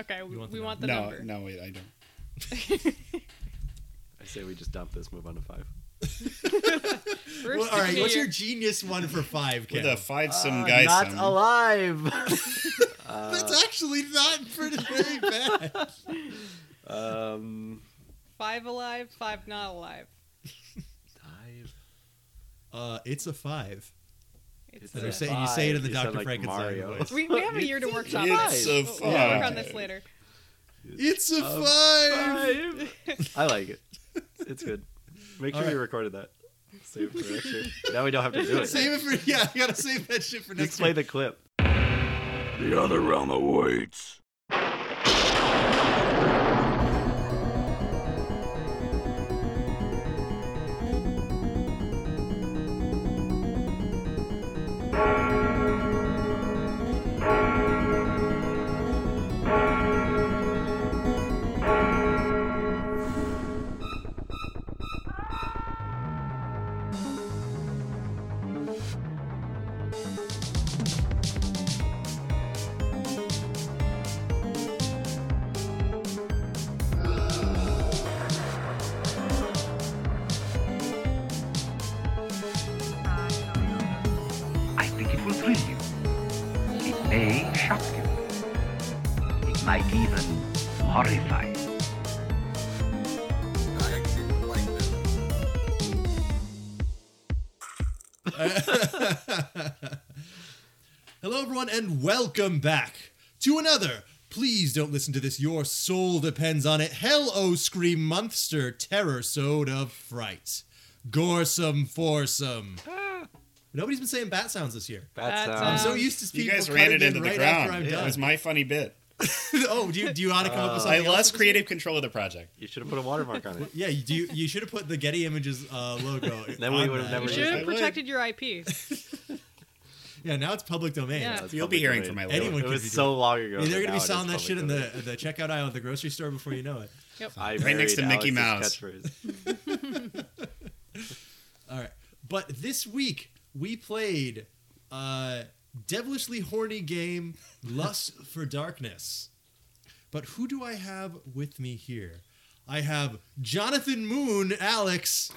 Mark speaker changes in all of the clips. Speaker 1: Okay, we,
Speaker 2: want the
Speaker 1: we want the
Speaker 3: no,
Speaker 1: number.
Speaker 3: no, wait, I don't.
Speaker 4: I say we just dump this, move on to five.
Speaker 1: First
Speaker 2: Well, all right, what's your
Speaker 1: here.
Speaker 2: genius one for five,
Speaker 3: With
Speaker 2: Kev?
Speaker 3: a five some guy
Speaker 4: Uh, Ah, not
Speaker 3: some.
Speaker 4: alive. Uh,
Speaker 2: That's actually not pretty very bad.
Speaker 4: um,
Speaker 1: five alive, five not alive?
Speaker 4: dive.
Speaker 2: Uh, it's a five.
Speaker 1: It's
Speaker 4: It's
Speaker 2: They're
Speaker 1: a-
Speaker 4: a-
Speaker 2: saying you say it in the
Speaker 4: You sound
Speaker 2: Dr.
Speaker 4: like
Speaker 2: Frankenstein
Speaker 4: Mario.
Speaker 2: voice.
Speaker 1: we, we have a year to workshop
Speaker 3: It's
Speaker 1: this.
Speaker 3: a
Speaker 1: We'll- We'll work on
Speaker 3: five.
Speaker 1: this later.
Speaker 2: It's a
Speaker 4: A
Speaker 2: five.
Speaker 4: Five. I like it. It's good. Make
Speaker 2: All
Speaker 4: sure
Speaker 2: right.
Speaker 4: you recorded that. Save it for next year. Now we don't have to do it.
Speaker 2: Save it for yeah. I gotta save that shit for
Speaker 4: Just
Speaker 2: next
Speaker 4: play
Speaker 2: week.
Speaker 4: the clip.
Speaker 5: The other realm awaits.
Speaker 6: I think it will thrill you. It may shock you. It might even horrify you.
Speaker 2: Hello, everyone, and welcome back to another. Please don't listen to this. Your soul depends on it. Hell, oh, scream, monster, terror, sode of fright, goresome, foursome. Nobody's been saying bat sounds this year.
Speaker 4: That
Speaker 1: That's,
Speaker 2: I'm
Speaker 4: sounds.
Speaker 1: uh,
Speaker 2: so used to
Speaker 3: You
Speaker 2: people
Speaker 3: guys ran
Speaker 2: cutting
Speaker 3: it
Speaker 2: in
Speaker 3: into the
Speaker 2: right after I'm
Speaker 3: ground. That
Speaker 2: done.
Speaker 3: was my funny bit.
Speaker 2: oh, do you, do you want to come up with
Speaker 3: I
Speaker 2: something? else?
Speaker 3: lost creative control of the project.
Speaker 4: you should have put a watermark on it.
Speaker 2: Yeah, you do. You should have put the Getty Images uh, logo.
Speaker 4: Then we
Speaker 2: on
Speaker 4: would've
Speaker 2: that.
Speaker 4: never-
Speaker 1: You
Speaker 4: Yes,
Speaker 1: should
Speaker 3: I
Speaker 1: have
Speaker 3: would.
Speaker 1: protected your IP.
Speaker 2: Yeah, now it's public domain.
Speaker 1: Yeah.
Speaker 4: That's
Speaker 3: You'll be
Speaker 4: public
Speaker 3: hearing
Speaker 4: domain.
Speaker 3: from my
Speaker 2: Anyone
Speaker 3: lawyer.
Speaker 4: It
Speaker 2: could be
Speaker 4: was so long ago.
Speaker 2: They're
Speaker 4: but
Speaker 2: gonna be
Speaker 4: now it
Speaker 2: selling
Speaker 4: is
Speaker 2: that shit in
Speaker 4: public
Speaker 2: the the checkout aisle at the grocery store before you know it.
Speaker 1: Yep.
Speaker 4: domain. I
Speaker 3: Right next to
Speaker 4: buried
Speaker 3: Mickey
Speaker 4: Alex's catchphrase.
Speaker 2: All right, but this week we played uh, devilishly horny game Lust for Darkness. But who do I have with me here? I have Jonathan Moon, Alex.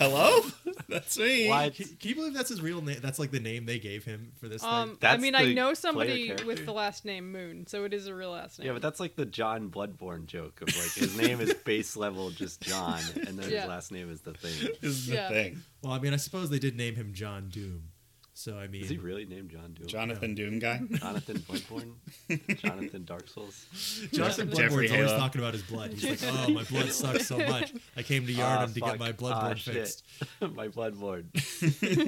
Speaker 3: Hello? That's me.
Speaker 4: Why?
Speaker 2: Can, can you believe that's his real name? That's like the name they gave him for this
Speaker 1: Um,
Speaker 2: thing.
Speaker 1: I
Speaker 4: That's
Speaker 1: mean, I
Speaker 4: the
Speaker 1: know
Speaker 4: player
Speaker 1: somebody
Speaker 4: character.
Speaker 1: with the last name Moon, so it is a real last name.
Speaker 4: Yeah, but that's like the John Bloodborne joke of like his name is base level just John, and then
Speaker 1: Yeah.
Speaker 4: his last name is the thing.
Speaker 3: This is the
Speaker 1: Yeah.
Speaker 3: thing.
Speaker 2: Well, I mean, I suppose they did name him John Doom. So I mean,
Speaker 4: Is he really named John
Speaker 3: Oh,
Speaker 4: Doom?
Speaker 3: Jonathan Doom guy.
Speaker 4: Jonathan Bloodborne? Jonathan Dark Souls?
Speaker 2: Jonathan
Speaker 3: Jeffrey
Speaker 2: Bloodborne's always
Speaker 3: Halo.
Speaker 2: talking about his blood. He's like, "Oh, my blood sucks so much. I came to Yardham
Speaker 4: Ah,
Speaker 2: to
Speaker 4: fuck.
Speaker 2: get my
Speaker 4: Ah,
Speaker 2: Bloodborne
Speaker 4: shit.
Speaker 2: fixed."
Speaker 4: my Bloodborne.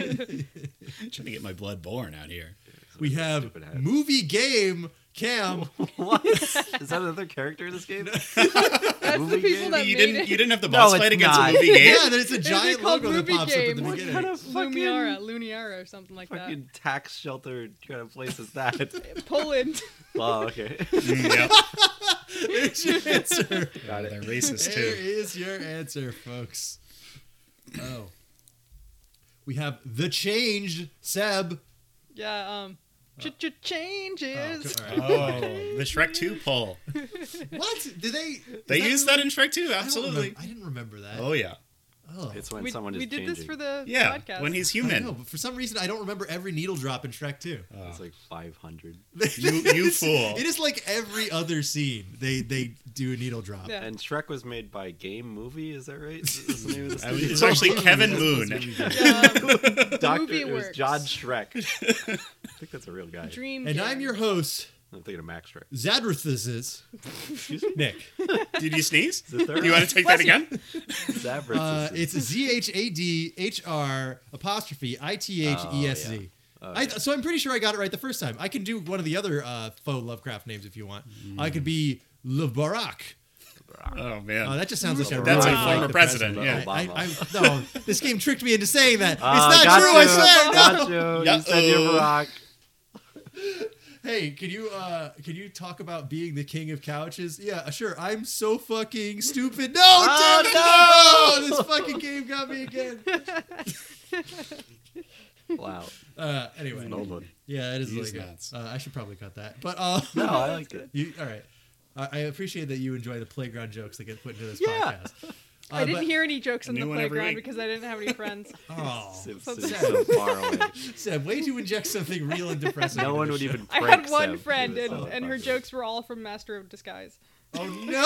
Speaker 3: I'm trying to get my blood born out here.
Speaker 2: We have
Speaker 4: Stupid hat.
Speaker 2: movie game Cam.
Speaker 4: What? Is that another character in this game?
Speaker 1: that's the
Speaker 4: Movie
Speaker 1: people
Speaker 4: game?
Speaker 1: that
Speaker 3: You
Speaker 1: made
Speaker 3: didn't
Speaker 1: it.
Speaker 3: you didn't have the boss
Speaker 4: it's
Speaker 3: fight against
Speaker 4: not.
Speaker 3: a movie game?
Speaker 2: Yeah, there's a giant
Speaker 1: called
Speaker 2: logo that
Speaker 1: movie
Speaker 2: pops up
Speaker 1: game.
Speaker 2: at the
Speaker 1: What
Speaker 2: beginning.
Speaker 4: kind of fucking,
Speaker 1: Lumiara, Luniara, or something like that.
Speaker 4: fucking tax shelter kind of place is that?
Speaker 1: Poland.
Speaker 4: wow, okay.
Speaker 3: Mm, yep.
Speaker 2: There's your answer.
Speaker 3: God, they're racist
Speaker 2: There
Speaker 3: too.
Speaker 2: is your answer, folks. Oh. We have the changed Seb.
Speaker 1: yeah. Um. Ch- ch-
Speaker 2: Oh,
Speaker 1: changes.
Speaker 2: all right.
Speaker 3: Oh, the Shrek 2 poll.
Speaker 2: What did they?
Speaker 3: They
Speaker 2: is
Speaker 3: used that in Shrek 2,
Speaker 2: I don't
Speaker 3: absolutely.
Speaker 2: remember- I didn't remember that.
Speaker 3: Oh yeah.
Speaker 2: Oh.
Speaker 4: It's when
Speaker 1: we
Speaker 4: someone is
Speaker 1: we did
Speaker 4: changing.
Speaker 1: this for the
Speaker 3: Yeah,
Speaker 1: podcast.
Speaker 3: when he's
Speaker 2: I know,
Speaker 3: human.
Speaker 2: but for some reason I don't remember every needle drop in Shrek 2.
Speaker 4: It's like 500.
Speaker 3: You you fool.
Speaker 2: It is like every other scene they they do a needle drop.
Speaker 1: Yeah.
Speaker 4: And Shrek was made by Game Movie, is that right? Is that the name of the
Speaker 3: I
Speaker 4: studio?
Speaker 3: was- It's actually Kevin Moon.
Speaker 1: Um,
Speaker 4: Doctor,
Speaker 1: Movie
Speaker 4: it was
Speaker 1: Works.
Speaker 4: John Shrek. I think that's a real guy.
Speaker 1: dream.
Speaker 2: And
Speaker 1: game.
Speaker 2: I'm your host,
Speaker 4: I'm thinking of Max Shrek.
Speaker 2: Zadrathises. Nick.
Speaker 3: Did you sneeze?
Speaker 4: Is it there?
Speaker 3: Do you want to take that again?
Speaker 4: Zavrits
Speaker 2: Uh,
Speaker 4: is-
Speaker 2: it's Z H A D H R apostrophe I T H E S
Speaker 3: Oh,
Speaker 2: Z. I, so I'm pretty sure I got it right the first time. I can do one of the other uh, faux Lovecraft names if you want. I could be Le Barak.
Speaker 3: Oh
Speaker 2: Uh,
Speaker 3: man.
Speaker 2: that just sounds like a
Speaker 3: That's
Speaker 2: really
Speaker 3: a
Speaker 2: like
Speaker 3: former
Speaker 2: the
Speaker 3: president.
Speaker 4: president.
Speaker 3: Yeah. Uh,
Speaker 2: I, I, I- no, this game tricked me into saying that.
Speaker 4: Ah,
Speaker 2: it's not
Speaker 4: got
Speaker 2: true.
Speaker 4: you,
Speaker 2: I swear. No.
Speaker 4: Got you. You
Speaker 3: Yeah,
Speaker 4: said you're
Speaker 3: uh,
Speaker 4: Barack.
Speaker 2: Hey, can you uh can you talk about being the king of couches? Yeah, uh, sure. I'm so fucking stupid. No,
Speaker 1: Ah,
Speaker 4: Oh,
Speaker 2: damn it!
Speaker 4: no!
Speaker 2: Oh, this fucking game got me again.
Speaker 4: Wow.
Speaker 2: Uh, anyway,
Speaker 4: An old one.
Speaker 2: yeah, it is
Speaker 3: He's
Speaker 2: really good.
Speaker 3: nuts.
Speaker 2: Uh, I should probably cut that, but uh,
Speaker 4: No, I liked it.
Speaker 2: you all right? I, I appreciate that you enjoy the playground jokes that get put into this
Speaker 4: Yeah.
Speaker 2: podcast. Uh,
Speaker 1: I didn't hear any jokes
Speaker 3: A
Speaker 1: on the
Speaker 3: new one every
Speaker 1: playground
Speaker 3: week.
Speaker 1: because I didn't have any friends.
Speaker 2: Oh,
Speaker 4: Simpson's so far away.
Speaker 2: Seb, way to inject something real and depressing.
Speaker 4: No
Speaker 2: into
Speaker 4: one
Speaker 2: this
Speaker 4: would
Speaker 2: show.
Speaker 4: even.
Speaker 1: I
Speaker 4: prank
Speaker 1: had one
Speaker 4: Seb.
Speaker 1: friend,
Speaker 4: He was
Speaker 1: and,
Speaker 4: so
Speaker 1: and her
Speaker 4: fucking-
Speaker 1: jokes were all from Master of Disguise.
Speaker 2: Oh no!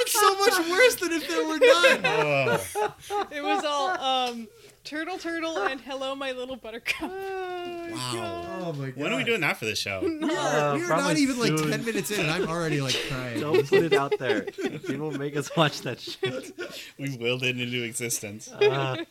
Speaker 2: it's so much worse than if there were none.
Speaker 3: Oh,
Speaker 1: It was all um, Turtle Turtle and Hello My Little Buttercup.
Speaker 2: Wow. Oh my god.
Speaker 3: when are we doing that for this show?
Speaker 2: We are,
Speaker 4: Uh,
Speaker 2: we are
Speaker 4: probably
Speaker 2: not even like
Speaker 4: soon.
Speaker 2: ten minutes in, and I'm already like crying.
Speaker 4: Don't put it out there. People make us watch that shit.
Speaker 3: We willed it into existence.
Speaker 4: Uh,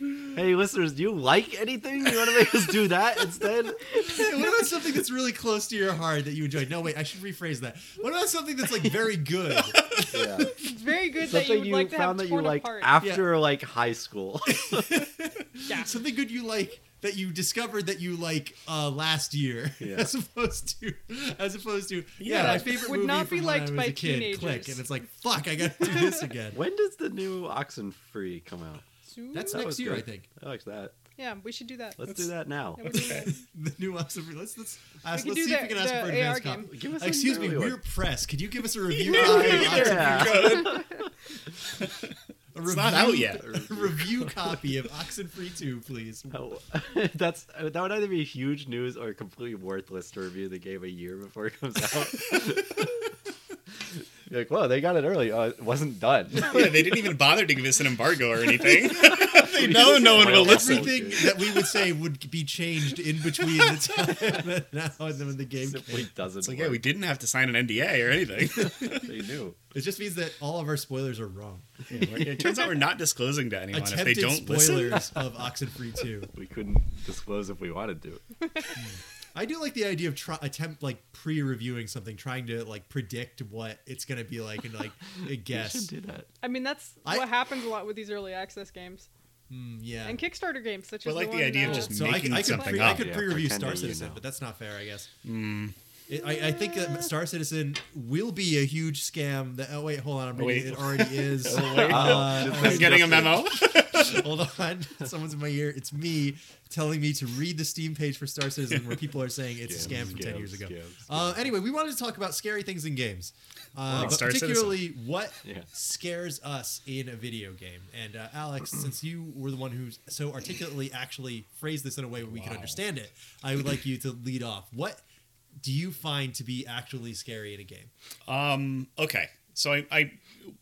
Speaker 4: hey, listeners, do you like anything? You want to make us do that instead?
Speaker 2: Hey, what about something that's really close to your heart that you enjoyed? No, wait, I should rephrase that. What about something that's like very good?
Speaker 4: Yeah.
Speaker 1: It's very good that you
Speaker 4: Something
Speaker 1: would
Speaker 4: you
Speaker 1: like to have
Speaker 4: found that you
Speaker 1: torn
Speaker 4: like
Speaker 1: apart.
Speaker 4: after like high school.
Speaker 1: yeah.
Speaker 2: something good you like that you discovered that you like uh, last year,
Speaker 4: Yeah.
Speaker 2: as opposed to, as opposed to, yeah,
Speaker 3: Yeah.
Speaker 2: my favorite
Speaker 1: Would
Speaker 2: movie
Speaker 1: not
Speaker 2: from
Speaker 1: be
Speaker 2: when
Speaker 1: liked
Speaker 2: I was
Speaker 1: by
Speaker 2: a kid,
Speaker 1: teenagers.
Speaker 2: click, and it's like, fuck, I gotta do this again.
Speaker 4: when does the new Oxen Free come out?
Speaker 2: That's
Speaker 4: That
Speaker 2: next
Speaker 4: was
Speaker 2: year,
Speaker 4: good.
Speaker 2: I think.
Speaker 4: I like that.
Speaker 1: Yeah, we should do that.
Speaker 4: Let's do that now.
Speaker 1: Yeah, we're doing
Speaker 3: Okay.
Speaker 1: that.
Speaker 2: The new Oxen Free. Let's let's ask.
Speaker 1: We
Speaker 2: Let's
Speaker 1: can do
Speaker 2: see if we
Speaker 1: the-
Speaker 2: can ask
Speaker 1: the
Speaker 2: for an
Speaker 1: AR
Speaker 2: advance
Speaker 1: game.
Speaker 2: copy.
Speaker 4: Give us
Speaker 2: Excuse
Speaker 4: an
Speaker 2: me,
Speaker 4: early
Speaker 2: we're
Speaker 4: one.
Speaker 2: press. Could you give us a review? copy? of Oxen-
Speaker 4: yeah.
Speaker 2: a
Speaker 3: It's not
Speaker 2: review-
Speaker 3: out yet.
Speaker 2: A review copy of Oxen Free Two, please.
Speaker 4: Oh, that's uh, that would either be huge news or completely worthless to review the game a year before it comes out. You're like, whoa, they got it early. Oh, it wasn't done.
Speaker 3: Yeah, they didn't even bother to give us an embargo or anything. they know no one will listen.
Speaker 2: Everything that we would say would be changed in between the time that now and then when the game
Speaker 4: simply
Speaker 2: came.
Speaker 4: doesn't.
Speaker 3: It's like, yeah, we
Speaker 4: work.
Speaker 3: didn't have to sign an NDA or anything.
Speaker 4: They knew.
Speaker 2: It just means that all of our spoilers are wrong.
Speaker 3: it turns out we're not disclosing to anyone if they
Speaker 2: Attempted
Speaker 3: don't listen.
Speaker 2: spoilers of Oxen Free Two.
Speaker 4: We couldn't disclose if we wanted to.
Speaker 2: I do like the idea of try- attempt like pre-reviewing something, trying to like predict what it's gonna be like and like a guess.
Speaker 4: do that.
Speaker 1: I mean, that's
Speaker 2: I-
Speaker 1: what happens a lot with these early access games
Speaker 2: Mm, yeah.
Speaker 1: and Kickstarter games, such
Speaker 3: But
Speaker 1: as
Speaker 3: like
Speaker 1: the,
Speaker 3: the
Speaker 1: one,
Speaker 3: idea of
Speaker 1: uh,
Speaker 3: just
Speaker 2: so I,
Speaker 3: making
Speaker 2: I could
Speaker 3: something
Speaker 2: pre- I
Speaker 3: up. Mm.
Speaker 2: could
Speaker 4: Yeah,
Speaker 2: pre-review
Speaker 4: pretending
Speaker 2: Star
Speaker 4: you
Speaker 2: Citizen,
Speaker 4: know.
Speaker 2: but that's not fair, I guess. It, I, I think that Star Citizen will be a huge scam. That oh wait, hold on, I'm
Speaker 3: Oh,
Speaker 2: reading
Speaker 3: wait. Oh,
Speaker 2: it already is.
Speaker 4: Uh,
Speaker 3: I'm getting a memo.
Speaker 2: Hold on, someone's in my ear. It's me telling me to read the Steam page for Star Citizen, where people are saying it's a
Speaker 4: Scams,
Speaker 2: scam from ten
Speaker 4: scams,
Speaker 2: years ago.
Speaker 4: scams,
Speaker 2: Uh, anyway, we wanted to talk about scary things in games, uh,
Speaker 3: Like
Speaker 2: but
Speaker 3: Star Citizen.
Speaker 2: particularly what
Speaker 4: Yeah.
Speaker 2: scares us in a video game. And uh, Alex, since you were the one who so articulately actually phrased this in a way where we can
Speaker 3: Wow.
Speaker 2: understand it, I would like you to lead off. What do you find to be actually scary in a game?
Speaker 3: Um, okay. So I, I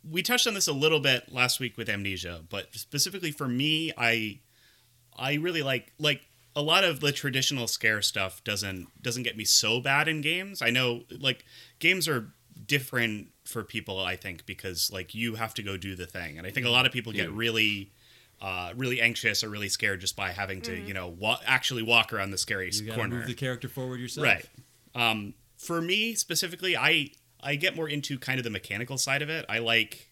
Speaker 3: we touched on this a little bit last week with amnesia, but specifically for me, I I really like like a lot of the traditional scare stuff doesn't doesn't get me so bad in games. I know like games are different for people, I think, because like you have to go do the thing. And I think a lot of people get
Speaker 4: Yeah.
Speaker 3: really uh, really anxious or really scared just by having to, you know, wa- actually walk around the scary
Speaker 2: You got to
Speaker 3: corner.
Speaker 2: move the character forward yourself,
Speaker 3: Right. Um, for me specifically, I I get more into kind of the mechanical side of it. I like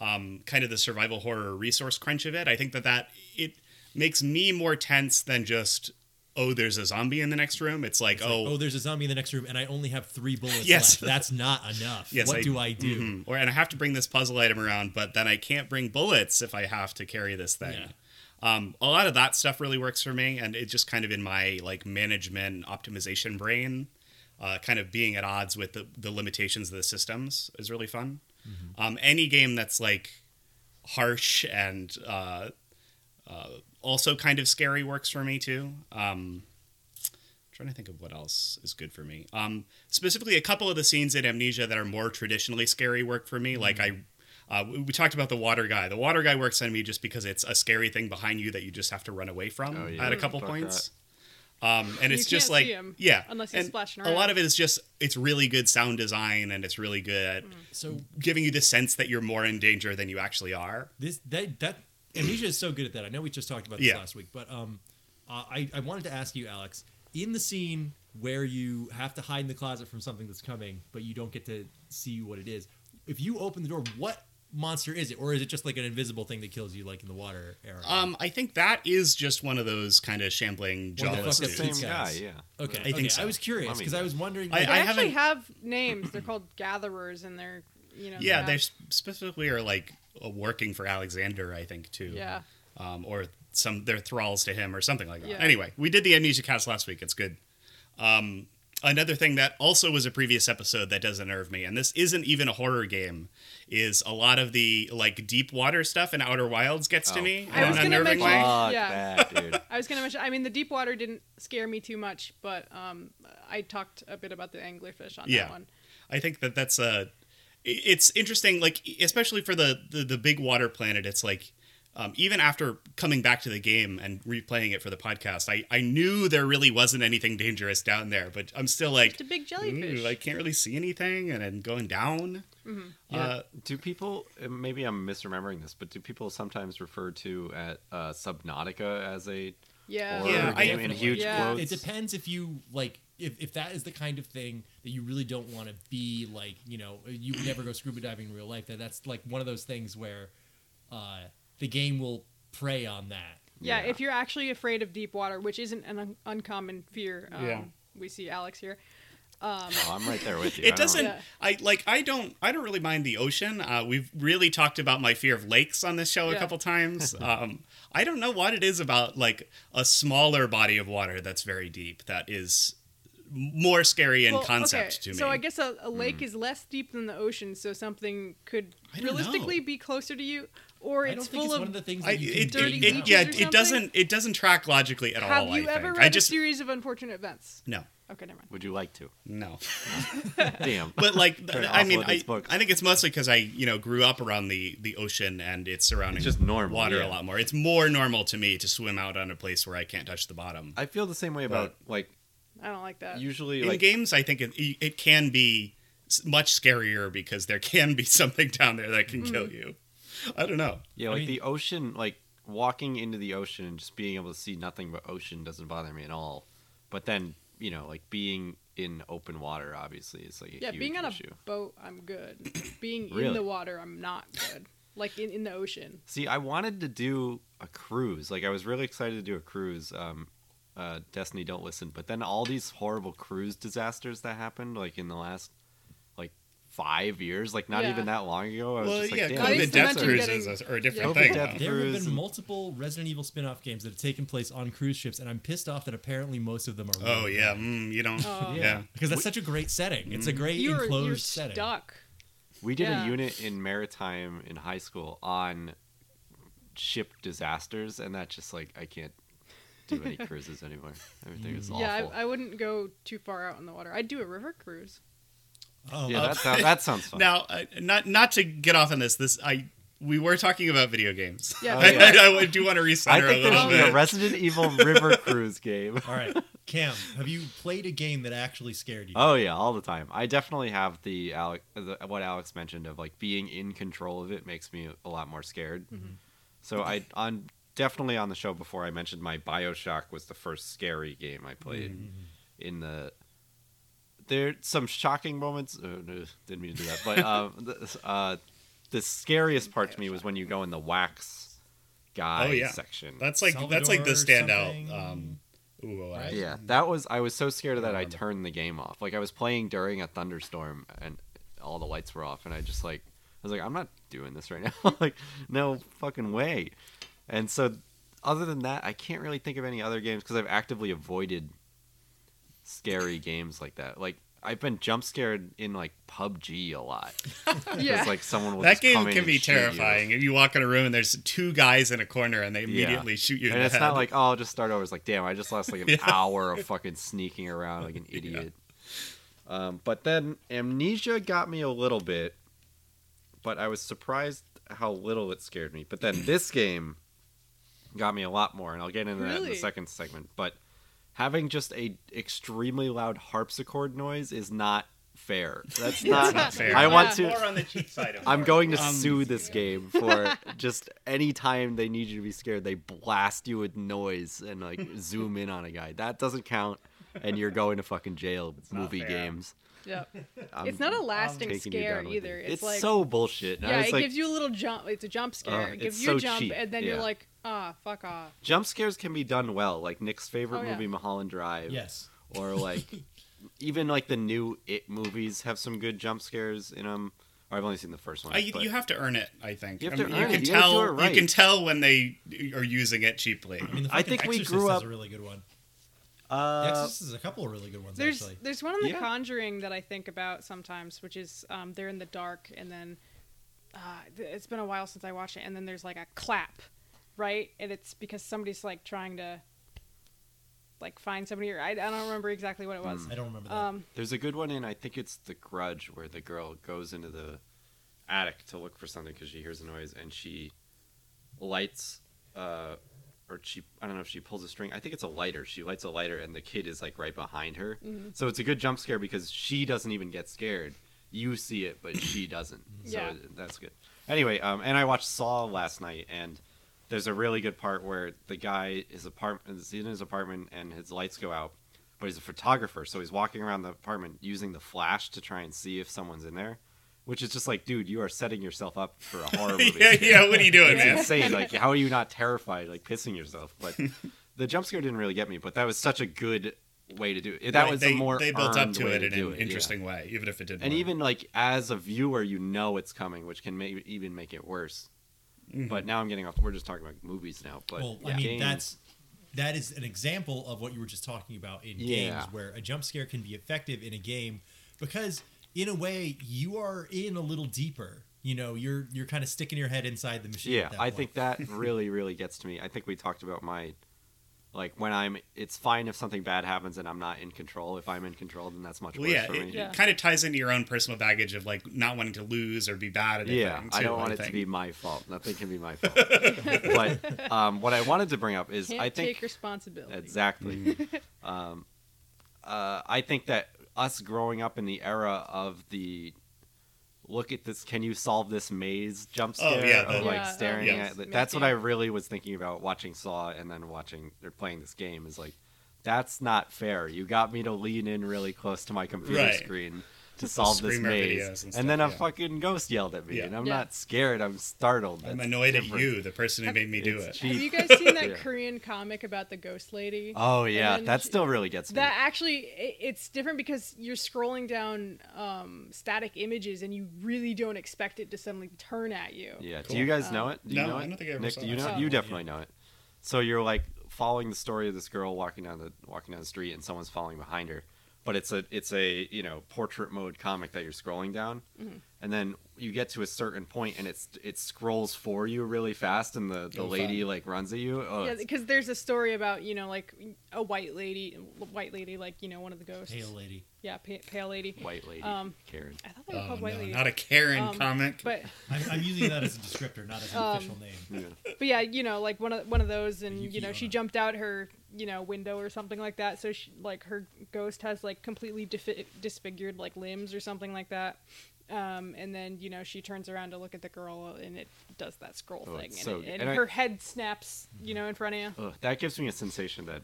Speaker 3: um, kind of the survival horror resource crunch of it. I think that that it makes me more tense than just oh, there's a zombie in the next room. It's like oh,
Speaker 2: oh, there's a zombie in the next room, and I only have three bullets
Speaker 3: Yes.
Speaker 2: left. That's not enough.
Speaker 3: Yes,
Speaker 2: what
Speaker 3: I-
Speaker 2: do I do?
Speaker 3: mhm. or and I have to bring this puzzle item around, but then I can't bring bullets if I have to carry this thing.
Speaker 2: Yeah.
Speaker 3: Um, a lot of that stuff really works for me, and it just kind of in my like management optimization brain, uh, kind of being at odds with the, the limitations of the systems is really fun.
Speaker 2: Mm-hmm.
Speaker 3: Um, any game that's like harsh and uh, uh, also kind of scary works for me too. Um, trying to think of what else is good for me. Um, specifically, a couple of the scenes in Amnesia that are more traditionally scary work for
Speaker 4: Mm-hmm.
Speaker 3: me. Like I, uh, we we talked about the water guy. The water guy works on me just because it's a scary thing behind you that you just have to run away from
Speaker 4: Oh, yeah.
Speaker 3: at a couple
Speaker 4: Fuck
Speaker 3: points. Um, and
Speaker 1: You
Speaker 3: it's just
Speaker 1: can't
Speaker 3: like
Speaker 1: see him
Speaker 3: yeah,
Speaker 1: unless he's
Speaker 3: and
Speaker 1: splashing
Speaker 3: A
Speaker 1: around.
Speaker 3: lot of it is just it's really good sound design and it's really good at
Speaker 1: Mm.
Speaker 2: So
Speaker 3: giving you the sense that you're more in danger than you actually are.
Speaker 2: this that that amnesia is so good at that. I know we just talked about this
Speaker 3: Yeah.
Speaker 2: last week, but um, uh, I I wanted to ask you, Alex, in the scene where you have to hide in the closet from something that's coming, but you don't get to see what it is. If you open the door, what monster is it, or is it just like an invisible thing that kills you, like in the water era?
Speaker 3: Um, I think that is just one of those kind of shambling
Speaker 2: One of the
Speaker 3: jawless
Speaker 2: fucked
Speaker 3: dudes.
Speaker 2: up
Speaker 4: Same
Speaker 2: These
Speaker 4: guy,
Speaker 2: guys.
Speaker 4: yeah.
Speaker 2: okay,
Speaker 3: I think
Speaker 2: okay,
Speaker 3: so.
Speaker 2: I was curious
Speaker 4: Mummy
Speaker 2: because I
Speaker 4: guy.
Speaker 2: was wondering.
Speaker 3: I-
Speaker 2: like,
Speaker 1: They actually
Speaker 3: haven't-
Speaker 1: have names. They're called gatherers, and they're you know.
Speaker 3: Yeah,
Speaker 1: that-
Speaker 3: they sp- specifically are like uh, working for Alexander, I think too.
Speaker 1: Yeah.
Speaker 3: Um, or some they're thralls to him or something like that.
Speaker 1: Yeah.
Speaker 3: Anyway, we did the amnesia cast last week. It's good. Um, another thing that also was a previous episode that does unnerve me, and this isn't even a horror game, is a lot of the like deep water stuff and Outer Wilds gets to
Speaker 4: Oh,
Speaker 3: me
Speaker 1: I
Speaker 3: in
Speaker 1: was
Speaker 3: an
Speaker 1: gonna
Speaker 3: unnerving
Speaker 1: mention-
Speaker 3: way.
Speaker 4: Fuck
Speaker 1: Yeah.
Speaker 4: that, dude.
Speaker 1: I was gonna mention. I mean, the deep water didn't scare me too much, but um, I talked a bit about the anglerfish on
Speaker 3: Yeah.
Speaker 1: that one.
Speaker 3: I think that that's a. It's interesting, like e, especially for the the, the big water planet. It's like um, even after coming back to the game and replaying it for the podcast, I I knew there really wasn't anything dangerous down there, but I'm still like,
Speaker 1: It's a big jellyfish.
Speaker 3: "Ooh, I can't really see anything, and I'm going down.
Speaker 4: Yeah.
Speaker 3: Uh,
Speaker 4: do people? uh, Maybe I'm misremembering this, but do people sometimes refer to at uh, Subnautica as a
Speaker 1: yeah.
Speaker 4: horror
Speaker 3: Yeah, I-
Speaker 4: game in huge
Speaker 1: Yeah.
Speaker 4: quotes?
Speaker 7: It depends if you like if, if that is the kind of thing that you really don't want to be like, you know, you would never go scuba diving in real life. That that's like one of those things where uh, the game will prey on that.
Speaker 1: yeah,
Speaker 4: Yeah.
Speaker 1: If you're actually afraid of deep water, which isn't an un- uncommon fear, um,
Speaker 3: Yeah.
Speaker 1: we see Alex here.
Speaker 4: Oh, I'm right there with you. I
Speaker 3: It
Speaker 4: don't-
Speaker 3: doesn't.
Speaker 1: Yeah.
Speaker 3: I like. I don't. I don't really mind the ocean. Uh, we've really talked about my fear of lakes on this show a
Speaker 1: Yeah.
Speaker 3: couple times. Um, I don't know what it is about like a smaller body of water that's very deep that is more scary in
Speaker 1: Well,
Speaker 3: concept
Speaker 1: okay,
Speaker 3: to me.
Speaker 1: So I guess a, a lake is less deep than the ocean, so something could
Speaker 3: I don't
Speaker 1: realistically
Speaker 3: know.
Speaker 1: be closer to you, or
Speaker 7: I
Speaker 1: it's
Speaker 7: don't
Speaker 1: full
Speaker 7: think it's
Speaker 1: of.
Speaker 7: one of the things
Speaker 3: I,
Speaker 7: that you
Speaker 3: it,
Speaker 7: can dig
Speaker 1: dirty
Speaker 3: it, it-
Speaker 7: down.
Speaker 1: beaches
Speaker 3: yeah,
Speaker 1: or
Speaker 3: it doesn't. It doesn't track logically at
Speaker 1: have
Speaker 3: all.
Speaker 1: you
Speaker 3: I
Speaker 1: ever
Speaker 3: think.
Speaker 1: read
Speaker 3: I just
Speaker 1: a series of unfortunate events?
Speaker 3: no,
Speaker 1: Okay, never mind.
Speaker 4: Would you like to?
Speaker 3: no.
Speaker 4: Damn.
Speaker 3: But like, th-
Speaker 4: Very
Speaker 3: I mean,
Speaker 4: awful at
Speaker 3: I,
Speaker 4: these books.
Speaker 3: I think it's mostly because I, you know, grew up around the the ocean and its surrounding
Speaker 4: It's just normal,
Speaker 3: water
Speaker 4: yeah.
Speaker 3: a lot more. It's more normal to me to swim out on a place where I can't touch the bottom.
Speaker 4: I feel the same way about like
Speaker 1: I don't like that.
Speaker 4: usually
Speaker 3: In
Speaker 4: like
Speaker 3: games, I think it it can be s- much scarier because there can be something down there that
Speaker 1: Mm-hmm.
Speaker 3: can kill you. I don't know.
Speaker 4: yeah
Speaker 7: I
Speaker 4: like
Speaker 7: mean-
Speaker 4: the ocean like walking into the ocean and just being able to see nothing but ocean doesn't bother me at all. But then you know like being in open water obviously is like a
Speaker 1: yeah,
Speaker 4: huge
Speaker 1: being on a
Speaker 4: issue.
Speaker 1: boat, I'm good. Being in
Speaker 4: Really?
Speaker 1: the water, I'm not good. Like in, in the ocean.
Speaker 4: See, I wanted to do a cruise. Like, I was really excited to do a cruise. Um, uh, Destiny, don't listen. But then all these horrible cruise disasters that happened, like in the last like five years, like not
Speaker 1: Yeah.
Speaker 4: even that long ago. I was
Speaker 3: Well,
Speaker 4: just
Speaker 3: yeah,
Speaker 4: like, damn,
Speaker 1: I
Speaker 3: COVID
Speaker 1: used to
Speaker 3: death
Speaker 1: mention
Speaker 3: cruises
Speaker 1: getting-
Speaker 3: are a different
Speaker 4: yeah.
Speaker 3: thing.
Speaker 4: COVID
Speaker 3: now.
Speaker 4: death
Speaker 7: There have
Speaker 4: Cruise
Speaker 7: been
Speaker 4: and-
Speaker 7: multiple Resident Evil spin-off games that have taken place on cruise ships, and I'm pissed off that apparently most of them are.
Speaker 3: Oh
Speaker 7: ruined.
Speaker 3: yeah, mm, you don't.
Speaker 1: Oh.
Speaker 3: Yeah. Mm-hmm.
Speaker 7: because that's such a great setting. It's a great
Speaker 1: You're,
Speaker 7: enclosed
Speaker 1: you're
Speaker 7: setting.
Speaker 1: stuck.
Speaker 4: we did
Speaker 1: Yeah.
Speaker 4: a unit in maritime in high school on ship disasters, and that just like I can't do any cruises anymore. Everything is awful.
Speaker 1: Yeah, I, I wouldn't go too far out in the water. I'd do a river cruise.
Speaker 7: Oh,
Speaker 4: yeah, that, sounds, that sounds fun.
Speaker 3: Now, uh, not not to get off on this. This I we were talking about video games.
Speaker 1: Yeah,
Speaker 4: Oh, yeah.
Speaker 3: I, I do want to
Speaker 4: I
Speaker 3: recenter a
Speaker 4: think there
Speaker 3: little
Speaker 4: should be a
Speaker 3: bit.
Speaker 4: Resident Evil River Cruise game.
Speaker 8: All right, Cam, have you played a game that actually scared
Speaker 3: Uh,
Speaker 8: you?
Speaker 4: Oh yeah, all the time. I definitely have the Alex, the, what Alex mentioned of like being in control of it makes me a lot more scared.
Speaker 3: Mm-hmm.
Speaker 4: So I on definitely on the show before I mentioned my BioShock was the first scary game I played
Speaker 3: Mm-hmm.
Speaker 4: in the there's some shocking moments. Uh, no, didn't mean to do that, but um, the, uh, the scariest part to me was when you go in the wax guy
Speaker 3: Oh, yeah.
Speaker 4: section.
Speaker 3: That's like that's like the
Speaker 8: Salvador
Speaker 3: standout.
Speaker 8: something.
Speaker 3: Um, ooh, I-
Speaker 7: Right?
Speaker 4: Yeah, that was. I was so scared of that. I
Speaker 7: remember.
Speaker 4: turned the game off. Like I was playing during a thunderstorm, and all the lights were off, and I just like, I was like, I'm not doing this right now. like, no fucking way. And so, other than that, I can't really think of any other games because I've actively avoided scary games like that. Like I've been jump scared in like PUBG a lot. 'Cause,
Speaker 1: Yeah.
Speaker 4: like someone will
Speaker 3: That
Speaker 4: just come
Speaker 3: game
Speaker 4: in
Speaker 3: can
Speaker 4: and
Speaker 3: be
Speaker 4: shoot you.
Speaker 3: terrifying. If you walk in a room and there's two guys in a corner and they
Speaker 4: Yeah.
Speaker 3: immediately shoot you in
Speaker 4: And
Speaker 3: the
Speaker 4: it's
Speaker 3: head.
Speaker 4: not like, oh, I'll just start over. It's like, damn, I just lost like an
Speaker 3: Yeah.
Speaker 4: hour of fucking sneaking around like an
Speaker 3: Yeah.
Speaker 4: idiot. Um, but then amnesia got me a little bit, but I was surprised how little it scared me. But then this game got me a lot more, and I'll get into that in the
Speaker 1: Really?
Speaker 4: second segment. But having just a extremely loud harpsichord noise is not fair. That's not,
Speaker 1: not
Speaker 3: fair.
Speaker 4: I want
Speaker 1: Yeah.
Speaker 4: to
Speaker 3: on the cheap side of
Speaker 4: I'm going to
Speaker 3: Um,
Speaker 4: sue this game for just any time they need you to be scared, they blast you with noise and like zoom in on a guy. That doesn't count, and you're going to fucking jail. movie
Speaker 3: fair.
Speaker 4: games.
Speaker 1: Yeah.
Speaker 4: I'm
Speaker 1: it's not a lasting
Speaker 4: taking you down
Speaker 1: scare
Speaker 4: with
Speaker 1: either.
Speaker 4: it.
Speaker 1: It's, like
Speaker 4: so bullshit. And I
Speaker 1: Yeah,
Speaker 4: was
Speaker 1: it
Speaker 4: like, uh,
Speaker 1: gives you a little jump. It's a jump scare. it
Speaker 4: it's
Speaker 1: gives you
Speaker 4: so
Speaker 1: a jump,
Speaker 4: cheap,
Speaker 1: and then
Speaker 4: yeah.
Speaker 1: you're like, ah, fuck off.
Speaker 4: jump scares can be done well, like Nick's favorite
Speaker 1: Oh, yeah.
Speaker 4: movie, Mulholland Drive.
Speaker 7: Yes.
Speaker 4: or like even like the new It movies have some good jump scares in them. Or I've only seen the first one.
Speaker 3: I, Uh, you
Speaker 4: but-
Speaker 3: you have to earn it, I think.
Speaker 4: You have
Speaker 3: I
Speaker 4: to
Speaker 3: mean,
Speaker 4: earn
Speaker 3: can
Speaker 4: it. You gotta do
Speaker 3: tell
Speaker 4: it right.
Speaker 3: you can tell when they are using it cheaply.
Speaker 7: I mean, the
Speaker 4: I
Speaker 7: fucking
Speaker 4: think we
Speaker 7: Exorcist
Speaker 4: grew
Speaker 7: has
Speaker 4: up-
Speaker 7: a really good one.
Speaker 2: The
Speaker 4: Uh,
Speaker 2: Exorcist is a couple of really good ones
Speaker 1: There's
Speaker 2: actually.
Speaker 1: there's one in The
Speaker 4: Yeah.
Speaker 1: Conjuring that I think about sometimes, which is um, they're in the dark, and then uh, th- it's been a while since I watched it, and then there's like a clap, right? And it's because somebody's like trying to like find somebody, or I, I don't remember exactly what it was.
Speaker 2: I don't remember that.
Speaker 1: Um,
Speaker 4: there's a good one in I think it's The Grudge where the girl goes into the attic to look for something because she hears a noise and she lights uh, or she I don't know if she pulls a string. I think it's a lighter. She lights a lighter and the kid is like right behind her.
Speaker 3: Mm-hmm.
Speaker 4: So it's a good jump scare because she doesn't even get scared. You see it, but she doesn't. So uh,
Speaker 1: Yeah.
Speaker 4: that's good. Anyway, um, and I watched Saw last night, and there's a really good part where the guy his apartment is in his apartment and his lights go out, but he's a photographer, so he's walking around the apartment using the flash to try and see if someone's in there, which is just like, dude, you are setting yourself up for a horror movie
Speaker 3: yeah, yeah. What are you doing,
Speaker 4: it's
Speaker 3: man?
Speaker 4: insane. Like, how are you not terrified? Like, pissing yourself. But the jump scare didn't really get me. But that was such a good way to do it. That
Speaker 3: Right,
Speaker 4: was
Speaker 3: they,
Speaker 4: a more
Speaker 3: they built up
Speaker 4: earned
Speaker 3: to
Speaker 4: way
Speaker 3: it in
Speaker 4: do
Speaker 3: an
Speaker 4: yeah.
Speaker 3: interesting way, even if it didn't.
Speaker 4: And
Speaker 3: work.
Speaker 4: even like as a viewer, you know it's coming, which can maybe even make it worse.
Speaker 3: Mm-hmm.
Speaker 4: But now I'm getting off. We're just talking about movies now. But
Speaker 2: well,
Speaker 4: yeah.
Speaker 2: I mean,
Speaker 4: games-
Speaker 2: that's that is an example of what you were just talking about in
Speaker 4: Yeah.
Speaker 2: games, where a jump scare can be effective in a game because, in a way, you are in a little deeper. You know, you're you're kind of sticking your head inside the machine.
Speaker 4: yeah.
Speaker 2: at that
Speaker 4: I
Speaker 2: point.
Speaker 4: think that really, really gets to me. I think we talked about my. Like when I'm, it's fine if something bad happens and I'm not in control. If I'm in control, then that's much
Speaker 3: Well,
Speaker 4: worse
Speaker 3: yeah,
Speaker 4: for
Speaker 3: it,
Speaker 4: me.
Speaker 1: Yeah.
Speaker 3: kind of ties into your own personal baggage of like not wanting to lose or be bad at
Speaker 4: Yeah,
Speaker 3: everything,
Speaker 4: I
Speaker 3: too,
Speaker 4: don't want it to
Speaker 3: think.
Speaker 4: be my fault. Nothing can be my fault. but um, what I wanted to bring up is
Speaker 1: can't
Speaker 4: I think
Speaker 1: take responsibility.
Speaker 4: exactly.
Speaker 3: Mm-hmm.
Speaker 4: um, uh, I think that us growing up in the era of the look at this, can you solve this maze jump
Speaker 3: Oh,
Speaker 4: scare?
Speaker 3: yeah,
Speaker 4: or,
Speaker 3: the-
Speaker 4: like
Speaker 1: Yeah,
Speaker 4: staring
Speaker 3: yeah.
Speaker 4: at. That's what
Speaker 1: Matthew.
Speaker 4: I really was thinking about watching Saw and then watching or playing this game is like, that's not fair. You got me to lean in really close to my computer
Speaker 3: Right.
Speaker 4: screen. To solve this
Speaker 3: Screamer
Speaker 4: maze,
Speaker 3: videos
Speaker 4: and,
Speaker 3: and stuff,
Speaker 4: then a
Speaker 3: yeah.
Speaker 4: fucking ghost yelled at me,
Speaker 3: Yeah.
Speaker 4: and I'm
Speaker 1: Yeah.
Speaker 4: not scared. I'm startled.
Speaker 3: I'm
Speaker 4: That's
Speaker 3: annoyed at
Speaker 4: different.
Speaker 3: you, the person who made me do
Speaker 4: It's
Speaker 3: it.
Speaker 1: Have
Speaker 4: cheap.
Speaker 1: you guys seen that
Speaker 4: Yeah.
Speaker 1: Korean comic about the ghost lady?
Speaker 4: Oh yeah,
Speaker 1: then
Speaker 4: that
Speaker 1: she-
Speaker 4: still really gets me.
Speaker 1: That actually, i- it's different because you're scrolling down um, static images and you really don't expect it to suddenly turn at you.
Speaker 4: Yeah. Do you guys know it? Do you
Speaker 3: no,
Speaker 4: know
Speaker 3: I
Speaker 4: it?
Speaker 3: don't think I ever
Speaker 4: Nick,
Speaker 3: saw
Speaker 4: do you
Speaker 3: that.
Speaker 4: know?
Speaker 1: Uh, Oh.
Speaker 4: You definitely know it. So you're like following the story of this girl walking down the walking down the street, and someone's following behind her. But it's a it's a you know portrait mode comic that you're scrolling down,
Speaker 1: Mm-hmm.
Speaker 4: and then you get to a certain point, and it's it scrolls for you really fast, and the the
Speaker 3: Oh,
Speaker 4: lady
Speaker 3: fun.
Speaker 4: like runs at you. Oh,
Speaker 1: Yeah,
Speaker 4: it's-
Speaker 1: because there's a story about you know like a white lady, white lady like you know one of the ghosts.
Speaker 2: Pale lady.
Speaker 1: Yeah, pa- pale lady.
Speaker 4: white lady,
Speaker 1: Um,
Speaker 4: Karen.
Speaker 1: I thought they were
Speaker 3: Oh,
Speaker 1: called white
Speaker 3: no,
Speaker 1: ladies.
Speaker 3: not a Karen
Speaker 1: Um,
Speaker 3: comic.
Speaker 1: but
Speaker 2: I'm, I'm using that as a descriptor, not as an
Speaker 4: Um,
Speaker 2: official name.
Speaker 1: but yeah, you know like one of one of those, and you know
Speaker 2: Yuki
Speaker 1: she
Speaker 2: Onna.
Speaker 1: jumped out her you know window or something like that. So she like her ghost has like completely defi- disfigured like limbs or something like that. Um, and then you know she turns around to look at the girl, and it does that scroll
Speaker 4: Oh,
Speaker 1: thing,
Speaker 4: it's
Speaker 1: and,
Speaker 4: so
Speaker 1: it-
Speaker 4: good.
Speaker 1: and
Speaker 4: And I-
Speaker 1: her head snaps, you know, in front of you.
Speaker 4: Ugh, that gives me a sensation that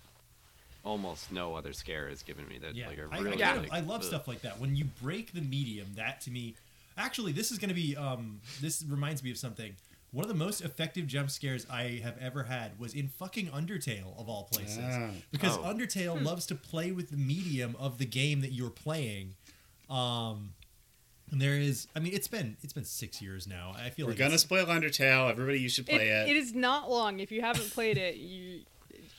Speaker 4: almost no other scare has given me. That
Speaker 2: Yeah,
Speaker 4: like
Speaker 2: I,
Speaker 4: a
Speaker 2: I
Speaker 4: really
Speaker 2: kind of-
Speaker 4: like,
Speaker 2: I love
Speaker 4: ugh.
Speaker 2: stuff like that. When you break the medium, that to me, actually, this is going to be. Um, this reminds me of something. One of the most effective jump scares I have ever had was in fucking Undertale of all places,
Speaker 3: Ah.
Speaker 2: because
Speaker 4: Oh.
Speaker 2: Undertale loves to play with the medium of the game that you're playing. Um, and there is, I mean, it's been it's been six years now. I feel
Speaker 3: We're
Speaker 2: like
Speaker 3: gonna
Speaker 2: it's-
Speaker 3: spoil Undertale. Everybody, you should
Speaker 1: It,
Speaker 3: play it.
Speaker 1: it is not long. If you haven't played it, you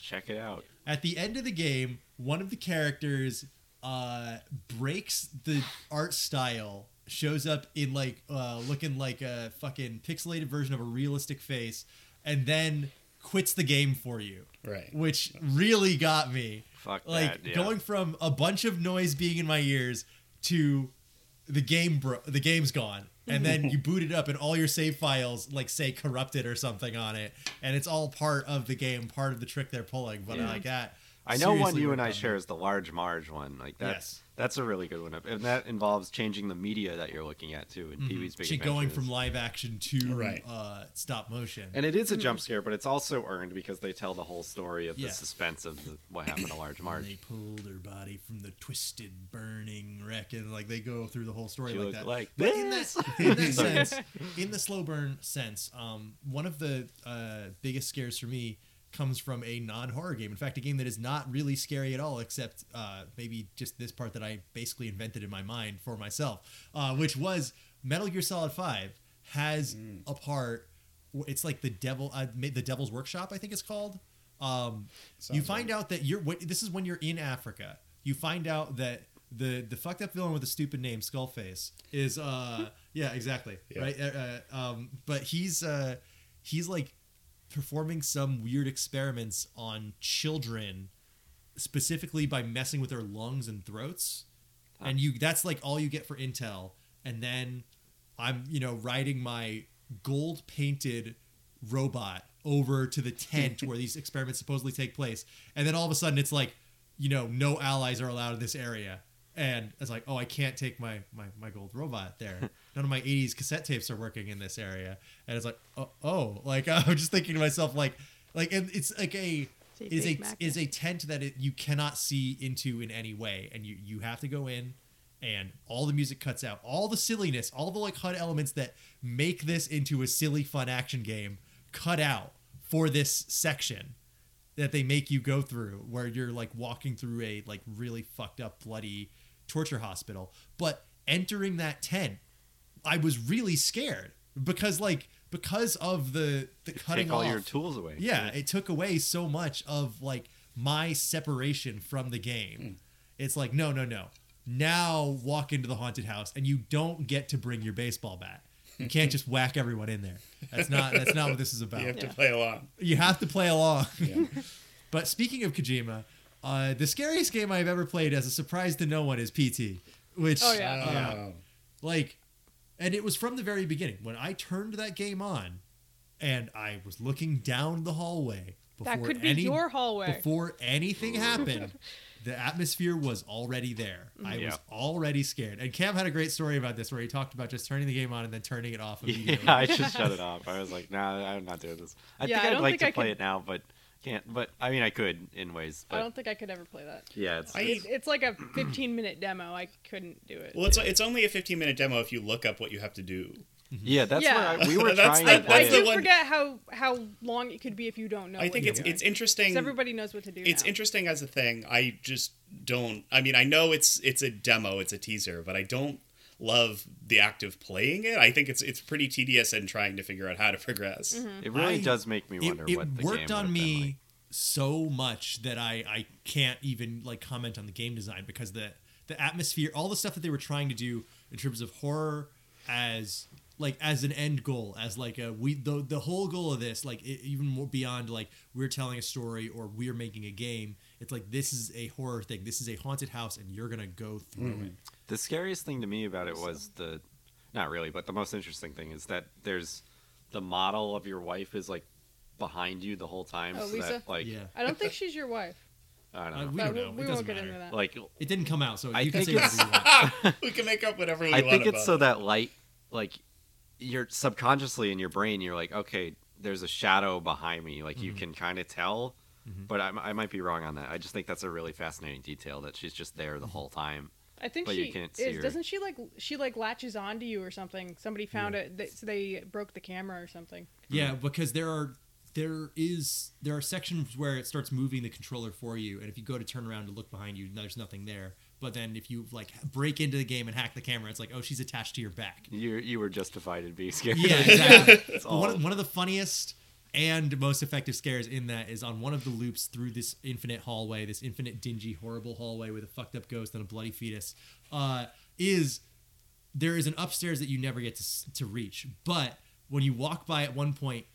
Speaker 4: Check it out.
Speaker 2: at the end of the game, one of the characters uh, breaks the art style, shows up in like uh, looking like a fucking pixelated version of a realistic face, and then quits the game for you,
Speaker 3: Right.
Speaker 2: which really got me.
Speaker 4: Fuck
Speaker 2: Like
Speaker 4: that, yeah.
Speaker 2: going from a bunch of noise being in my ears to the game bro, the game's gone. And then you boot it up, and all your save files like say corrupted or something on it, and it's all part of the game, part of the trick they're pulling. But
Speaker 4: Yeah.
Speaker 2: like that,
Speaker 4: I know one
Speaker 2: seriously
Speaker 4: you and I
Speaker 2: worked on
Speaker 4: share
Speaker 2: me.
Speaker 4: is the large Marge one. Like that's
Speaker 2: Yes.
Speaker 4: that's a really good one, and that involves changing the media that you're looking at too. In Pee Wee's Big
Speaker 2: Mm-hmm. She
Speaker 4: Adventure,
Speaker 2: going from
Speaker 4: is-
Speaker 2: live action to
Speaker 3: Right.
Speaker 2: uh, stop motion.
Speaker 4: and it is a jump scare, but it's also earned because they tell the whole story of
Speaker 2: Mm-hmm. Yeah.
Speaker 4: the suspense of the, what happened to Large
Speaker 2: And
Speaker 4: Marge.
Speaker 2: they pulled her body from the twisted, burning wreck, and like they go through the whole story
Speaker 4: She
Speaker 2: like
Speaker 4: looked
Speaker 2: that.
Speaker 4: like
Speaker 2: but in that,
Speaker 4: this.
Speaker 2: in that
Speaker 4: Sorry.
Speaker 2: sense, in the slow burn sense, um, one of the uh, biggest scares for me comes from a non-horror game. In fact, a game that is not really scary at all, except uh, maybe just this part that I basically invented in my mind for myself, uh, which was Metal Gear Solid Five
Speaker 4: Mm.
Speaker 2: has a part. w- It's like the devil, uh, ma- the Devil's Workshop, I think it's called. Um, you find out that you're. What, this is when you're in Africa. You find out that the the fucked up villain with the stupid name Skullface is. Uh, yeah, exactly.
Speaker 3: Yeah.
Speaker 2: Right. Uh, uh, um, but he's uh, he's like performing some weird experiments on children, specifically by messing with their lungs and throats. And you that's like all you get for intel. And then I'm, you know, riding my gold painted robot over to the tent where these experiments supposedly take place. And then all of a sudden it's like, you know, no allies are allowed in this area. And it's like, oh, I can't take my, my, my gold robot there. None of my 80s cassette tapes are working in this area. And it's like, oh, oh. like I'm just thinking to myself, like, like and it's like a
Speaker 1: a
Speaker 2: is a
Speaker 1: big magnet.
Speaker 2: is a tent that it, you cannot see into in any way, and you you have to go in, and all the music cuts out, all the silliness, all the like HUD elements that make this into a silly fun action game cut out for this section that they make you go through, where you're like walking through a like really fucked up bloody torture hospital, but entering that tent, I was really scared because like because of the the cutting
Speaker 4: Take all
Speaker 2: off
Speaker 4: your tools away.
Speaker 2: yeah, it took away so much of like my separation from the
Speaker 3: Hmm.
Speaker 2: game. It's like no, no, no. Now walk into the haunted house and you don't get to bring your baseball bat. You can't just whack everyone in there. That's not that's not what this is about.
Speaker 3: You have to
Speaker 1: Yeah.
Speaker 3: play along.
Speaker 2: You have to play along. but speaking of Kojima, uh, the scariest game I've ever played as a surprise to no one is PT, which
Speaker 1: Oh, yeah.
Speaker 2: uh,
Speaker 3: Oh.
Speaker 2: like and it was from the very beginning when i turned that game on and i was looking down the hallway before
Speaker 1: That could be
Speaker 2: any,
Speaker 1: your hallway.
Speaker 2: before anything happened the atmosphere was already there
Speaker 1: Mm-hmm.
Speaker 2: i
Speaker 4: Yeah.
Speaker 2: was already scared and cam had a great story about this where he talked about just turning the game on and then turning it off
Speaker 4: Yeah,
Speaker 2: immediately
Speaker 4: I should shut it off. I was like, nah, I'm not doing this. I
Speaker 1: Yeah, I
Speaker 4: think I'd
Speaker 1: don't
Speaker 4: like
Speaker 1: think
Speaker 4: to
Speaker 1: I
Speaker 4: play
Speaker 1: could-
Speaker 4: it now, but can't. But I mean, I could in ways.
Speaker 1: I
Speaker 4: But
Speaker 1: don't think I could ever play that.
Speaker 4: yeah, it's,
Speaker 3: I-
Speaker 1: It's, it's like a 15 minute demo. I couldn't do it.
Speaker 3: Well, it's it's only a 15 minute demo if you look up what you have to do.
Speaker 4: yeah, that's
Speaker 1: Yeah.
Speaker 4: where I, we were
Speaker 3: That's
Speaker 4: trying
Speaker 3: the-
Speaker 4: to
Speaker 1: I, I
Speaker 3: that's
Speaker 4: play
Speaker 3: the
Speaker 1: do
Speaker 4: it.
Speaker 3: one-
Speaker 1: forget how how long it could be if you don't know.
Speaker 3: I think
Speaker 1: what
Speaker 3: it's
Speaker 1: you're
Speaker 3: it's
Speaker 1: doing.
Speaker 3: interesting.
Speaker 1: 'Cause Oh, everybody knows what to do.
Speaker 3: It's
Speaker 1: now.
Speaker 3: interesting as a thing. I just don't. I mean, I know it's it's a demo, it's a teaser, but I don't love the act of playing it. I think it's it's pretty tedious and trying to figure out how to progress.
Speaker 1: Mm-hmm.
Speaker 4: It really
Speaker 2: I-
Speaker 4: does make me
Speaker 2: it,
Speaker 4: wonder
Speaker 2: it
Speaker 4: what the game
Speaker 2: worked
Speaker 4: would
Speaker 2: on
Speaker 4: have been
Speaker 2: me
Speaker 4: like.
Speaker 2: so much that I I can't even like comment on the game design because the the atmosphere, all the stuff that they were trying to do in terms of horror as like as an end goal, as like a we the the whole goal of this, like it, even more beyond like we're telling a story or we're making a game. It's like this is a horror thing. This is a haunted house, and you're gonna go through
Speaker 4: Mm.
Speaker 2: it.
Speaker 4: The scariest thing to me about it was the, not really, but the most interesting thing is that there's the model of your wife is like behind you the whole time.
Speaker 1: Oh,
Speaker 4: so
Speaker 1: Lisa?
Speaker 4: that like
Speaker 2: Yeah,
Speaker 1: I don't think she's your wife.
Speaker 4: I don't
Speaker 2: Uh, we
Speaker 4: know.
Speaker 2: don't
Speaker 1: but
Speaker 2: know.
Speaker 1: We,
Speaker 2: it
Speaker 1: won't
Speaker 2: doesn't
Speaker 1: get
Speaker 2: matter.
Speaker 1: into that.
Speaker 4: like
Speaker 2: it didn't come out, so
Speaker 4: I
Speaker 2: you can
Speaker 4: think
Speaker 2: say whatever
Speaker 4: it's-
Speaker 2: you want.
Speaker 3: we can make up whatever we
Speaker 4: I
Speaker 3: want
Speaker 4: think
Speaker 3: about
Speaker 4: it's so
Speaker 3: it.
Speaker 4: that light, like you're subconsciously in your brain, you're like, okay, there's a shadow behind me. Like you can kind of tell, but I, I might be wrong on that. I just think that's a really fascinating detail that she's just there the whole time.
Speaker 1: I think
Speaker 4: But
Speaker 1: she
Speaker 4: you can't see
Speaker 1: is.
Speaker 4: her.
Speaker 1: Doesn't she like she like latches onto you or something? Somebody found it. They, so they broke the camera or something.
Speaker 2: Yeah, because there are there is there are sections where it starts moving the controller for you, and if you go to turn around to look behind you, there's nothing there. But then if you like break into the game and hack the camera, it's like, oh, she's attached to your back.
Speaker 4: You you were justified in being scared.
Speaker 2: Yeah, exactly.
Speaker 4: That's
Speaker 2: But one,
Speaker 4: all.
Speaker 2: of, one of the funniest and most effective scares in that is on one of the loops through this infinite hallway, this infinite dingy, horrible hallway with a fucked up ghost and a bloody fetus. Uh, is there is an upstairs that you never get to s- to reach, but when you walk by at one point,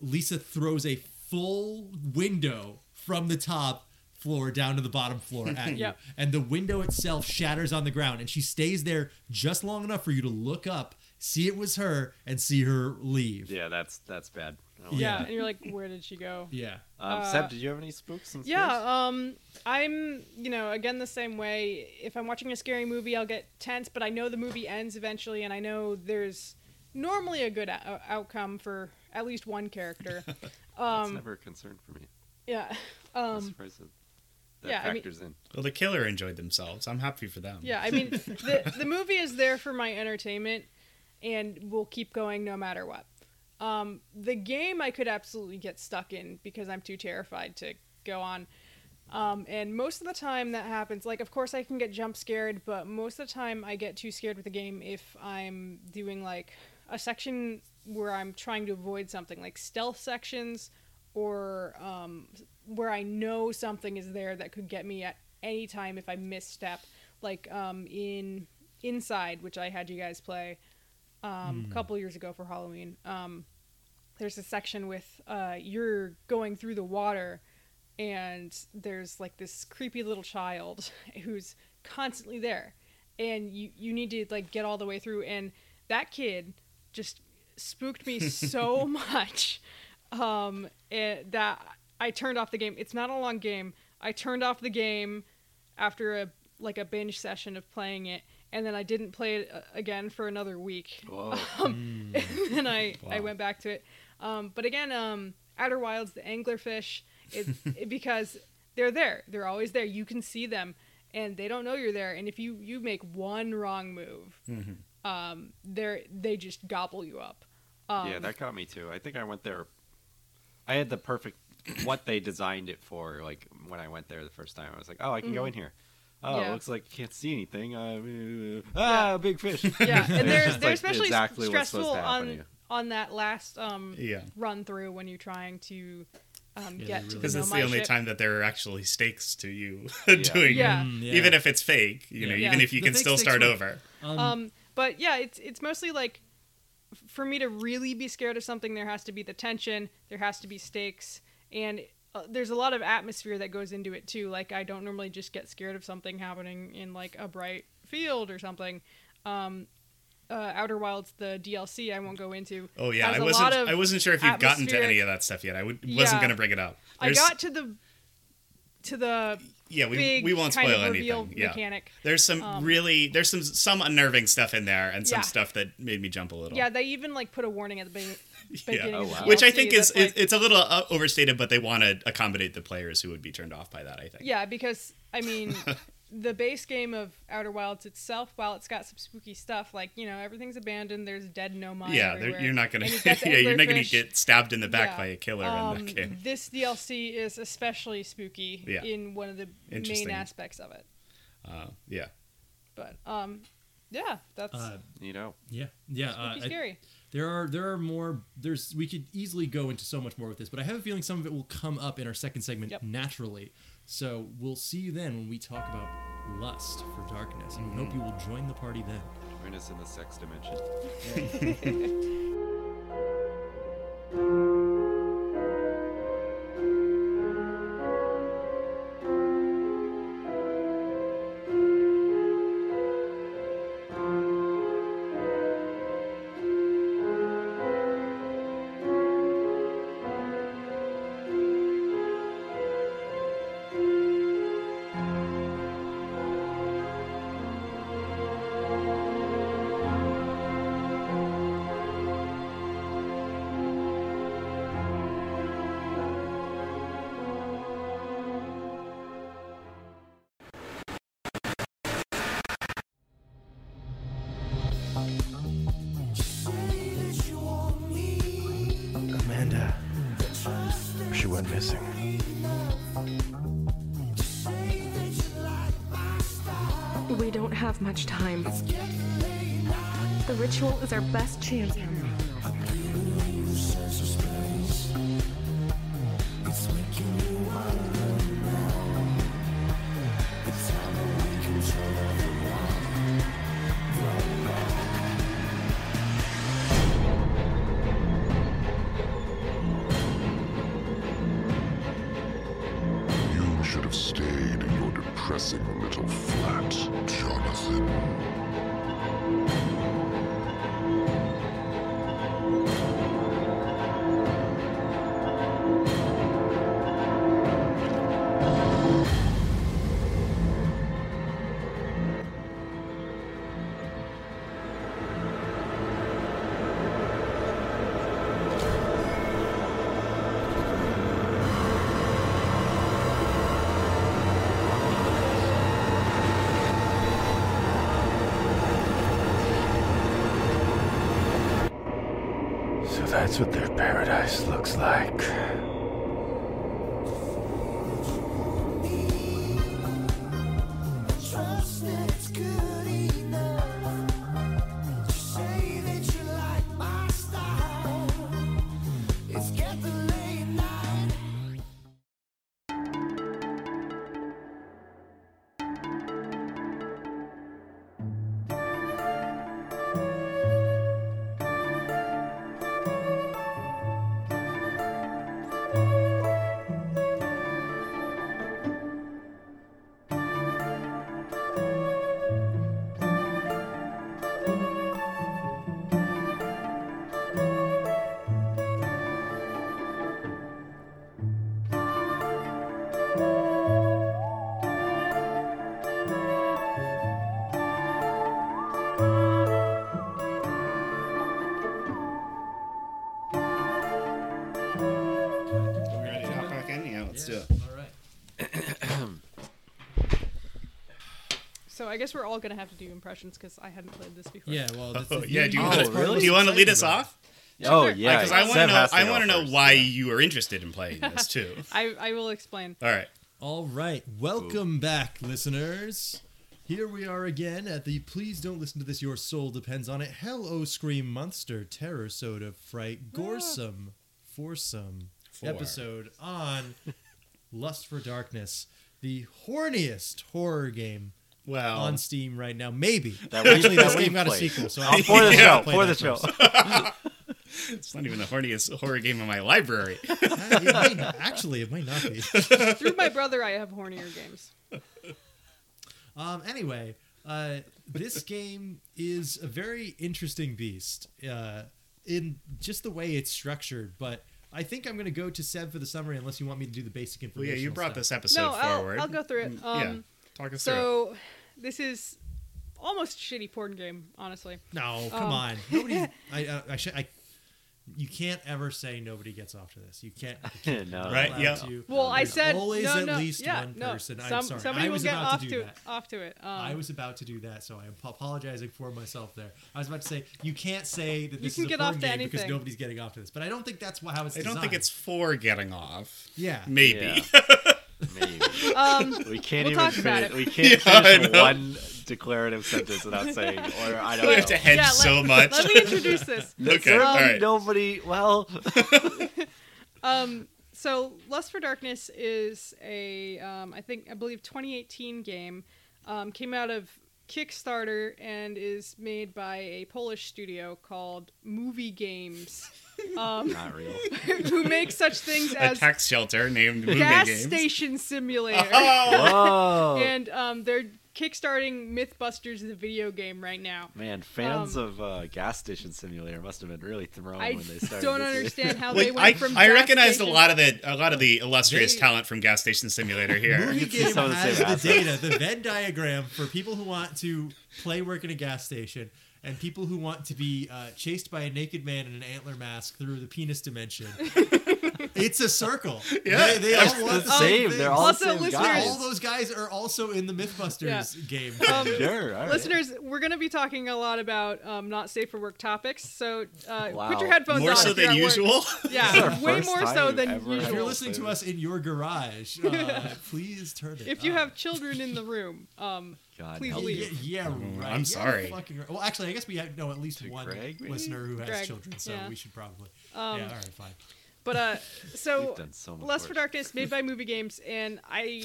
Speaker 2: Lisa throws a full window from the top floor down to the bottom floor at
Speaker 1: Yep.
Speaker 2: you. And the window itself shatters on the ground and she stays there just long enough for you to look up, see it was her, and see her leave.
Speaker 4: yeah, that's that's bad. I don't like
Speaker 1: Yeah.
Speaker 2: Yeah.
Speaker 1: and you're like, where did she go?
Speaker 2: Yeah.
Speaker 4: that. Um, Seb, did you have any spooks? And scares?
Speaker 1: Uh, Yeah, um, I'm, you know, again the same way. If I'm watching a scary movie, I'll get tense, but I know the movie ends eventually, and I know there's normally a good o- outcome for at least one character. Um,
Speaker 4: that's never a concern for me.
Speaker 1: yeah,
Speaker 4: I'm
Speaker 1: um,
Speaker 4: surprised that, that
Speaker 1: yeah, I mean-
Speaker 4: factors in.
Speaker 3: Well, the killer enjoyed themselves. I'm happy for them.
Speaker 1: yeah. I mean, the the movie is there for my entertainment, and will keep going no matter what. Um, the game I could absolutely get stuck in because I'm too terrified to go on. Um, and most of the time that happens. Like, of course, I can get jump scared, but most of the time I get too scared with the game if I'm doing like a section where I'm trying to avoid something, like stealth sections or um, where I know something is there that could get me at any time if I misstep. Like um, in Inside, which I had you guys play um, a couple years ago for Halloween. Um, there's a section with uh, you're going through the water, and there's like this creepy little child who's constantly there, and you you need to like get all the way through. And that kid just spooked me so much um, it, that I turned off the game. It's not a long game. I turned off the game after a like a binge session of playing it, and then I didn't play it uh, again for another week.
Speaker 4: Whoa.
Speaker 1: Um, and then I, I
Speaker 7: Wow.
Speaker 1: went back to it. Um, but again, um, Outer Wilds, the anglerfish, it, it- because they're there. They're always there. You can see them, and they don't know you're there. And if you you make one wrong move, um, they they just gobble you up. Um,
Speaker 4: yeah, that got me too. I think I went there. I had the perfect what they designed it for. Like when I went there the first time, I was like, "Oh, I can go in here." Oh,
Speaker 1: Mm-hmm. Yeah.
Speaker 4: it looks like you can't see anything. Uh, uh, ah, big fish.
Speaker 1: yeah,
Speaker 4: It's
Speaker 1: and they're,
Speaker 4: just,
Speaker 1: they're
Speaker 4: like,
Speaker 1: especially
Speaker 4: exactly what's
Speaker 1: stressful
Speaker 4: supposed to happen to
Speaker 1: on
Speaker 4: you.
Speaker 1: on that last um,
Speaker 3: Yeah.
Speaker 1: run through when you're trying to um,
Speaker 7: Yeah, they
Speaker 1: get to
Speaker 7: really-
Speaker 3: because
Speaker 1: know
Speaker 3: it's
Speaker 1: my
Speaker 3: the only
Speaker 1: ship.
Speaker 3: time that there are actually stakes to you
Speaker 4: Yeah.
Speaker 3: doing
Speaker 1: Yeah.
Speaker 7: Mm, yeah.
Speaker 3: even if it's fake you know
Speaker 7: Yeah.
Speaker 3: even
Speaker 1: Yeah.
Speaker 3: if you
Speaker 7: The
Speaker 3: can
Speaker 7: fake
Speaker 3: still
Speaker 7: stakes
Speaker 3: start
Speaker 7: were-
Speaker 3: over
Speaker 7: Um,
Speaker 1: Um, but yeah, it's it's mostly like f- for me to really be scared of something, there has to be the tension, there has to be stakes, and uh, there's a lot of atmosphere that goes into it too. Like I don't normally just get scared of something happening in like a bright field or something. Um, uh, Outer Wilds, the DLC, I won't go into.
Speaker 3: oh yeah
Speaker 1: has
Speaker 3: i
Speaker 1: a
Speaker 3: wasn't
Speaker 1: lot of
Speaker 3: i wasn't sure if you've gotten to
Speaker 1: atmospheric-
Speaker 3: any of that stuff yet i would, wasn't
Speaker 1: Yeah.
Speaker 3: going to bring it up
Speaker 1: I got to the to the
Speaker 3: yeah we,
Speaker 1: big
Speaker 3: we won't
Speaker 1: kind
Speaker 3: spoil
Speaker 1: of reveal
Speaker 3: anything yeah
Speaker 1: mechanic.
Speaker 3: there's some
Speaker 1: Um,
Speaker 3: really there's some some unnerving stuff in there and some
Speaker 1: Yeah.
Speaker 3: stuff that made me jump a little
Speaker 1: Yeah, they even like put a warning at the beginning. beginning of
Speaker 4: Oh,
Speaker 1: the
Speaker 4: wow.
Speaker 3: which I
Speaker 1: DLC
Speaker 3: think is,
Speaker 1: that's, like-
Speaker 3: is it's a little uh, overstated, but they want to accommodate the players who would be turned off by that. I think.
Speaker 1: Yeah, because I mean, the base game of Outer Wilds itself, while it's got some spooky stuff, like you know everything's abandoned, there's dead nomad.
Speaker 3: Yeah, they're-
Speaker 1: everywhere.
Speaker 3: you're not gonna.
Speaker 1: and you've
Speaker 3: Yeah,
Speaker 1: got the
Speaker 3: you're not gonna
Speaker 1: anglerfish.
Speaker 3: get stabbed in the back
Speaker 1: Yeah.
Speaker 3: by a killer in
Speaker 1: Um,
Speaker 3: that game.
Speaker 1: this DLC is especially spooky
Speaker 3: Yeah.
Speaker 1: in one of the main
Speaker 3: Interesting.
Speaker 1: aspects of it.
Speaker 3: Uh, yeah,
Speaker 1: But um, yeah, that's
Speaker 7: uh,
Speaker 4: You know,
Speaker 7: yeah, yeah. Uh,
Speaker 1: spooky
Speaker 7: I-
Speaker 1: scary.
Speaker 7: There are there are more there's we could easily go into so much more with this, but I have a feeling some of it will come up in our second segment
Speaker 1: Yep.
Speaker 7: naturally. So we'll see you then when we talk about lust for darkness. And
Speaker 3: Mm-hmm.
Speaker 7: we hope you will join the party then.
Speaker 4: join us in the sex dimension.
Speaker 9: Amanda. She went missing.
Speaker 10: We don't have much time. The ritual is our best chance, Henry.
Speaker 5: You should have stayed in your depressing little flat, Jonathan.
Speaker 9: So that's what their paradise looks like.
Speaker 3: Let's do it.
Speaker 11: All right.
Speaker 1: So I guess we're all gonna have to do impressions because I hadn't played this before.
Speaker 11: Yeah, well, that's,
Speaker 3: Oh,
Speaker 11: that's
Speaker 3: yeah, do
Speaker 11: maybe
Speaker 3: you, wanna,
Speaker 11: that's part of
Speaker 3: do you
Speaker 11: what's
Speaker 3: want to lead
Speaker 11: exciting
Speaker 3: us
Speaker 11: about it.
Speaker 3: off?
Speaker 4: Oh yeah,
Speaker 3: Because I want to
Speaker 4: Seb
Speaker 3: know.
Speaker 4: has
Speaker 3: I
Speaker 4: go
Speaker 3: want to know
Speaker 4: first.
Speaker 3: why you were interested in playing this too.
Speaker 1: I, I will explain.
Speaker 3: All right.
Speaker 2: All right, welcome back, listeners. Here we are again at the Please Don't Listen to This, Your Soul Depends on It. Hell Oh Scream Monster Terror Soda
Speaker 11: Ah.
Speaker 2: Fright Goresome Foursome
Speaker 3: Four.
Speaker 2: episode on Lust for Darkness, the horniest horror game
Speaker 3: Well,
Speaker 2: on Steam right now. Maybe.
Speaker 4: That we-
Speaker 2: Actually,
Speaker 4: that
Speaker 2: this
Speaker 4: we
Speaker 2: game got a
Speaker 4: played.
Speaker 2: sequel, so
Speaker 4: Oh,
Speaker 2: I
Speaker 4: for the
Speaker 2: I
Speaker 4: show,
Speaker 2: gotta play
Speaker 4: for the
Speaker 2: that
Speaker 4: show.
Speaker 2: first.
Speaker 3: it's not even the horniest horror game in my library.
Speaker 2: Ah, it might not- Actually, it might not be.
Speaker 1: Through my brother, I have hornier games.
Speaker 2: Um, anyway, uh, this game is a very interesting beast uh, in just the way it's structured. But I think I'm going to go to Seb for the summary, unless you want me to do the basic
Speaker 3: Well,
Speaker 2: information.
Speaker 3: yeah, you brought this episode
Speaker 1: no,
Speaker 3: forward.
Speaker 1: I'll, I'll go through it.
Speaker 3: yeah,
Speaker 1: Um,
Speaker 3: talk us through.
Speaker 1: so this is almost a shitty porn game, honestly.
Speaker 2: No, come
Speaker 1: Um.
Speaker 2: on. Nobody. I, uh, I, I, should, I. You can't ever say nobody gets off to this. You can't. you can't
Speaker 4: no,
Speaker 2: not
Speaker 3: Right,
Speaker 2: allowed
Speaker 3: yeah.
Speaker 2: to.
Speaker 1: Well, I
Speaker 2: There's
Speaker 1: said
Speaker 2: Oh, always
Speaker 1: no,
Speaker 2: at
Speaker 1: no,
Speaker 2: least
Speaker 1: yeah,
Speaker 2: one
Speaker 1: no.
Speaker 2: person.
Speaker 1: Some-
Speaker 2: I'm sorry.
Speaker 1: Somebody
Speaker 2: I
Speaker 1: will
Speaker 2: was
Speaker 1: get
Speaker 2: about
Speaker 1: off
Speaker 2: to
Speaker 1: to,
Speaker 2: do that.
Speaker 1: off to it. Um,
Speaker 2: I was about to do that, so I am apologizing for myself there. I was about to say you can't say that this
Speaker 1: can
Speaker 2: is a
Speaker 1: get
Speaker 2: porn
Speaker 1: off to
Speaker 2: game because
Speaker 1: anything.
Speaker 2: nobody's getting off to this. But I don't think that's wh- how it's.
Speaker 3: I don't think
Speaker 2: designed.
Speaker 3: it's for getting off.
Speaker 2: Yeah.
Speaker 3: Maybe.
Speaker 4: Yeah. Maybe.
Speaker 1: um,
Speaker 4: We can't
Speaker 1: We'll
Speaker 4: even
Speaker 1: talk about it.
Speaker 4: finish, we
Speaker 3: Yeah,
Speaker 4: can't
Speaker 3: I
Speaker 4: finish
Speaker 3: know.
Speaker 4: one declarative sentence without saying or I
Speaker 3: I
Speaker 4: don't
Speaker 3: have to
Speaker 4: know.
Speaker 3: hedge
Speaker 1: yeah, let,
Speaker 3: so much.
Speaker 1: let me introduce this.
Speaker 3: okay.
Speaker 4: Um,
Speaker 3: all right.
Speaker 4: Nobody. Well,
Speaker 1: Um, so Lust for Darkness is a, um, I think, I believe 2018 game. Um, came out of Kickstarter and is made by a Polish studio called Movie Games, um,
Speaker 4: not real.
Speaker 1: who makes such things
Speaker 3: A
Speaker 1: as
Speaker 3: tax shelter named Movie
Speaker 1: Gas
Speaker 3: Games.
Speaker 2: Oh,
Speaker 1: Station Simulator.
Speaker 4: Whoa,
Speaker 1: And um, they're kickstarting MythBusters, the video game, right now.
Speaker 4: man! Fans of uh, gas station simulator must have been really thrown
Speaker 1: Um, I
Speaker 4: when they started.
Speaker 1: don't
Speaker 4: this year.
Speaker 1: understand how they
Speaker 3: Wait,
Speaker 1: went
Speaker 3: I,
Speaker 1: from.
Speaker 3: I
Speaker 1: gas
Speaker 3: recognized a
Speaker 1: station-
Speaker 3: lot of the a lot of the illustrious
Speaker 2: They-
Speaker 3: talent from Gas Station Simulator here.
Speaker 2: Movie
Speaker 4: You can see
Speaker 2: game
Speaker 4: some of the
Speaker 2: has
Speaker 4: same
Speaker 2: the
Speaker 4: assets.
Speaker 2: data, the Venn diagram for people who want to play work in a gas station and people who want to be uh, chased by a naked man in an antler mask through the penis dimension. it's a circle.
Speaker 3: Yeah.
Speaker 2: they, they all want
Speaker 4: It's
Speaker 2: the
Speaker 4: the
Speaker 2: same.
Speaker 4: same.
Speaker 2: thing.
Speaker 4: They're all
Speaker 1: Also,
Speaker 4: the same
Speaker 1: listeners-
Speaker 4: guys.
Speaker 2: All those guys are also in the MythBusters game.
Speaker 1: Oh.
Speaker 4: sure. all right.
Speaker 1: um, Listeners, we're going to be talking a lot about um, not safe for work topics, so uh,
Speaker 4: Wow.
Speaker 1: put your headphones
Speaker 3: More
Speaker 1: on.
Speaker 3: so
Speaker 1: if you're
Speaker 3: than
Speaker 1: at work.
Speaker 3: usual.
Speaker 4: This is our
Speaker 1: Yeah, way
Speaker 4: first
Speaker 1: more
Speaker 4: time
Speaker 1: so
Speaker 4: we've
Speaker 1: than
Speaker 4: ever had
Speaker 1: usual.
Speaker 2: If you're
Speaker 4: Cool.
Speaker 2: listening to us in your garage, uh, please turn it.
Speaker 1: if you
Speaker 2: up.
Speaker 1: have children in the room, um,
Speaker 4: God,
Speaker 1: please
Speaker 4: help.
Speaker 1: leave.
Speaker 2: Yeah, yeah,
Speaker 4: Oh,
Speaker 2: right.
Speaker 3: I'm
Speaker 2: Yeah,
Speaker 3: sorry.
Speaker 2: fucking right. Well, actually, I guess we have, know at least one
Speaker 4: Greg, maybe?
Speaker 2: listener who has
Speaker 1: Greg,
Speaker 2: children, so
Speaker 1: yeah.
Speaker 2: we should probably.
Speaker 1: Um,
Speaker 2: yeah, all right, fine.
Speaker 1: But uh, so,
Speaker 4: We've done so much
Speaker 1: Lust for
Speaker 4: worse.
Speaker 1: Darkness, made by Movie Games, and I,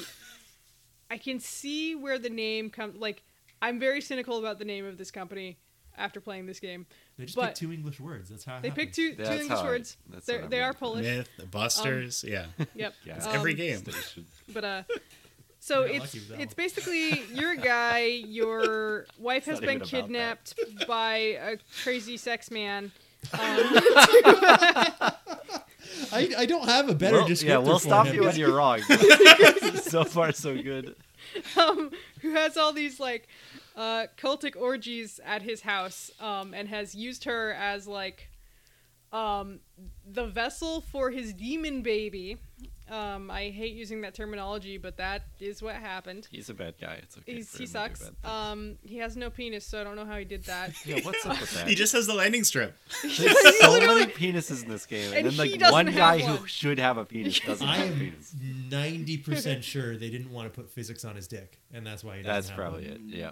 Speaker 1: I can see where the name comes. Like, I'm very cynical about the name of this company after playing this game.
Speaker 2: They just
Speaker 1: but-
Speaker 2: picked two English words. That's how it
Speaker 1: They
Speaker 2: happened.
Speaker 1: picked two, two
Speaker 4: Uh-huh. That's how
Speaker 1: English
Speaker 4: I-
Speaker 1: words.
Speaker 4: that's
Speaker 1: They're-
Speaker 4: what I'm
Speaker 1: They are
Speaker 4: getting at.
Speaker 1: Polish.
Speaker 3: Myth, the Busters, yeah.
Speaker 1: Yep.
Speaker 4: Yeah.
Speaker 1: Um,
Speaker 3: Every game.
Speaker 1: But uh, so
Speaker 2: We got
Speaker 1: it's
Speaker 2: lucky with that
Speaker 1: it's
Speaker 2: one.
Speaker 1: basically you're a guy. Your wife has
Speaker 4: not
Speaker 1: been
Speaker 4: even about
Speaker 1: kidnapped
Speaker 4: that.
Speaker 1: by a crazy sex man.
Speaker 2: I, I don't have a better
Speaker 4: We'll, yeah, we'll stop you when you're wrong. so far, so good.
Speaker 1: um, who has all these like uh, cultic orgies at his house um, and has used her as like um, the vessel for his demon baby. Um, I hate using that terminology, but that is what happened.
Speaker 4: He's a bad guy. It's okay.
Speaker 1: He's,
Speaker 4: for
Speaker 1: he
Speaker 4: him to do
Speaker 1: sucks.
Speaker 4: bad things.
Speaker 1: Um, he has no penis, so I don't know how he did that.
Speaker 4: yeah, what's up with that?
Speaker 3: He just has the landing strip.
Speaker 4: There's so many penises in this game, and,
Speaker 1: And
Speaker 4: then
Speaker 1: he
Speaker 4: like
Speaker 1: doesn't
Speaker 4: one
Speaker 1: have
Speaker 4: guy who
Speaker 1: one.
Speaker 4: should have a penis doesn't
Speaker 2: I
Speaker 4: have a
Speaker 2: am
Speaker 4: penis.
Speaker 2: ninety percent sure they didn't want to put physics on his dick, and that's why he doesn't
Speaker 4: That's
Speaker 2: have
Speaker 4: probably
Speaker 2: one.
Speaker 4: it. Yeah.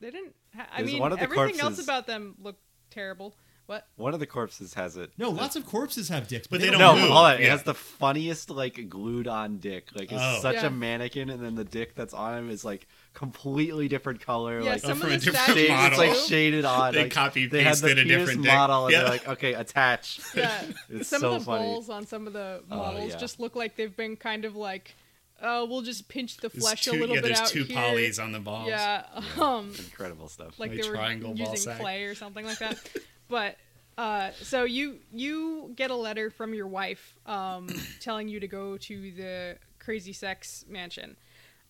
Speaker 1: They didn't. Ha- I
Speaker 4: There's
Speaker 1: mean,
Speaker 4: one of the
Speaker 1: everything else
Speaker 4: corpses-
Speaker 1: about them looked terrible. What?
Speaker 4: One of the corpses has it.
Speaker 2: No, lots of corpses have dicks, but,
Speaker 3: But they
Speaker 2: don't.
Speaker 3: don't
Speaker 4: No,
Speaker 3: move.
Speaker 4: all that.
Speaker 3: Yeah.
Speaker 4: It has the funniest like glued on dick. Like it's
Speaker 3: Oh.
Speaker 4: such
Speaker 1: Yeah.
Speaker 4: a mannequin, and then the dick that's on him is like completely different color.
Speaker 1: Yeah,
Speaker 4: like
Speaker 1: some
Speaker 3: from
Speaker 1: of
Speaker 3: a
Speaker 1: the
Speaker 3: different
Speaker 1: statues
Speaker 4: shaded,
Speaker 3: model.
Speaker 4: it's like
Speaker 1: too.
Speaker 4: shaded on.
Speaker 3: They
Speaker 4: like,
Speaker 3: copy
Speaker 4: they had the
Speaker 3: pasted a
Speaker 4: penis
Speaker 3: different dick.
Speaker 4: model, and
Speaker 3: Yeah.
Speaker 4: they're like, okay, attach.
Speaker 1: Yeah,
Speaker 4: It's
Speaker 1: some
Speaker 4: so
Speaker 1: of the
Speaker 4: funny. Oh,
Speaker 1: balls on some of the models
Speaker 4: yeah.
Speaker 1: just look like they've been kind of like, uh, we'll just pinch the
Speaker 3: There's
Speaker 1: flesh a
Speaker 3: two,
Speaker 1: little
Speaker 3: yeah,
Speaker 1: bit
Speaker 3: there's
Speaker 1: out
Speaker 3: two
Speaker 1: here.
Speaker 3: polys on the balls.
Speaker 1: Yeah, um,
Speaker 4: Incredible stuff.
Speaker 1: like
Speaker 3: Like
Speaker 1: they were
Speaker 3: triangle ball
Speaker 1: using
Speaker 3: sack.
Speaker 1: clay or something like that. but uh, so you you get a letter from your wife um, telling you to go to the crazy sex mansion.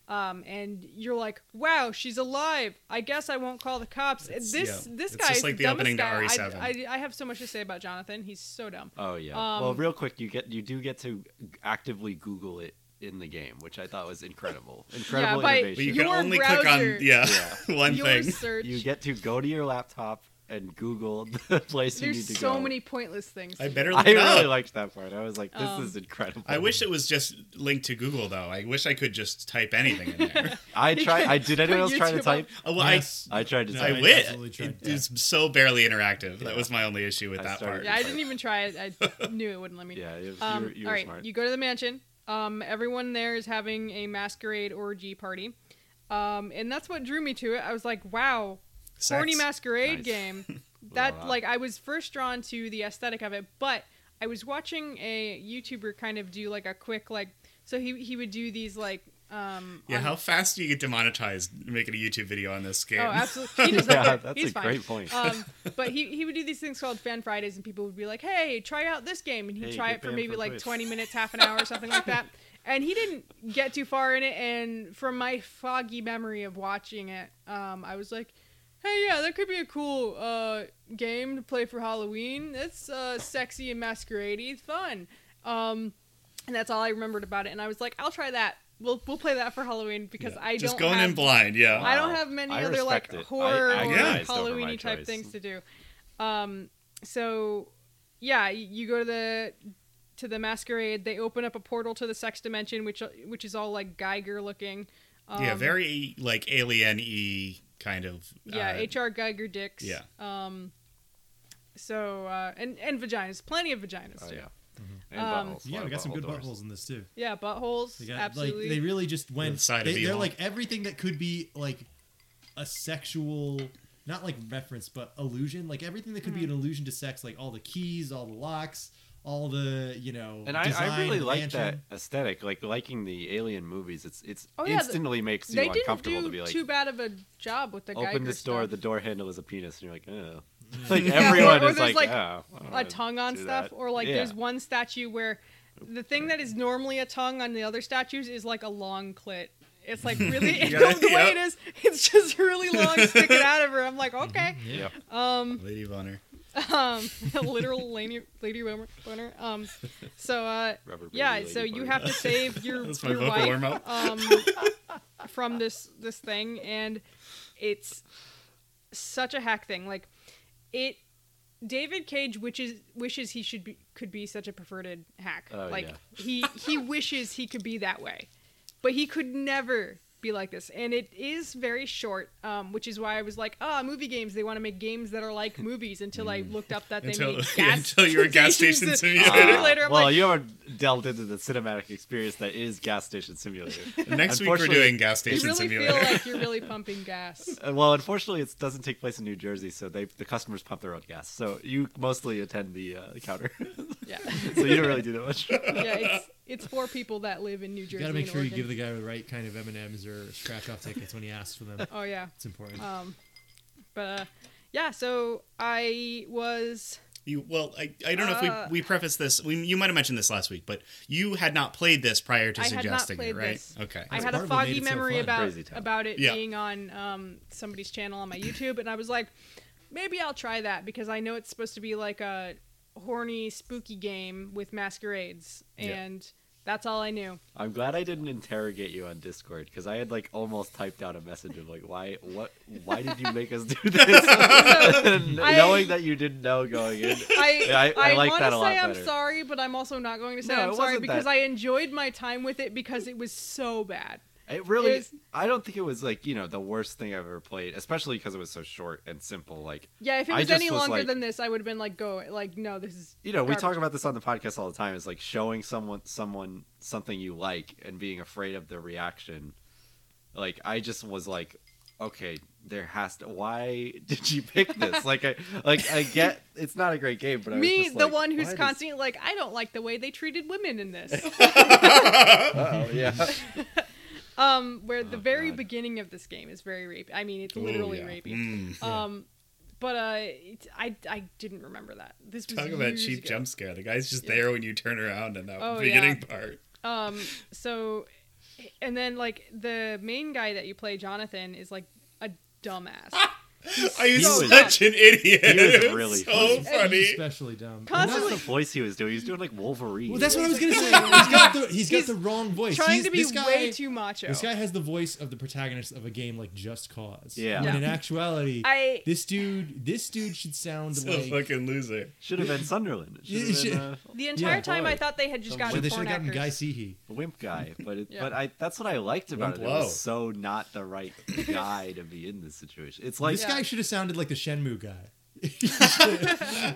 Speaker 1: Um, and you're like, wow, she's alive. I guess I won't call the cops. this
Speaker 3: yeah.
Speaker 1: this
Speaker 3: It's
Speaker 1: guy
Speaker 3: just
Speaker 1: is
Speaker 3: like
Speaker 1: the
Speaker 3: the
Speaker 1: dumbest
Speaker 3: opening to E
Speaker 1: guy. I-
Speaker 3: RE7.
Speaker 1: I, I have so much to say about Jonathan. He's so dumb.
Speaker 4: Oh yeah.
Speaker 1: Um,
Speaker 4: well, real quick, you get you do get to actively Google it in the game, which I thought was incredible. Incredible
Speaker 1: by-
Speaker 3: But you
Speaker 4: innovation.
Speaker 3: can
Speaker 1: Your
Speaker 3: only click
Speaker 1: browser-
Speaker 3: on yeah, one
Speaker 1: Your
Speaker 3: thing.
Speaker 1: search.
Speaker 4: You get to go to your laptop and Google the place you need
Speaker 1: There's
Speaker 4: to
Speaker 1: so
Speaker 4: go.
Speaker 1: many pointless things.
Speaker 3: I better look
Speaker 4: I
Speaker 3: it up.
Speaker 4: really liked that part. I was like, this
Speaker 1: Um,
Speaker 4: is incredible.
Speaker 3: I wish it was just linked to Google though. I wish I could just type anything in there.
Speaker 4: I tried. I did. Anyone
Speaker 1: Put
Speaker 4: else try to
Speaker 1: YouTube
Speaker 4: type?
Speaker 3: Oh, well,
Speaker 7: Yes.
Speaker 4: I tried to
Speaker 3: I,
Speaker 4: type.
Speaker 3: I
Speaker 7: I
Speaker 3: wish.
Speaker 7: absolutely
Speaker 3: It
Speaker 7: tried
Speaker 3: is
Speaker 7: that.
Speaker 3: so barely interactive. That was my only issue with
Speaker 4: I
Speaker 3: that part.
Speaker 4: started-
Speaker 1: yeah, I didn't even try it. I knew it wouldn't let me.
Speaker 4: Yeah, it was- you
Speaker 1: Um,
Speaker 4: were, you were
Speaker 1: all right,
Speaker 4: smart.
Speaker 1: you go to the mansion. Um, everyone there is having a masquerade orgy party, um, and that's what drew me to it. I was like, "Wow,
Speaker 3: Sex.
Speaker 1: horny masquerade
Speaker 4: Nice.
Speaker 1: game." That
Speaker 4: Wow.
Speaker 1: like I was first drawn to the aesthetic of it, but I was watching a YouTuber kind of do like a quick like. So he he would do these like. Um,
Speaker 3: Yeah,
Speaker 1: on-
Speaker 3: how fast do you get demonetized making a YouTube video on this game?
Speaker 1: Oh, absolutely. He does that.
Speaker 4: yeah,
Speaker 1: good.
Speaker 4: that's
Speaker 1: He's
Speaker 4: a
Speaker 1: fine.
Speaker 4: great point.
Speaker 1: Um, but he, he would do these things called Fan Fridays, and people would be like, "Hey, try out this game," and he'd
Speaker 4: Hey,
Speaker 1: try
Speaker 4: get
Speaker 1: it for
Speaker 4: banned
Speaker 1: maybe
Speaker 4: from
Speaker 1: like
Speaker 4: Twitch.
Speaker 1: twenty minutes, half an hour, something like that. And he didn't get too far in it. And from my foggy memory of watching it, um, I was like, "Hey, yeah, that could be a cool uh, game to play for Halloween. That's uh, sexy and masqueradey, fun." Um, and that's all I remembered about it. And I was like, "I'll try that. We'll we'll play that for Halloween because I don't
Speaker 3: just going
Speaker 1: have
Speaker 3: in blind. Yeah.
Speaker 1: I don't
Speaker 4: Wow.
Speaker 1: have many
Speaker 4: Uh, I
Speaker 1: other like
Speaker 4: respect it. I
Speaker 1: horror or
Speaker 4: agonized over my
Speaker 1: Halloweeny type
Speaker 4: choice.
Speaker 1: things to do. Um, so yeah, y- you go to the to the masquerade. They open up a portal to the sex dimension, which which is all like Geiger looking. Um,
Speaker 3: yeah, very like alien y kind of.
Speaker 1: yeah
Speaker 3: uh,
Speaker 1: HR Geiger dicks.
Speaker 3: yeah.
Speaker 1: Um, so uh, and and vaginas, plenty of vaginas.
Speaker 4: oh
Speaker 1: too.
Speaker 4: yeah.
Speaker 1: yeah.
Speaker 4: And
Speaker 1: Um,
Speaker 4: buttholes.
Speaker 7: Mm-hmm. Yeah, we got some good
Speaker 4: buttholes.
Speaker 7: buttholes in this too.
Speaker 1: buttholes.
Speaker 7: They got
Speaker 1: absolutely.
Speaker 7: like they really just went.
Speaker 3: The side of
Speaker 7: they, they're
Speaker 3: evil.
Speaker 7: like everything that could be like a sexual, not like reference, but illusion. Like everything that could
Speaker 1: Mm-hmm.
Speaker 7: be an illusion to sex. Like all the keys, all the locks, all the you know.
Speaker 4: And I, I
Speaker 7: design,
Speaker 4: really
Speaker 7: the
Speaker 4: like
Speaker 7: mansion.
Speaker 4: that aesthetic, like liking the alien movies. It's it's
Speaker 1: Oh, yeah, the-
Speaker 4: instantly makes you
Speaker 1: They didn't
Speaker 4: uncomfortable
Speaker 1: do
Speaker 4: to be like,
Speaker 1: too bad of a job with the Geiger
Speaker 4: open this door,
Speaker 1: stuff.
Speaker 4: the door handle is a penis, and you're like, oh. Like
Speaker 1: or-
Speaker 4: everyone
Speaker 1: or
Speaker 4: is
Speaker 1: there's,
Speaker 4: like,
Speaker 1: like,
Speaker 4: oh, I don't
Speaker 1: a
Speaker 4: wanna
Speaker 1: tongue on
Speaker 4: do
Speaker 1: stuff
Speaker 4: that."
Speaker 1: or like
Speaker 4: Yeah.
Speaker 1: there's one statue where the thing that is normally a tongue on the other statues is like a long clit it's like really
Speaker 3: Yeah,
Speaker 1: the way
Speaker 3: yep.
Speaker 1: it is it's just really long sticking out of her i'm like okay
Speaker 4: Yep.
Speaker 3: Lady Boner.
Speaker 1: um literal lady lady Wilmer- boner um so uh
Speaker 4: Rubber
Speaker 1: yeah
Speaker 4: baby
Speaker 1: so
Speaker 4: lady
Speaker 1: you
Speaker 4: boner.
Speaker 1: have to save your,
Speaker 3: That's my
Speaker 1: your
Speaker 3: vocal
Speaker 1: wife
Speaker 3: warm up.
Speaker 1: um, from this this thing, and it's such a hack thing. Like it, David Cage wishes wishes he should be could be such a perverted hack.
Speaker 4: Oh,
Speaker 1: like
Speaker 4: yeah.
Speaker 1: he he wishes he could be that way, but he could never be like this. And it is very short, um, which is why I was like, oh, movie games. They want to make games that are like movies. Until I looked up that they
Speaker 3: Mm. Until-
Speaker 1: made
Speaker 3: yeah,
Speaker 1: gas
Speaker 3: until you were a gas
Speaker 1: stations
Speaker 3: station
Speaker 1: that-
Speaker 3: simulator.
Speaker 1: simulator. I'm
Speaker 4: well,
Speaker 1: like,
Speaker 4: you haven't delved into the cinematic experience that is gas station simulator.
Speaker 3: Next week we're
Speaker 4: Unfortunately-
Speaker 3: doing gas
Speaker 1: you
Speaker 3: station
Speaker 1: really feel
Speaker 3: simulator.
Speaker 1: like you're really pumping gas.
Speaker 4: Uh, well, unfortunately, it doesn't take place in New Jersey, so they the customers pump their own gas. So you mostly attend the uh, counter,
Speaker 1: Yeah.
Speaker 4: so you don't really do that much.
Speaker 1: yeah, it's it's for people that live in New Jersey.
Speaker 7: You gotta make
Speaker 1: and
Speaker 7: sure you
Speaker 1: Oregon.
Speaker 7: give the guy the right kind of M and M's or scratch off tickets when he asks for them.
Speaker 1: Oh yeah,
Speaker 7: It's important.
Speaker 1: but uh, yeah. So I was
Speaker 3: You, well, I, I don't know
Speaker 1: Uh.
Speaker 3: if we, we prefaced this. We, you might have mentioned this last week, but you had not played this prior to
Speaker 1: I had not
Speaker 3: suggesting
Speaker 1: played
Speaker 3: it, right?
Speaker 1: this.
Speaker 3: Okay.
Speaker 1: I had
Speaker 7: part
Speaker 1: a
Speaker 7: of what made
Speaker 1: foggy
Speaker 7: it so
Speaker 1: memory
Speaker 7: fun.
Speaker 1: about
Speaker 4: Crazy town.
Speaker 1: about it
Speaker 3: Yeah.
Speaker 1: being on um, somebody's channel on my YouTube, and I was like, maybe I'll try that because I know it's supposed to be like a horny, spooky game with masquerades,
Speaker 3: Yeah.
Speaker 1: and that's all I knew.
Speaker 4: I'm glad I didn't interrogate you on Discord because I had like almost typed out a message of like, why, what, why did you make us do this?
Speaker 1: So
Speaker 4: And
Speaker 1: I-
Speaker 4: Knowing that you didn't know going in.
Speaker 1: I,
Speaker 4: Yeah, I- I like
Speaker 1: want
Speaker 4: that
Speaker 1: to
Speaker 4: a
Speaker 1: say
Speaker 4: lot
Speaker 1: I'm
Speaker 4: better.
Speaker 1: sorry, but I'm also not going to say
Speaker 4: No,
Speaker 1: I'm
Speaker 4: it
Speaker 1: sorry
Speaker 4: wasn't
Speaker 1: because
Speaker 4: that.
Speaker 1: I enjoyed my time with it because it was so bad.
Speaker 4: It really,
Speaker 1: It was-
Speaker 4: I don't think it was like you know the worst thing I've ever played, especially because it was so short and simple. Like
Speaker 1: Yeah, if it
Speaker 4: I
Speaker 1: was
Speaker 4: just
Speaker 1: any
Speaker 4: was
Speaker 1: longer
Speaker 4: like-
Speaker 1: than this, I would have been like, go, like, no, this is.
Speaker 4: you know, we talk
Speaker 1: garbage.
Speaker 4: about this on the podcast all the time. It's like showing someone someone something you like and being afraid of their reaction. Like I just was like, okay, there has to. Why did you pick this? like I like I get it's not a great game, but I was
Speaker 1: me,
Speaker 4: just
Speaker 1: the
Speaker 4: like,
Speaker 1: one who's
Speaker 4: why does-
Speaker 1: constantly like, I don't like the way they treated women in this.
Speaker 4: Oh yeah,
Speaker 1: um, where the
Speaker 4: Oh,
Speaker 1: very
Speaker 4: God. Oh,
Speaker 1: beginning of this game is very rapey. I mean, it's literally
Speaker 3: Ooh, yeah.
Speaker 1: rapey.
Speaker 3: Mm.
Speaker 1: Um, but uh, it, I I didn't remember that. This was
Speaker 3: Talk about
Speaker 1: years
Speaker 3: cheap
Speaker 1: ago.
Speaker 3: jump scare. The guy's just there when you turn around in that
Speaker 1: Oh,
Speaker 3: beginning
Speaker 1: yeah.
Speaker 3: part.
Speaker 1: Um, so,
Speaker 4: Ah,
Speaker 1: and then like the main guy that you play, Jonathan, is like a dumbass.
Speaker 3: Are you
Speaker 4: He was-
Speaker 3: such an idiot?
Speaker 4: He was
Speaker 3: It's
Speaker 4: really
Speaker 3: so
Speaker 4: funny.
Speaker 3: funny.
Speaker 2: especially dumb. And that's
Speaker 1: Constantly
Speaker 4: The voice he was doing, he was doing like Wolverine.
Speaker 2: Well, that's what I was gonna say. He's got the, he's got
Speaker 1: He's
Speaker 2: the wrong voice.
Speaker 1: trying
Speaker 2: He's-
Speaker 1: to be
Speaker 2: this guy,
Speaker 1: way too macho.
Speaker 2: This guy has the voice of the protagonist of a game like Just Cause.
Speaker 4: Yeah.
Speaker 2: When
Speaker 4: Yeah.
Speaker 2: in actuality,
Speaker 1: I-
Speaker 2: this dude, this dude should sound
Speaker 3: So
Speaker 2: like.
Speaker 3: fucking loser.
Speaker 4: Should have been Sunderland. It
Speaker 2: Yeah,
Speaker 4: should have
Speaker 2: it
Speaker 4: been
Speaker 2: should-
Speaker 4: uh,
Speaker 1: the entire
Speaker 2: Yeah,
Speaker 1: time
Speaker 4: boy.
Speaker 1: I thought they had just gotten
Speaker 2: Well, they should
Speaker 1: porn
Speaker 2: have gotten Guy
Speaker 1: actors.
Speaker 2: Seehy.
Speaker 4: a wimp guy, but it,
Speaker 1: Yeah.
Speaker 4: but I that's what I liked about
Speaker 3: Wimp
Speaker 4: it. It
Speaker 3: low.
Speaker 4: was so not the right guy to be in this situation. It's like
Speaker 2: this guy should have sounded like the Shenmue guy.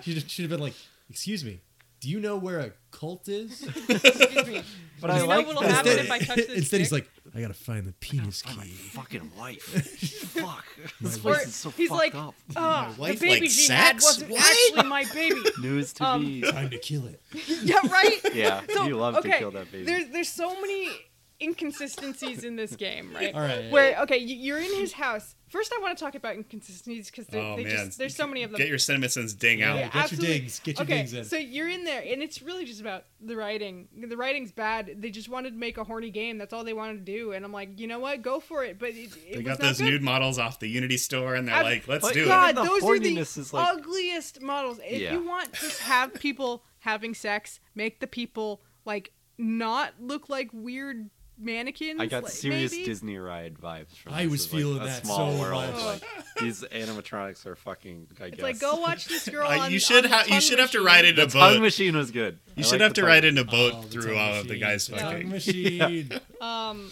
Speaker 2: he should, should have been like, "Excuse me, do you know where a cult is?"
Speaker 1: Excuse me.
Speaker 4: but
Speaker 1: Do
Speaker 4: I
Speaker 1: you know
Speaker 4: like
Speaker 1: what'll
Speaker 4: that. Oh,
Speaker 1: happen if I touch this
Speaker 2: Instead, he's
Speaker 1: dick?
Speaker 2: like, "I gotta find the penis
Speaker 4: my
Speaker 2: key."
Speaker 4: fucking wife. Fuck. This
Speaker 1: Or
Speaker 4: place is so
Speaker 1: he's
Speaker 4: fucked
Speaker 1: like,
Speaker 4: up.
Speaker 1: oh, the
Speaker 3: wife
Speaker 1: baby
Speaker 3: likes
Speaker 1: she had
Speaker 3: sex?
Speaker 1: wasn't
Speaker 3: What?"
Speaker 1: actually my baby.
Speaker 4: News to
Speaker 1: um,
Speaker 4: me.
Speaker 2: Time to kill it.
Speaker 1: yeah, right.
Speaker 4: Yeah,
Speaker 1: So,
Speaker 4: you love
Speaker 1: okay,
Speaker 4: to kill that baby.
Speaker 1: There's there's so many inconsistencies in this game, right?
Speaker 2: All right.
Speaker 1: Where okay, you- you're in his house. First, I want to talk about inconsistencies because
Speaker 3: Oh
Speaker 1: they
Speaker 3: man,
Speaker 1: just there's so many of them.
Speaker 3: Get your cinnamons ding
Speaker 2: Yeah,
Speaker 3: out.
Speaker 2: get your
Speaker 1: absolutely.
Speaker 2: dings. Get your
Speaker 1: okay,
Speaker 2: dings in.
Speaker 1: So you're in there, and it's really just about the writing. The writing's bad. They just wanted to make a horny game. That's all they wanted to do. And I'm like, you know what? Go for it. But it, it
Speaker 3: They
Speaker 1: was
Speaker 3: got
Speaker 1: not
Speaker 3: those
Speaker 1: good.
Speaker 3: nude models off the Unity store, and they're
Speaker 1: I'm-
Speaker 3: like, "Let's
Speaker 4: But
Speaker 3: do
Speaker 4: God,
Speaker 3: it."
Speaker 4: the
Speaker 1: those are the
Speaker 4: horniness is, like-
Speaker 1: ugliest models. If
Speaker 4: Yeah.
Speaker 1: you want to have people having sex, make the people like not look like weird mannequins.
Speaker 4: I got
Speaker 1: like,
Speaker 4: serious
Speaker 1: maybe.
Speaker 4: Disney ride vibes from.
Speaker 2: I
Speaker 4: this.
Speaker 2: was
Speaker 4: It's like
Speaker 2: feeling
Speaker 4: a
Speaker 2: that
Speaker 4: small
Speaker 2: so
Speaker 4: world.
Speaker 2: much.
Speaker 4: Like, these animatronics are fucking. I
Speaker 1: It's
Speaker 4: guess.
Speaker 1: like go watch this girl.
Speaker 3: Uh,
Speaker 1: on,
Speaker 3: you should
Speaker 1: on the
Speaker 3: have you
Speaker 1: tongue
Speaker 3: should have to
Speaker 1: machine.
Speaker 3: ride in a
Speaker 4: Tongue
Speaker 3: boat.
Speaker 4: machine was good.
Speaker 3: You should have to ride in a boat
Speaker 2: Oh,
Speaker 3: through
Speaker 2: tongue
Speaker 3: all of the
Speaker 2: machine,
Speaker 3: guys
Speaker 2: the tongue
Speaker 3: fucking.
Speaker 2: machine.
Speaker 1: Um,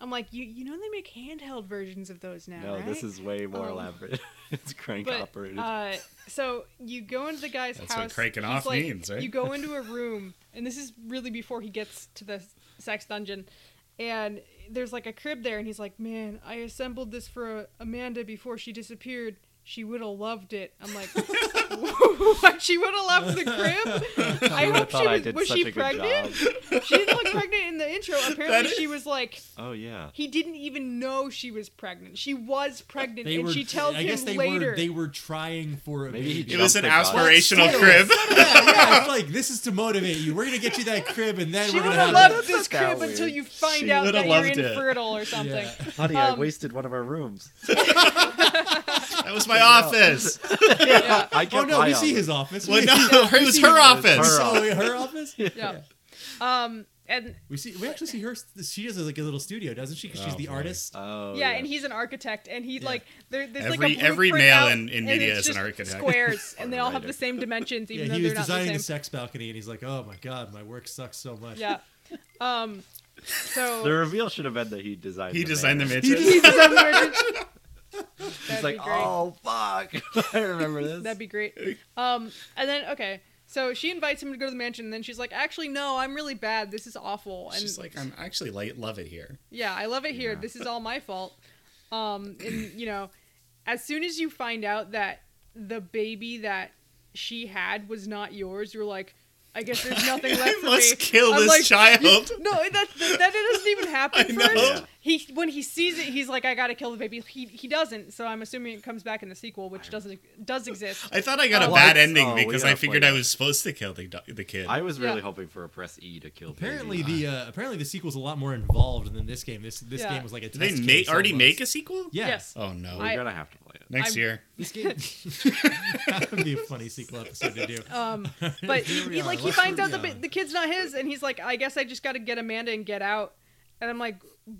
Speaker 1: I'm like you. You know they make handheld versions of those now.
Speaker 4: No,
Speaker 1: right?
Speaker 4: this is way more
Speaker 1: Um,
Speaker 4: elaborate. it's crank
Speaker 1: but,
Speaker 4: operated.
Speaker 1: Uh, so you go into the guy's
Speaker 3: That's what
Speaker 1: house.
Speaker 3: cranking
Speaker 1: he's
Speaker 3: off
Speaker 1: like-
Speaker 3: means, right?
Speaker 1: You go into a room, and this is really before he gets to the s- sex dungeon. And there's like a crib there, and he's like, "Man, I assembled this for uh, Amanda before she disappeared. She would have loved it." I'm like, "What? She would have loved the crib? I
Speaker 4: would've
Speaker 1: hope she
Speaker 4: thought I
Speaker 1: was.
Speaker 4: did
Speaker 1: was
Speaker 4: such
Speaker 1: she
Speaker 4: a good
Speaker 1: pregnant? she didn't look pregnant in the intro. Apparently,
Speaker 3: is-
Speaker 1: she was like."
Speaker 4: oh yeah.
Speaker 1: He didn't even know she was pregnant. She was pregnant,
Speaker 2: They
Speaker 1: and
Speaker 2: were.
Speaker 1: she tells
Speaker 2: I
Speaker 1: him
Speaker 2: guess they
Speaker 1: later.
Speaker 2: were. They were trying for a
Speaker 4: Maybe he
Speaker 2: baby.
Speaker 3: It was an
Speaker 4: Jumped the guy.
Speaker 3: aspirational crib.
Speaker 2: yeah, yeah, it's like this is to motivate you. We're gonna get you that crib, and then
Speaker 1: She
Speaker 2: we're
Speaker 1: would
Speaker 2: gonna
Speaker 1: have
Speaker 2: have
Speaker 1: loved
Speaker 4: That's
Speaker 1: this
Speaker 4: not
Speaker 1: crib
Speaker 4: weird.
Speaker 1: until you find
Speaker 3: She
Speaker 1: out
Speaker 3: would've
Speaker 1: that you're
Speaker 3: loved it.
Speaker 1: infertile or something.
Speaker 2: Yeah.
Speaker 4: Honey, I
Speaker 1: um,
Speaker 4: wasted one of our rooms.
Speaker 3: That was my office.
Speaker 4: I
Speaker 2: Oh
Speaker 4: kept
Speaker 2: no,
Speaker 4: my
Speaker 2: we see
Speaker 4: office.
Speaker 2: his office.
Speaker 3: Well,
Speaker 2: We-
Speaker 3: no, it was her office.
Speaker 4: her
Speaker 2: Oh, wait, her office.
Speaker 1: Yeah. Um, and
Speaker 2: We see. We actually see her. She has like a little studio, doesn't she? Because she's
Speaker 3: Oh,
Speaker 2: the
Speaker 3: boy.
Speaker 2: artist.
Speaker 4: Oh
Speaker 1: yeah, and he's an architect, and he
Speaker 2: Yeah.
Speaker 1: like there, there's like
Speaker 3: Every-
Speaker 1: a
Speaker 3: every
Speaker 1: blueprint
Speaker 3: male
Speaker 1: out,
Speaker 3: in- in
Speaker 1: and
Speaker 3: media
Speaker 1: it's
Speaker 3: is an
Speaker 1: just
Speaker 3: architect.
Speaker 1: Squares, and they all have
Speaker 4: writer.
Speaker 1: the same dimensions, even
Speaker 2: yeah,
Speaker 1: though
Speaker 2: he was
Speaker 1: they're not the
Speaker 2: designing
Speaker 1: same.
Speaker 2: a sex balcony, and he's like, "Oh my god, my work sucks so much."
Speaker 1: yeah. Um. So
Speaker 4: The reveal should have been that he designed.
Speaker 3: He
Speaker 4: the
Speaker 3: designed the
Speaker 4: manor.
Speaker 3: mansion.
Speaker 1: that'd
Speaker 4: He's like,
Speaker 1: be great.
Speaker 4: oh fuck, I remember this.
Speaker 1: That'd be great. Um, and then okay, so she invites him to go to the mansion, and then she's like, "Actually, no, I'm really bad. This is awful." And
Speaker 3: She's like, I'm actually like, love it here.
Speaker 1: Yeah, I love it here.
Speaker 4: Yeah.
Speaker 1: This is all my fault. Um, and you know, as soon as you find out that the baby that she had was not yours, you're like, I guess there's nothing left
Speaker 3: I
Speaker 1: for
Speaker 3: must
Speaker 1: me.
Speaker 3: kill
Speaker 1: I'm
Speaker 3: this
Speaker 1: like,
Speaker 3: child.
Speaker 1: No, that that that doesn't even happen
Speaker 3: I know.
Speaker 1: first.
Speaker 3: Yeah.
Speaker 1: He when he sees it, he's like, I gotta kill the baby. He he doesn't. So I'm assuming it comes back in the sequel, which doesn't does exist.
Speaker 3: I thought I got a
Speaker 4: Well,
Speaker 3: bad
Speaker 4: it's-
Speaker 3: ending
Speaker 4: oh, we
Speaker 3: because
Speaker 4: gotta
Speaker 3: I figured
Speaker 4: play
Speaker 3: I
Speaker 4: that.
Speaker 3: was supposed to kill the, do- the kid.
Speaker 4: I was really
Speaker 1: Yeah.
Speaker 4: hoping for a press E to kill.
Speaker 2: Apparently the
Speaker 4: Baby.
Speaker 2: uh, apparently the sequel's a lot more involved than this game. This this
Speaker 1: Yeah.
Speaker 2: game was like a.
Speaker 3: Did they
Speaker 2: test
Speaker 3: make
Speaker 2: case
Speaker 3: already
Speaker 2: almost.
Speaker 3: make a sequel?
Speaker 2: Yeah.
Speaker 1: Yes.
Speaker 3: Oh no.
Speaker 4: we're
Speaker 1: I-
Speaker 4: gonna have to play it.
Speaker 3: Next
Speaker 1: I'm-
Speaker 3: year.
Speaker 2: This game that would be a funny sequel episode to do.
Speaker 1: Um, but
Speaker 2: Here we
Speaker 1: he,
Speaker 2: are.
Speaker 1: like he
Speaker 2: Let's
Speaker 1: finds
Speaker 2: move
Speaker 1: out the,
Speaker 2: on.
Speaker 1: the kid's not his, and he's like, I guess I just got to get Amanda and get out. And I'm like,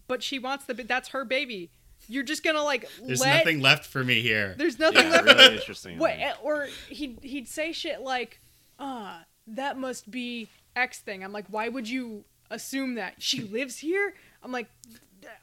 Speaker 1: but she wants the ba- that's her baby. You're just gonna like
Speaker 3: There's
Speaker 1: let
Speaker 3: nothing left for me here.
Speaker 1: there's nothing
Speaker 4: Yeah,
Speaker 1: left.
Speaker 4: really interesting.
Speaker 1: What, eh, or he'd he'd say shit like, ah, that must be X thing. I'm like, why would you assume that she lives here? I'm like.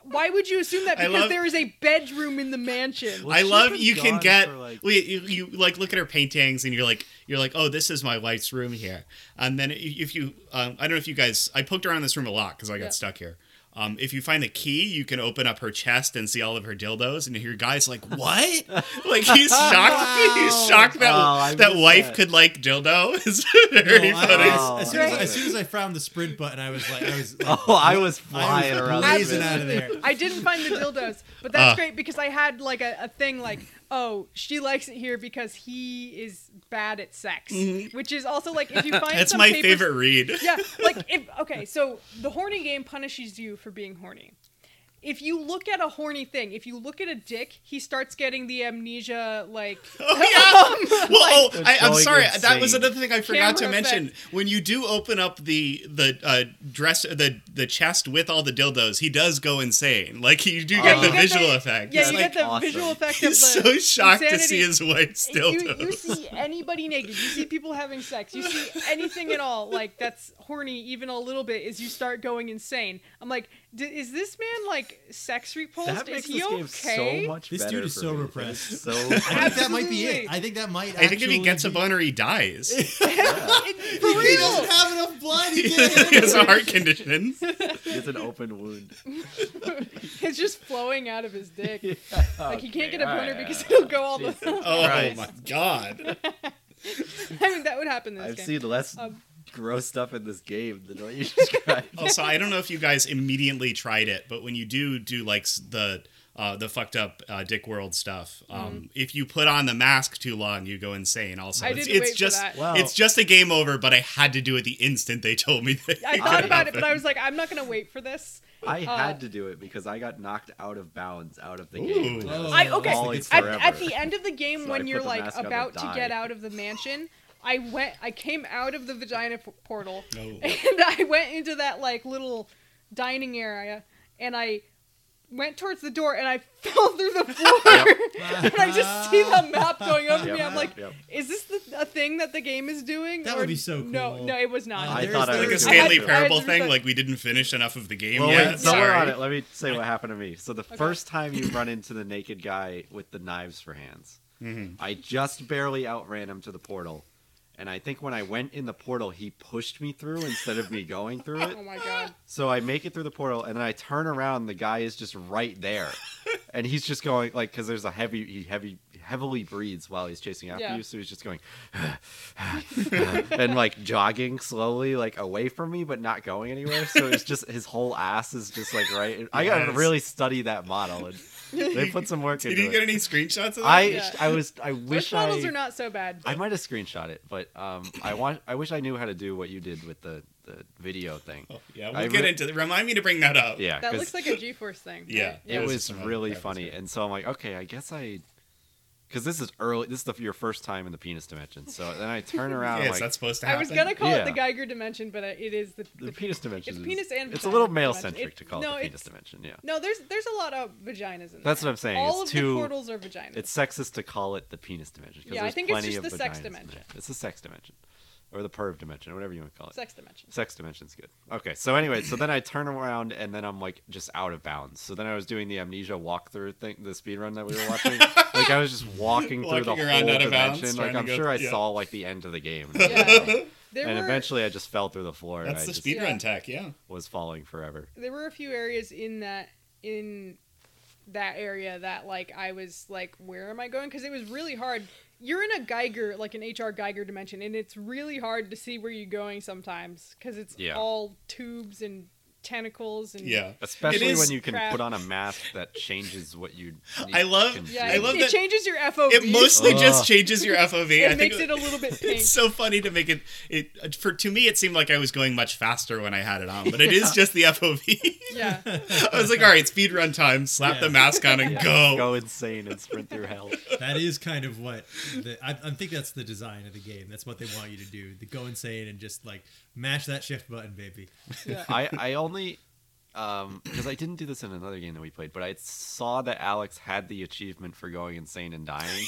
Speaker 1: Why would you assume that?
Speaker 3: I
Speaker 1: Because
Speaker 3: love-
Speaker 1: there is a bedroom in the mansion.
Speaker 4: Well,
Speaker 3: I
Speaker 4: she's
Speaker 3: love
Speaker 4: been
Speaker 3: you can
Speaker 4: gone
Speaker 3: get
Speaker 4: for, like-
Speaker 3: we you, you like look at her paintings and you're like you're like oh this is my wife's room here and then i- if you um, I don't know if you guys I poked around this room a lot because I got
Speaker 1: Yeah.
Speaker 3: stuck here. Um, if you find the key, you can open up her chest and see all of her dildos, and your guy's like, "What?" like he's shocked. He's shocked that
Speaker 4: Oh, I
Speaker 3: that
Speaker 4: missed
Speaker 3: wife
Speaker 4: that.
Speaker 3: could like dildo. It's very
Speaker 2: No, I-
Speaker 3: funny.
Speaker 8: Oh,
Speaker 2: I- as, soon as,
Speaker 1: Right.
Speaker 2: as soon as I found the sprint button, I was like, I was. Like,
Speaker 4: Oh, I was
Speaker 2: I
Speaker 4: flying
Speaker 2: was
Speaker 4: around.
Speaker 2: blazing
Speaker 4: the
Speaker 2: out of there.
Speaker 1: I didn't find the dildos, but that's
Speaker 3: Uh.
Speaker 1: great because I had like a, a thing like, oh, she likes it here because he is bad at sex, which is also like if you find
Speaker 3: Mm-hmm. That's
Speaker 1: some
Speaker 3: my
Speaker 1: papers-
Speaker 3: favorite read.
Speaker 1: Yeah, like if okay, so the horny game punishes you for being horny. if you look at a horny thing, if you look at a dick, he starts getting the amnesia. Like,
Speaker 3: Oh, yeah. Well, oh, I, I'm
Speaker 4: going
Speaker 3: sorry. That
Speaker 4: insane.
Speaker 3: was another thing I forgot to
Speaker 1: Um, Camera
Speaker 3: mention. When you do open up the the uh, dress, the the chest with all the dildos, he does go insane. Like you do
Speaker 1: Yeah,
Speaker 3: get
Speaker 1: Oh. you
Speaker 3: the
Speaker 1: get
Speaker 3: visual
Speaker 1: the-
Speaker 3: effect.
Speaker 1: yeah,
Speaker 3: It's
Speaker 1: you
Speaker 3: like,
Speaker 1: get the
Speaker 4: awesome.
Speaker 1: visual effect of the
Speaker 3: he's so shocked to
Speaker 1: insanity.
Speaker 3: see his wife's
Speaker 1: you, you
Speaker 3: dildos.
Speaker 1: see anybody naked, you see people having sex, you see anything at all like that's horny even a little bit is you start going insane. I'm like, D- is this man like sex repulsed?
Speaker 4: That
Speaker 1: is
Speaker 4: makes
Speaker 1: he
Speaker 4: this game
Speaker 1: okay?
Speaker 4: so much
Speaker 8: This
Speaker 4: better
Speaker 8: dude is
Speaker 4: for
Speaker 8: so
Speaker 4: me.
Speaker 8: repressed.
Speaker 4: It's so
Speaker 8: I think that might be
Speaker 1: Absolutely.
Speaker 8: it. I think that might.
Speaker 3: I think if he
Speaker 8: actually
Speaker 3: gets a
Speaker 8: be-
Speaker 3: boner, he dies.
Speaker 1: It- for
Speaker 8: he
Speaker 1: real.
Speaker 8: doesn't have enough blood. He
Speaker 3: he
Speaker 8: can't handle
Speaker 3: has
Speaker 8: it.
Speaker 3: a heart condition.
Speaker 4: it's an open wound.
Speaker 1: It's just flowing out of his dick. Like he can't get a
Speaker 4: all
Speaker 1: boner
Speaker 4: right,
Speaker 1: because it'll go all the.
Speaker 3: Oh
Speaker 4: Christ.
Speaker 3: my god.
Speaker 1: I mean, that would happen in this
Speaker 4: I've
Speaker 1: game.
Speaker 4: seen less
Speaker 1: Um,
Speaker 4: gross stuff in this game than what you described.
Speaker 3: also, I don't know if you guys immediately tried it, but when you do do like s- the uh, the fucked up uh, Dick World stuff, um, if you put on the mask too long, you go insane. Also,
Speaker 1: Mm-hmm. I
Speaker 3: it's,
Speaker 1: didn't
Speaker 3: it's
Speaker 1: wait for
Speaker 3: just
Speaker 1: that.
Speaker 4: Wow.
Speaker 3: it's just a game over, but I had to do it the instant they told me that.
Speaker 1: I thought about it, but I was like, I'm not gonna wait for this.
Speaker 4: I
Speaker 1: Uh,
Speaker 4: had to do it because I got knocked out of bounds out of the game. when was
Speaker 1: I okay.
Speaker 4: falling
Speaker 1: At,
Speaker 4: forever.
Speaker 1: at the end of the game,
Speaker 4: So I
Speaker 1: when
Speaker 4: put
Speaker 1: you're
Speaker 4: the
Speaker 1: like
Speaker 4: mask on and
Speaker 1: about to get
Speaker 4: died.
Speaker 1: out of the mansion, I went. I came out of the vagina p- portal,
Speaker 3: Oh.
Speaker 1: and I went into that like little dining area, and I went towards the door, and I fell through the floor, and I just see the map going over
Speaker 4: Yep,
Speaker 1: me. I'm like,
Speaker 4: yep.
Speaker 1: is this the, a thing that the game is doing?
Speaker 8: That
Speaker 1: Or-
Speaker 8: would be so
Speaker 1: No,
Speaker 8: cool.
Speaker 1: no, it was not.
Speaker 8: I
Speaker 4: I
Speaker 8: There's
Speaker 4: thought I
Speaker 8: like
Speaker 4: was
Speaker 3: like a
Speaker 8: I
Speaker 4: doing
Speaker 3: Stanley
Speaker 1: had-
Speaker 4: it.
Speaker 1: I had
Speaker 3: Parable
Speaker 1: to
Speaker 3: thing,
Speaker 1: respect-
Speaker 3: like we didn't finish enough of the game
Speaker 4: Well,
Speaker 3: yet.
Speaker 4: wait, somewhere on
Speaker 3: sorry.
Speaker 4: it. Let me say what happened to me. So the first time you run into the naked guy with the knives for hands, I just barely outran him to the portal. And I think when I went in the portal, he pushed me through instead of me going through it.
Speaker 1: Oh my god!
Speaker 4: So I make it through the portal, and then I turn around. The guy is just right there, and he's just going like because there's a heavy, he heavy, heavily breathes while he's chasing after
Speaker 1: Yeah.
Speaker 4: you. So he's just going and like jogging slowly, like away from me, but not going anywhere. So it's just his whole ass is just like right. I gotta
Speaker 3: Yes.
Speaker 4: really study that model, and they put some work
Speaker 3: Did
Speaker 4: into
Speaker 3: you get
Speaker 4: it.
Speaker 3: any screenshots of that?
Speaker 4: I
Speaker 1: Yeah.
Speaker 4: I was I wish
Speaker 1: Which
Speaker 4: I
Speaker 1: models are not so bad.
Speaker 4: I might have screenshot it, but um I want I wish I knew how to do what you did with the the video thing.
Speaker 3: Oh, yeah, we'll
Speaker 4: I
Speaker 3: get
Speaker 4: re-
Speaker 3: into that. Remind me to bring that up.
Speaker 4: Yeah,
Speaker 1: That
Speaker 4: 'cause-
Speaker 1: looks like a G-force thing.
Speaker 3: Yeah.
Speaker 1: right?
Speaker 4: it
Speaker 3: was
Speaker 4: was
Speaker 3: just another
Speaker 4: really
Speaker 3: practice
Speaker 4: funny
Speaker 3: game.
Speaker 4: and so i'm like okay i guess i because this is early this is the, your first time in the penis dimension so then i turn around
Speaker 3: Yes,
Speaker 4: like
Speaker 3: that's supposed to
Speaker 1: I
Speaker 3: happen.
Speaker 1: was gonna call it the
Speaker 4: Yeah.
Speaker 1: Geiger dimension, but uh, it is the,
Speaker 4: the penis dimension
Speaker 1: It's
Speaker 4: is-
Speaker 1: penis and
Speaker 4: it's
Speaker 1: vagina
Speaker 4: a little
Speaker 1: dimension.
Speaker 4: male
Speaker 1: It-
Speaker 4: centric to call
Speaker 1: no,
Speaker 4: it the penis
Speaker 1: it's-
Speaker 4: dimension yeah
Speaker 1: No, there's there's a lot of vaginas in
Speaker 4: That's
Speaker 1: there.
Speaker 4: what I'm saying,
Speaker 1: All
Speaker 4: it's
Speaker 1: of the
Speaker 4: too-
Speaker 1: portals are vaginas.
Speaker 4: it's sexist to call it the penis dimension 'cause
Speaker 1: Yeah, I
Speaker 4: there's
Speaker 1: think it's
Speaker 4: plenty
Speaker 1: just
Speaker 4: of
Speaker 1: the sex
Speaker 4: vaginas in
Speaker 1: dimension.
Speaker 4: there. it's the sex dimension or the perv dimension or whatever you want to call it
Speaker 1: sex dimension.
Speaker 4: Sex dimension's good. Okay, so anyway, so then I turn around and then I'm like just out of bounds. So then I was doing the amnesia walkthrough thing, the speed run that we were watching. like I was just walking, through
Speaker 3: Walking
Speaker 4: the
Speaker 3: around
Speaker 4: whole
Speaker 3: out of bounds,
Speaker 4: dimension.
Speaker 3: trying
Speaker 4: like
Speaker 3: to
Speaker 4: I'm
Speaker 3: go-
Speaker 4: sure I
Speaker 3: yeah.
Speaker 4: saw like the end of the game.
Speaker 1: Yeah. There
Speaker 4: and
Speaker 1: were
Speaker 4: eventually I just fell through the floor
Speaker 3: That's
Speaker 4: and
Speaker 3: the
Speaker 4: I just
Speaker 3: speedrun
Speaker 1: Yeah.
Speaker 3: tech, yeah.
Speaker 4: was falling forever.
Speaker 1: there were a few areas in that in that area that like I was like, where am I going? Because it was really hard. You're in a Geiger, like an HR Geiger dimension, and it's really hard to see where you're going sometimes because it's
Speaker 4: Yeah.
Speaker 1: all tubes and tentacles and
Speaker 3: Yeah.
Speaker 4: Especially
Speaker 3: is
Speaker 4: when you can
Speaker 1: crap.
Speaker 4: put on a mask that changes what you need-
Speaker 3: I love-
Speaker 4: can
Speaker 1: Yeah,
Speaker 4: do.
Speaker 3: I
Speaker 1: it,
Speaker 3: love
Speaker 1: it
Speaker 3: that-
Speaker 1: changes your FOV.
Speaker 3: It mostly
Speaker 4: Ugh.
Speaker 8: Ah.
Speaker 3: just changes your FOV. I
Speaker 1: it
Speaker 3: think
Speaker 1: makes it a little bit pink.
Speaker 3: It's so funny to make it. It for to me, it seemed like I was going much faster when I had it on, but it is just the FOV.
Speaker 1: yeah.
Speaker 3: I was like, all right, speed run time. Slap the
Speaker 8: Yeah.
Speaker 3: mask on and go.
Speaker 4: Go insane and sprint through hell.
Speaker 8: That is kind of what the, I, I think that's the design of the game. That's what they want you to do: to go insane and just like mash that shift button, baby.
Speaker 1: yeah.
Speaker 4: I, I only um because I didn't do this in another game that we played, but I saw that Alex had the achievement for going insane and dying.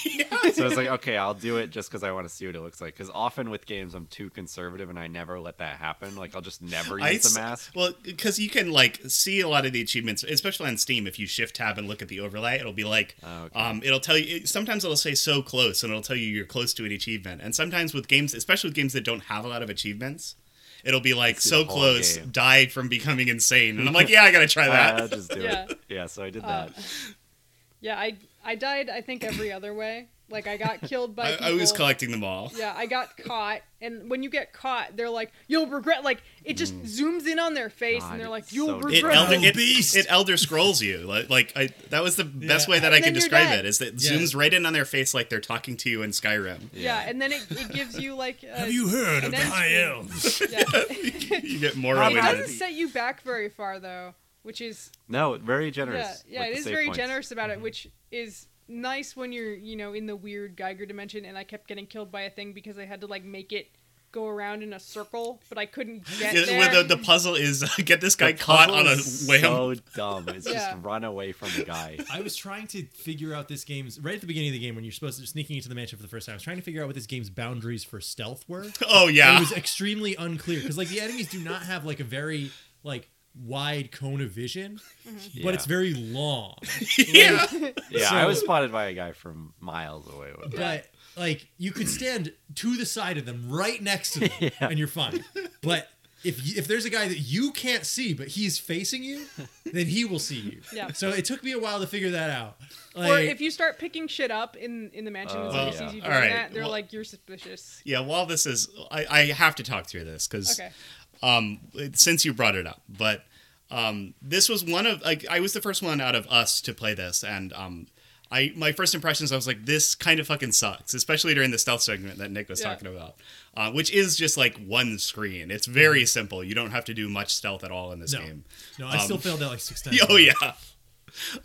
Speaker 4: So I was like, okay, I'll do it just because I want to see what it looks like. Because often with games, I'm too conservative and I never let that happen. Like I'll just never
Speaker 3: I
Speaker 4: use
Speaker 3: s-
Speaker 4: the mask.
Speaker 3: Well, because you can like see a lot of the achievements, especially on Steam. If you shift tab and look at the overlay, it'll be like,
Speaker 4: Oh, okay.
Speaker 3: um, it'll tell you. it- Sometimes it'll say so close, and it'll tell you you're close to an achievement. And sometimes with games, especially with games that don't have a lot of achievements, it'll be like
Speaker 4: see the
Speaker 3: so
Speaker 4: whole
Speaker 3: close,
Speaker 4: game. Uh,
Speaker 3: died from becoming insane. And I'm like, yeah, I gotta try that.
Speaker 4: I'll just do
Speaker 1: Yeah.
Speaker 4: it. Yeah, so I did
Speaker 1: Uh,
Speaker 4: that.
Speaker 1: Yeah, I I died I think every other way. Like I got killed by
Speaker 3: I,
Speaker 1: people.
Speaker 3: I was collecting them all.
Speaker 1: yeah, I got caught, and when you get caught, they're like, "You'll regret." Like it just zooms in on their face,
Speaker 4: Mm. God,
Speaker 1: and they're like,
Speaker 4: it's
Speaker 1: "You'll
Speaker 4: so
Speaker 3: It
Speaker 1: regret."
Speaker 8: Bro.
Speaker 3: elder, it,
Speaker 8: Beast.
Speaker 3: it elder scrolls you like, like I, that was the best way that I
Speaker 1: And then
Speaker 3: could
Speaker 1: you're
Speaker 3: describe
Speaker 1: dead.
Speaker 3: it is that it
Speaker 8: Yeah.
Speaker 3: zooms right in on their face like they're talking to you in Skyrim.
Speaker 1: yeah. and then it, it gives you like. A,
Speaker 8: heard
Speaker 1: of the high
Speaker 8: elves?
Speaker 1: Yeah.
Speaker 3: you get
Speaker 1: it
Speaker 3: Morrowind.
Speaker 1: Oh, doesn't set you back very far though. which is
Speaker 4: No, very generous.
Speaker 1: yeah, yeah,
Speaker 4: with
Speaker 1: it
Speaker 4: the
Speaker 1: is
Speaker 4: save
Speaker 1: very
Speaker 4: points. Mm-hmm.
Speaker 1: generous about it, which is nice when you're, you know, in the weird Geiger dimension. And I kept getting killed by a thing because I had to like make it go around in a circle, but I couldn't get
Speaker 3: Yeah,
Speaker 1: there.
Speaker 3: where the, the puzzle is get this guy
Speaker 4: The
Speaker 3: caught
Speaker 4: puzzle
Speaker 3: on a
Speaker 4: is
Speaker 3: whim.
Speaker 4: So dumb. It's
Speaker 1: Yeah.
Speaker 4: just run away from the guy.
Speaker 12: I was trying to figure out this game's right at the beginning of the game when you're supposed to sneaking into the mansion for the first time. I was trying to figure out what this game's boundaries for stealth were.
Speaker 3: Oh
Speaker 12: And
Speaker 3: yeah,
Speaker 12: it was extremely unclear because like the enemies do not have like a very like wide cone of vision,
Speaker 1: Mm-hmm.
Speaker 4: Yeah.
Speaker 12: but it's very long.
Speaker 3: yeah.
Speaker 4: yeah.
Speaker 12: so-
Speaker 4: I was spotted by a guy from miles away. With it.
Speaker 12: But like you could stand to the side of them, right next to them, and you're fine. But if y if there's a guy that you can't see but he's facing you, then he will see you.
Speaker 1: Yeah.
Speaker 12: So it took me a while to figure that out. Like,
Speaker 1: or if you start picking shit up in in the mansion and
Speaker 4: Oh,
Speaker 1: somebody
Speaker 4: yeah.
Speaker 1: sees you
Speaker 3: All
Speaker 1: doing
Speaker 3: right,
Speaker 1: that, they're
Speaker 3: well-
Speaker 1: like, "You're suspicious."
Speaker 3: Yeah, while this is, I, I have to talk through this because,
Speaker 1: Okay.
Speaker 3: um, it- since you brought it up, but um, this was one of like I was the first one out of us to play this, and um, I my first impressions I was like, this kind of fucking sucks, especially during the stealth segment that Nick was
Speaker 1: Yeah.
Speaker 3: talking about, uh, which is just like one screen. It's very simple. You don't have to do much stealth at all in this
Speaker 12: No.
Speaker 3: game.
Speaker 12: no, I still failed that like six times.
Speaker 3: Yeah, Oh yeah.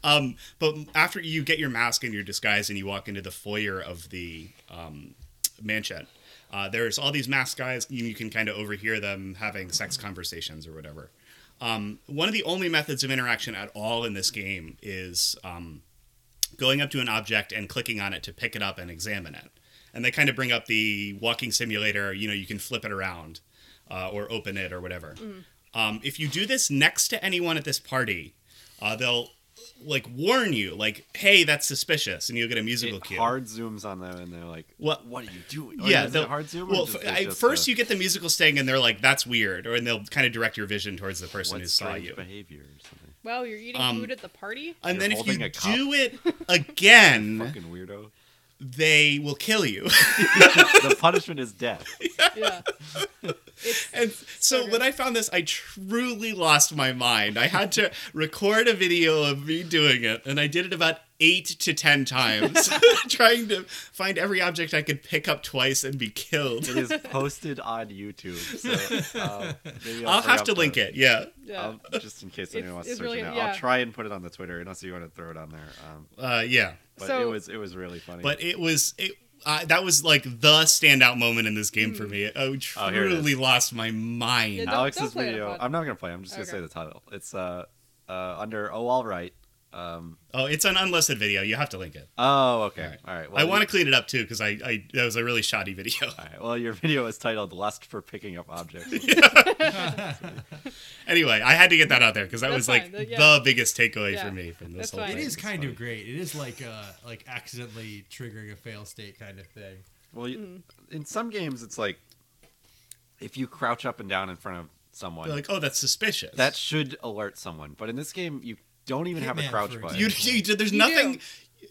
Speaker 3: Um, but after you get your mask and your disguise and you walk into the foyer of the um, mansion, uh, there's all these masked guys. You, you can kind of overhear them having sex conversations or whatever. Um, one of the only methods of interaction at all in this game is um, going up to an object and clicking on it to pick it up and examine it. And they kind of bring up the walking simulator. You know, you can flip it around uh, or open it or whatever. Um, if you do this next to anyone at this party, uh, they'll like warn you, like, "Hey, that's suspicious," and you'll get a musical
Speaker 4: It
Speaker 3: cue.
Speaker 4: hard zooms on them, and they're like,
Speaker 3: What-
Speaker 4: "What? What are you doing?" Or
Speaker 3: yeah,
Speaker 4: is
Speaker 3: they'll-
Speaker 4: it hard zoom?
Speaker 3: Well,
Speaker 4: or just,
Speaker 3: f-
Speaker 4: it's
Speaker 3: at
Speaker 4: just uh,
Speaker 3: first
Speaker 4: a
Speaker 3: you get the musical sting, and they're like, "That's weird," or and they'll kind of direct your vision towards the person
Speaker 4: what
Speaker 3: who saw
Speaker 4: strange
Speaker 3: you.
Speaker 4: behavior or something.
Speaker 1: Well, you're eating
Speaker 3: Um,
Speaker 1: food at the party.
Speaker 3: And
Speaker 4: You're
Speaker 3: then if you
Speaker 4: holding a cup.
Speaker 3: do it again,
Speaker 4: Fucking weirdo.
Speaker 3: they will kill you.
Speaker 4: the punishment is death.
Speaker 1: Yeah. It's,
Speaker 3: And so
Speaker 1: good.
Speaker 3: when I found this, I truly lost my mind. I had to record a video of me doing it, and I did it about eight to ten times, trying to find every object I could pick up twice and be killed.
Speaker 4: It is posted on YouTube, so um, maybe I'll,
Speaker 3: I'll
Speaker 4: bring
Speaker 3: have
Speaker 4: up
Speaker 3: to
Speaker 4: the-
Speaker 3: link it. Yeah.
Speaker 1: yeah.
Speaker 4: I'll- just in case anyone
Speaker 1: It's-
Speaker 4: wants to
Speaker 1: it's
Speaker 4: search
Speaker 1: really-
Speaker 4: it out.
Speaker 1: yeah.
Speaker 4: I'll try and put it on the Twitter unless you want to throw it on there. Um,
Speaker 3: Uh, yeah.
Speaker 4: but it
Speaker 1: So-
Speaker 4: was it was really funny.
Speaker 3: But it was it. Uh, that was like the standout moment in this game for me. I
Speaker 4: Oh, here it
Speaker 3: truly lost my mind.
Speaker 1: Yeah, don't-
Speaker 4: Alex's
Speaker 1: play it,
Speaker 4: video.
Speaker 1: bud.
Speaker 4: I'm not gonna play. I'm just
Speaker 1: Okay.
Speaker 4: gonna say the title. It's uh, uh under oh all right. Um,
Speaker 3: Oh, it's an unlisted video. You have to link it.
Speaker 4: oh okay. All
Speaker 3: All
Speaker 4: right.
Speaker 3: right.
Speaker 4: Well,
Speaker 3: I want to
Speaker 4: you-
Speaker 3: clean it up too because I, I that was a really shoddy video.
Speaker 4: All right. Well, your video is titled "Lust for Picking Up Objects."
Speaker 3: anyway, I had to get that out there because that
Speaker 1: That's
Speaker 3: was like
Speaker 1: fine. Th- yeah.
Speaker 3: the biggest takeaway
Speaker 1: Yeah.
Speaker 3: for me from
Speaker 1: That's
Speaker 3: this whole
Speaker 1: fine.
Speaker 2: It
Speaker 3: thing.
Speaker 2: is kind of great. It is like uh like accidentally triggering a fail state kind of thing.
Speaker 4: well, you, in some games, it's like if you crouch up and down in front of someone,
Speaker 3: They're like, oh, that's suspicious.
Speaker 4: that should alert someone. But in this game, you don't even have a
Speaker 2: Hitman,
Speaker 4: crouch
Speaker 2: for
Speaker 4: button.
Speaker 3: you, you, there's
Speaker 1: You
Speaker 3: nothing.
Speaker 1: do.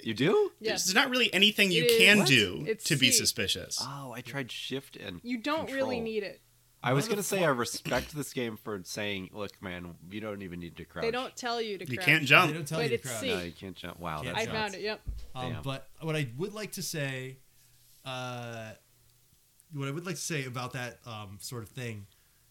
Speaker 4: you do?
Speaker 1: Yeah.
Speaker 3: There's not really anything you
Speaker 1: It is-
Speaker 3: can
Speaker 1: What?
Speaker 3: do
Speaker 1: It's
Speaker 3: to be
Speaker 1: C.
Speaker 3: suspicious.
Speaker 4: Oh, I tried shift and
Speaker 1: You don't really
Speaker 4: control.
Speaker 1: need it.
Speaker 4: I was gonna say I respect this game for saying, "Look, man, you don't even need to crouch.
Speaker 1: They don't tell you to.
Speaker 3: you
Speaker 1: crouch.
Speaker 3: can't
Speaker 2: They
Speaker 3: jump.
Speaker 2: don't tell
Speaker 1: But
Speaker 2: you to
Speaker 1: it's
Speaker 2: crouch.
Speaker 1: safe.
Speaker 4: No, you can't jump. Wow,
Speaker 2: Can't
Speaker 4: that's
Speaker 1: I
Speaker 2: jump.
Speaker 1: found it. Yep.
Speaker 2: Um,
Speaker 4: Damn.
Speaker 2: but what I would like to say, uh, what I would like to say about that um, sort of thing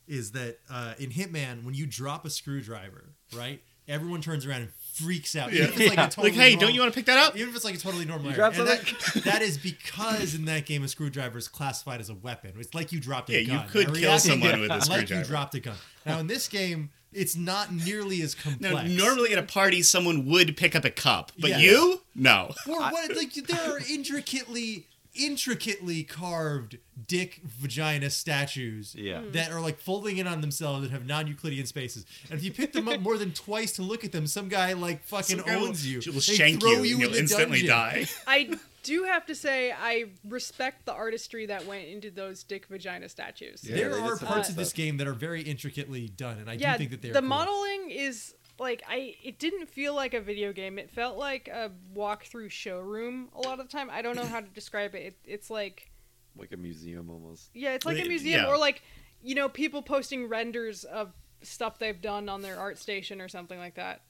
Speaker 2: is that uh, in Hitman, when you drop a screwdriver, right, everyone turns around and freaks out. Even if it's like, a totally
Speaker 3: Like, hey,
Speaker 2: normal-
Speaker 3: don't you want to pick that up?
Speaker 2: Even if it's like a totally normal error.
Speaker 4: dropped
Speaker 2: And that, that is because in that game, a screwdriver is classified as a weapon. It's like you dropped a
Speaker 3: Yeah, you
Speaker 2: gun.
Speaker 3: could
Speaker 2: They're
Speaker 3: kill
Speaker 2: reacting
Speaker 3: someone with a
Speaker 2: Like you
Speaker 3: screwdriver.
Speaker 2: dropped a gun. Now, in this game, it's not nearly as
Speaker 3: No,
Speaker 2: complex.
Speaker 3: normally at a party, someone would pick up a cup, but
Speaker 2: Yeah.
Speaker 3: you, no.
Speaker 2: Or what? Like there are intricately, intricately carved dick vagina statues
Speaker 4: Yeah. Mm.
Speaker 2: that are like folding in on themselves and have non-Euclidean spaces. And if you pick them up more than twice to look at them, some guy like fucking
Speaker 3: Some guy will-
Speaker 2: owns you.
Speaker 3: She will
Speaker 2: They
Speaker 3: shank
Speaker 2: throw
Speaker 3: you, and
Speaker 2: in
Speaker 3: you'll
Speaker 2: the
Speaker 3: instantly
Speaker 2: dungeon.
Speaker 3: die.
Speaker 1: I do have to say I respect the artistry that went into those dick vagina statues.
Speaker 4: Yeah.
Speaker 2: There
Speaker 4: they
Speaker 2: are
Speaker 4: did some
Speaker 2: parts
Speaker 1: good
Speaker 2: of this game that are very intricately done, and I
Speaker 1: Yeah,
Speaker 2: do think that they are
Speaker 1: the
Speaker 2: cool.
Speaker 1: modeling is like I it didn't feel like a video game. It felt like a walkthrough showroom a lot of the time. I don't know how to describe it. it it's like
Speaker 4: like a museum almost.
Speaker 1: yeah, it's like a
Speaker 3: Well,
Speaker 1: museum
Speaker 3: yeah.
Speaker 1: or like you know people posting renders of stuff they've done on their art station or something like that.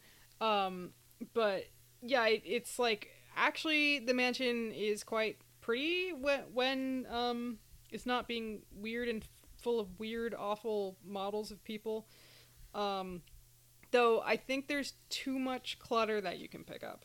Speaker 1: Um, but yeah, it, it's like actually the mansion is quite pretty when when um it's not being weird and full of weird awful models of people. Um, Though I think there's too much clutter that you can pick up.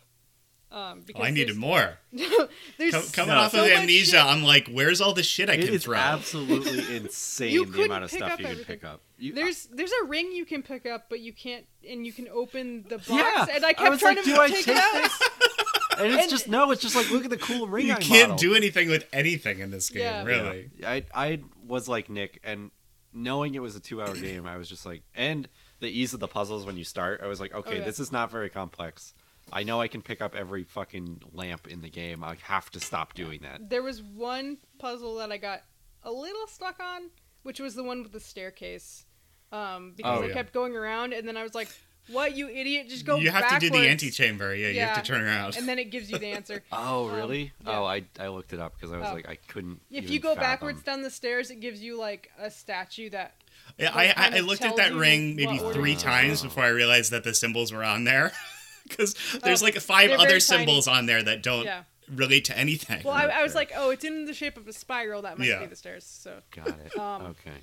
Speaker 1: Um, because
Speaker 3: Oh, I needed
Speaker 1: there's-
Speaker 3: more.
Speaker 1: There's
Speaker 3: Com-
Speaker 1: so
Speaker 3: coming off of
Speaker 1: much
Speaker 3: amnesia,
Speaker 1: shit.
Speaker 3: I'm like, where's all the shit I
Speaker 4: It
Speaker 3: can
Speaker 4: is
Speaker 3: throw?
Speaker 4: absolutely insane
Speaker 1: You
Speaker 4: the
Speaker 1: couldn't
Speaker 4: amount of
Speaker 1: pick
Speaker 4: stuff
Speaker 1: up
Speaker 4: you can
Speaker 1: everything.
Speaker 4: pick up. You,
Speaker 1: There's there's a ring you can pick up, but you can't, and you can open the box.
Speaker 4: yeah,
Speaker 1: and I kept
Speaker 4: was
Speaker 1: trying
Speaker 4: like,
Speaker 1: to
Speaker 4: do I
Speaker 1: take
Speaker 4: take
Speaker 1: it out.
Speaker 4: this? And it's
Speaker 1: And-
Speaker 4: just no. It's just like look at the cool ring.
Speaker 3: you
Speaker 4: I
Speaker 3: can't
Speaker 4: modeled.
Speaker 3: do anything with anything in this game,
Speaker 1: Yeah.
Speaker 3: really.
Speaker 4: I I was like Nick, and knowing it was a two-hour game, I was just like, and the ease of the puzzles when you start, I was like, okay,
Speaker 1: Oh, yeah.
Speaker 4: this is not very complex. I know I can pick up every fucking lamp in the game. I have to stop doing that.
Speaker 1: There was one puzzle that I got a little stuck on, which was the one with the staircase, um, because
Speaker 4: Oh,
Speaker 1: I
Speaker 3: yeah.
Speaker 1: kept going around, and then I was like, "What, you idiot? Just go."
Speaker 3: you have to do the
Speaker 1: backwards."
Speaker 3: antechamber. Yeah, you
Speaker 1: Yeah.
Speaker 3: have to turn around.
Speaker 1: and then it gives you the answer.
Speaker 4: Oh,
Speaker 1: Um,
Speaker 4: really?
Speaker 1: yeah.
Speaker 4: Oh, I I looked it up because I was
Speaker 1: Oh.
Speaker 4: like, I couldn't.
Speaker 1: If
Speaker 4: even
Speaker 1: you go
Speaker 4: fathom.
Speaker 1: backwards down the stairs, it gives you like a statue that.
Speaker 3: Yeah,
Speaker 1: Like,
Speaker 3: I,
Speaker 1: kind
Speaker 3: I, I
Speaker 1: of
Speaker 3: looked at
Speaker 1: tells
Speaker 3: that
Speaker 1: you
Speaker 3: ring maybe
Speaker 1: what order
Speaker 3: three
Speaker 1: to do.
Speaker 3: times before I realized that the symbols were on there. Because there's
Speaker 1: Oh,
Speaker 3: like five
Speaker 1: they're very
Speaker 3: other
Speaker 1: tiny.
Speaker 3: symbols on there that don't
Speaker 1: Yeah.
Speaker 3: relate to anything.
Speaker 1: Well, I, I was like, oh, it's in the shape of a spiral. That must
Speaker 3: Yeah.
Speaker 1: be the stairs. So
Speaker 4: Got it.
Speaker 1: Um,
Speaker 4: okay.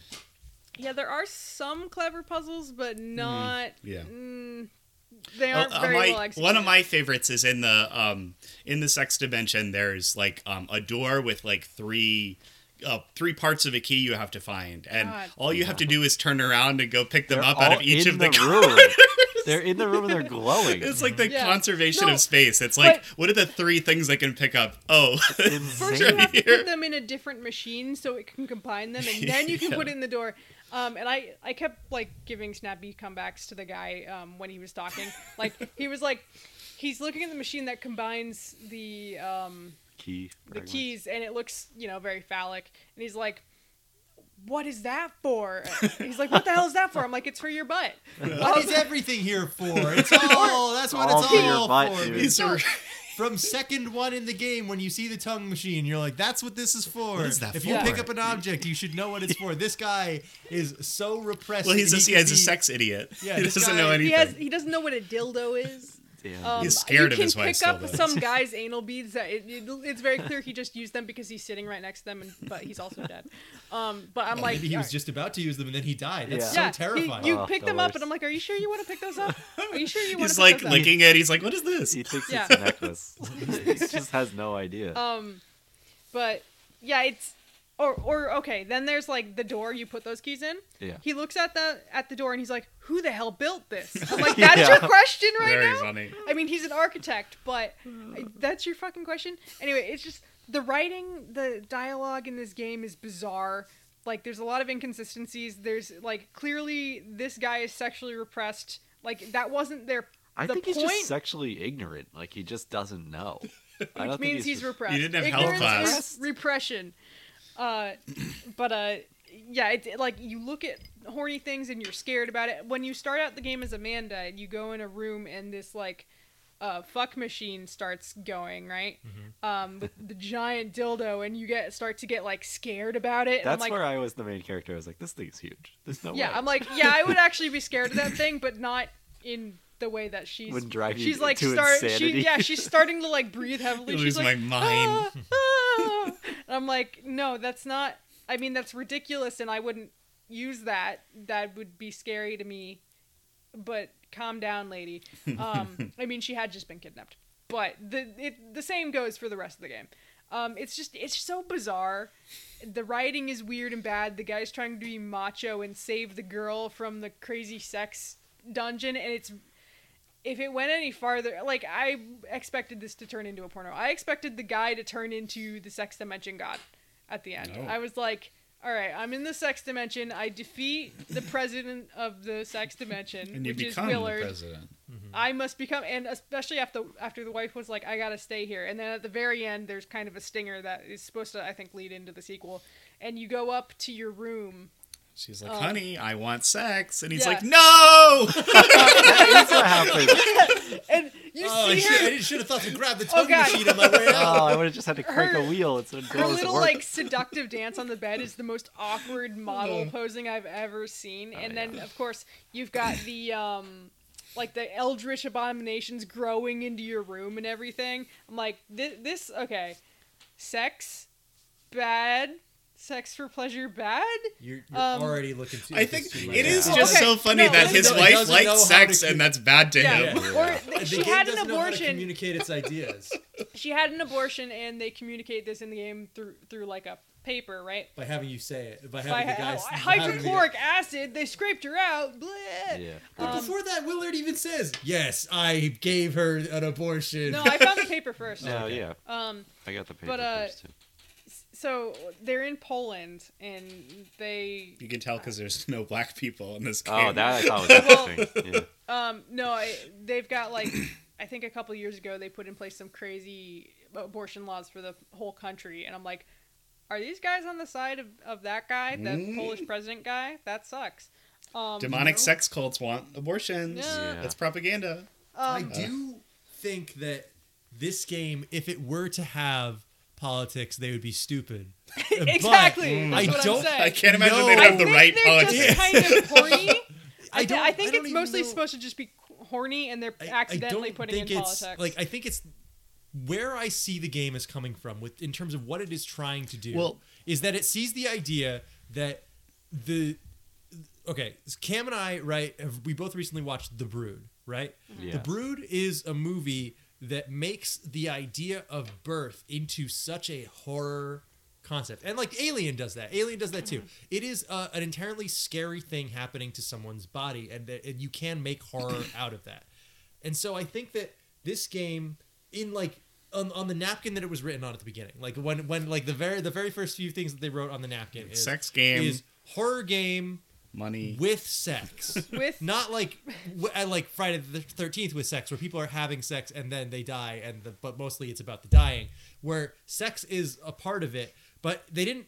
Speaker 1: yeah, there are some clever puzzles, but not.
Speaker 3: Mm-hmm. yeah.
Speaker 1: mm, they
Speaker 3: Uh,
Speaker 1: aren't
Speaker 3: uh,
Speaker 1: very
Speaker 3: my-
Speaker 1: well executed.
Speaker 3: one of my favorites is in the um in the sex dimension there's like um a door with like three uh, three parts of a key you have to find and
Speaker 1: God.
Speaker 3: all you have to do is turn around and go pick them
Speaker 4: They're
Speaker 3: up out
Speaker 4: all
Speaker 3: of each
Speaker 4: in
Speaker 3: of the,
Speaker 4: room. They're in the room and they're glowing.
Speaker 3: It's like the
Speaker 1: Yeah.
Speaker 3: conservation
Speaker 1: No,
Speaker 3: of space. It's
Speaker 1: but-
Speaker 3: like, what are the three things I can pick up? Oh,
Speaker 1: First, you have to put them in a different machine so it can combine them, and then you can put it in the door. Um, and I, I kept like giving snappy comebacks to the guy um, when he was talking. Like he was like, he's looking at the machine that combines the um,
Speaker 4: key.
Speaker 1: the
Speaker 4: fragments.
Speaker 1: keys, and it looks you know very phallic. And he's like, what is that for? he's like, what the hell is that for? I'm like, it's for your butt.
Speaker 8: What is everything here for? It's all. That's what
Speaker 4: All
Speaker 8: it's
Speaker 4: for your
Speaker 8: all
Speaker 4: butt,
Speaker 8: for.
Speaker 4: dude.
Speaker 3: these are
Speaker 8: From second one in the game, when you see the tongue machine, you're like, "That's what this is for."
Speaker 3: What is that
Speaker 8: if you
Speaker 3: for?
Speaker 8: pick up an object, you should know what it's for. This guy is so repressed.
Speaker 3: well, he's
Speaker 8: that
Speaker 3: a,
Speaker 8: he
Speaker 3: he
Speaker 8: could
Speaker 3: is a
Speaker 8: be-
Speaker 3: sex idiot.
Speaker 8: Yeah,
Speaker 3: he
Speaker 8: this
Speaker 3: doesn't
Speaker 8: guy-
Speaker 3: know
Speaker 1: He
Speaker 3: anything.
Speaker 1: has he doesn't know what a dildo is.
Speaker 4: Damn.
Speaker 1: Um,
Speaker 3: He's scared
Speaker 1: you
Speaker 3: of
Speaker 1: can
Speaker 3: his wife
Speaker 1: pick
Speaker 3: still,
Speaker 1: up
Speaker 3: though.
Speaker 1: some guy's anal beads. That it, it, it's very clear he just used them because he's sitting right next to them, and, but he's also dead. Um, but I'm
Speaker 3: Oh,
Speaker 8: Well,
Speaker 1: like,
Speaker 8: maybe he was
Speaker 1: alright.
Speaker 8: just about to use them and then he died. That's
Speaker 4: Yeah.
Speaker 8: so
Speaker 1: yeah,
Speaker 8: terrifying.
Speaker 1: He, you
Speaker 4: Oh,
Speaker 1: pick
Speaker 4: the
Speaker 1: them up,
Speaker 4: worst.
Speaker 1: and I'm like, are you sure you want to pick those up? Are you sure you want to?
Speaker 3: He's
Speaker 1: pick
Speaker 3: like
Speaker 1: those up?
Speaker 3: licking it. He's like, what is this?
Speaker 4: He thinks
Speaker 1: Yeah.
Speaker 4: it's a necklace. he just has no idea.
Speaker 1: Um, but yeah, it's or or okay. Then there's like the door you put those keys in.
Speaker 4: Yeah.
Speaker 1: He looks at the at the door and he's like, "Who the hell built this?" I'm like, "That's your
Speaker 4: Yeah.
Speaker 1: question right
Speaker 3: Very
Speaker 1: now."
Speaker 3: funny.
Speaker 1: I mean, he's an architect, but that's your fucking question. Anyway, it's just the writing, the dialogue in this game is bizarre. Like, there's a lot of inconsistencies. There's like clearly this guy is sexually repressed. Like that wasn't their.
Speaker 4: I
Speaker 1: the
Speaker 4: think he's
Speaker 1: point,
Speaker 4: just sexually ignorant. Like he just doesn't know. I don't
Speaker 1: which means he's,
Speaker 4: think just-
Speaker 1: repressed.
Speaker 3: He didn't have health
Speaker 1: Ignorance
Speaker 3: class.
Speaker 1: Is repression. Uh, but uh, yeah, it's it, like you look at horny things and you're scared about it. When you start out the game as Amanda, and you go in a room and this like uh, fuck machine starts going right
Speaker 3: Mm-hmm.
Speaker 1: um, with the giant dildo, and you get start to get like scared about it. And I'm
Speaker 4: That's
Speaker 1: like,
Speaker 4: where I was the main character. I was like, this thing's huge. There's no
Speaker 1: yeah,
Speaker 4: way.
Speaker 1: I'm like, yeah, I would actually be scared of that thing, but not in the way that she's
Speaker 4: Wouldn't drive you
Speaker 1: she's like
Speaker 4: to
Speaker 1: start she
Speaker 4: insanity.
Speaker 1: yeah she's starting to like breathe heavily
Speaker 3: I
Speaker 1: she's
Speaker 3: lose
Speaker 1: like
Speaker 3: my mind.
Speaker 1: "Ah, ah." And I'm like, no, that's not. I mean, that's ridiculous, and I wouldn't use that. That would be scary to me. But calm down, lady. Um, I mean, she had just been kidnapped, but the it, the same goes for the rest of the game. Um, it's just it's so bizarre. The writing is weird and bad. The guy's trying to be macho and save the girl from the crazy sex dungeon, and it's if it went any farther, like I expected this to turn into a porno. I expected the guy to turn into the sex dimension god at the end.
Speaker 3: No.
Speaker 1: I was like, all right, I'm in the sex dimension. I defeat the president of the sex dimension,
Speaker 3: And you
Speaker 1: which is
Speaker 3: become the
Speaker 1: Willard.
Speaker 3: president.
Speaker 1: I must become, and especially after after the wife was like, I gotta stay here. And then at the very end, there's kind of a stinger that is supposed to, I think, lead into the sequel. And you go up to your room.
Speaker 3: She's like, honey, I want sex. And he's
Speaker 1: Oh. Yeah.
Speaker 3: like, no!
Speaker 4: That's what happened.
Speaker 1: And you
Speaker 8: Oh, I
Speaker 1: see her.
Speaker 8: should, I should have thought to grab the tongue
Speaker 1: God. Um,
Speaker 8: machine on my way out.
Speaker 4: Oh, I would have just had to crank
Speaker 1: Her-
Speaker 4: a wheel. It's it
Speaker 1: her
Speaker 4: doesn't
Speaker 1: little
Speaker 4: work.
Speaker 1: like seductive dance on the bed is the most awkward model posing I've ever seen. and then of course you've got the um like the eldritch abominations growing into your room and everything. I'm like this, this okay. Sex bad, sex for pleasure bad?
Speaker 2: You're, you're
Speaker 1: Um,
Speaker 2: already looking too.
Speaker 3: I think
Speaker 2: too
Speaker 3: it
Speaker 2: late.
Speaker 3: is
Speaker 1: Yeah.
Speaker 3: just
Speaker 1: Okay,
Speaker 3: so funny
Speaker 1: no,
Speaker 3: that
Speaker 1: it
Speaker 3: his
Speaker 2: doesn't- it
Speaker 3: wife
Speaker 2: doesn't know
Speaker 3: likes
Speaker 2: how to
Speaker 3: sex
Speaker 2: commu-
Speaker 3: and that's bad to
Speaker 1: Yeah.
Speaker 3: him.
Speaker 1: Or th-
Speaker 2: The
Speaker 1: she
Speaker 2: game
Speaker 1: had an
Speaker 2: doesn't know how to
Speaker 1: abortion.
Speaker 2: communicate its ideas
Speaker 1: She had an abortion, and they communicate this in the game through through like a paper, right?
Speaker 2: by having you say it. By
Speaker 1: By oh,
Speaker 2: having the guys.
Speaker 1: hy- hydrochloric acid, they scraped her out. Blah.
Speaker 4: Yeah.
Speaker 1: uh,
Speaker 2: But
Speaker 1: Um,
Speaker 2: before that, Willard even says, "Yes, I gave her an abortion."
Speaker 1: No, I found the paper first.
Speaker 4: No, yeah.
Speaker 1: Um,
Speaker 4: I got the paper
Speaker 1: But, uh,
Speaker 4: first too.
Speaker 1: so they're in Poland, and they
Speaker 3: You can tell because there's no black people in this game.
Speaker 4: Oh, that I thought was interesting. yeah.
Speaker 1: Um, no, I, they've got like I think a couple years ago they put in place some crazy abortion laws for the whole country, and I'm like, are these guys on the side of, of that guy, the
Speaker 3: Mm.
Speaker 1: Polish president guy? That sucks. Um,
Speaker 3: Demonic sex cults want abortions.
Speaker 1: Yeah.
Speaker 3: That's propaganda.
Speaker 2: I do think that this game, if it were to have politics, they would be stupid. But Mm.
Speaker 1: exactly.
Speaker 2: I
Speaker 1: That's what
Speaker 2: don't-
Speaker 1: I'm saying.
Speaker 3: I can't imagine
Speaker 2: No.
Speaker 3: they'd
Speaker 1: I
Speaker 3: have the
Speaker 1: think
Speaker 3: right
Speaker 1: they're
Speaker 3: politics.
Speaker 1: just kind of horny. I,
Speaker 2: I
Speaker 1: d-
Speaker 2: don't-
Speaker 1: I think
Speaker 2: I don't
Speaker 1: it's
Speaker 2: even
Speaker 1: mostly
Speaker 2: know-
Speaker 1: supposed to just be horny, and they're
Speaker 2: I- I
Speaker 1: accidentally
Speaker 2: don't
Speaker 1: putting in
Speaker 2: think it's,
Speaker 1: politics.
Speaker 2: Like I think it's where I see the game is coming from with in terms of what it is trying to do.
Speaker 3: Well-
Speaker 2: is that it sees the idea that the okay, Cam and I right have, we both recently watched The Brood, right?
Speaker 3: Mm-hmm.
Speaker 4: Yeah.
Speaker 2: The Brood is a movie that makes the idea of birth into such a horror concept. And like Alien does that. Alien does that too.
Speaker 3: Mm-hmm.
Speaker 2: It is uh, an entirely scary thing happening to someone's body and that and you can make horror out of that. And so I think that this game, in like on, on the napkin that it was written on at the beginning, like when when like the very the very first few things that they wrote on the napkin is
Speaker 3: Sex game.
Speaker 2: is horror game
Speaker 3: Money.
Speaker 2: with sex,
Speaker 1: With-
Speaker 2: not like w- uh, like Friday the Thirteenth with sex, where people are having sex and then they die, and the, but mostly it's about the dying, where sex is a part of it, but they didn't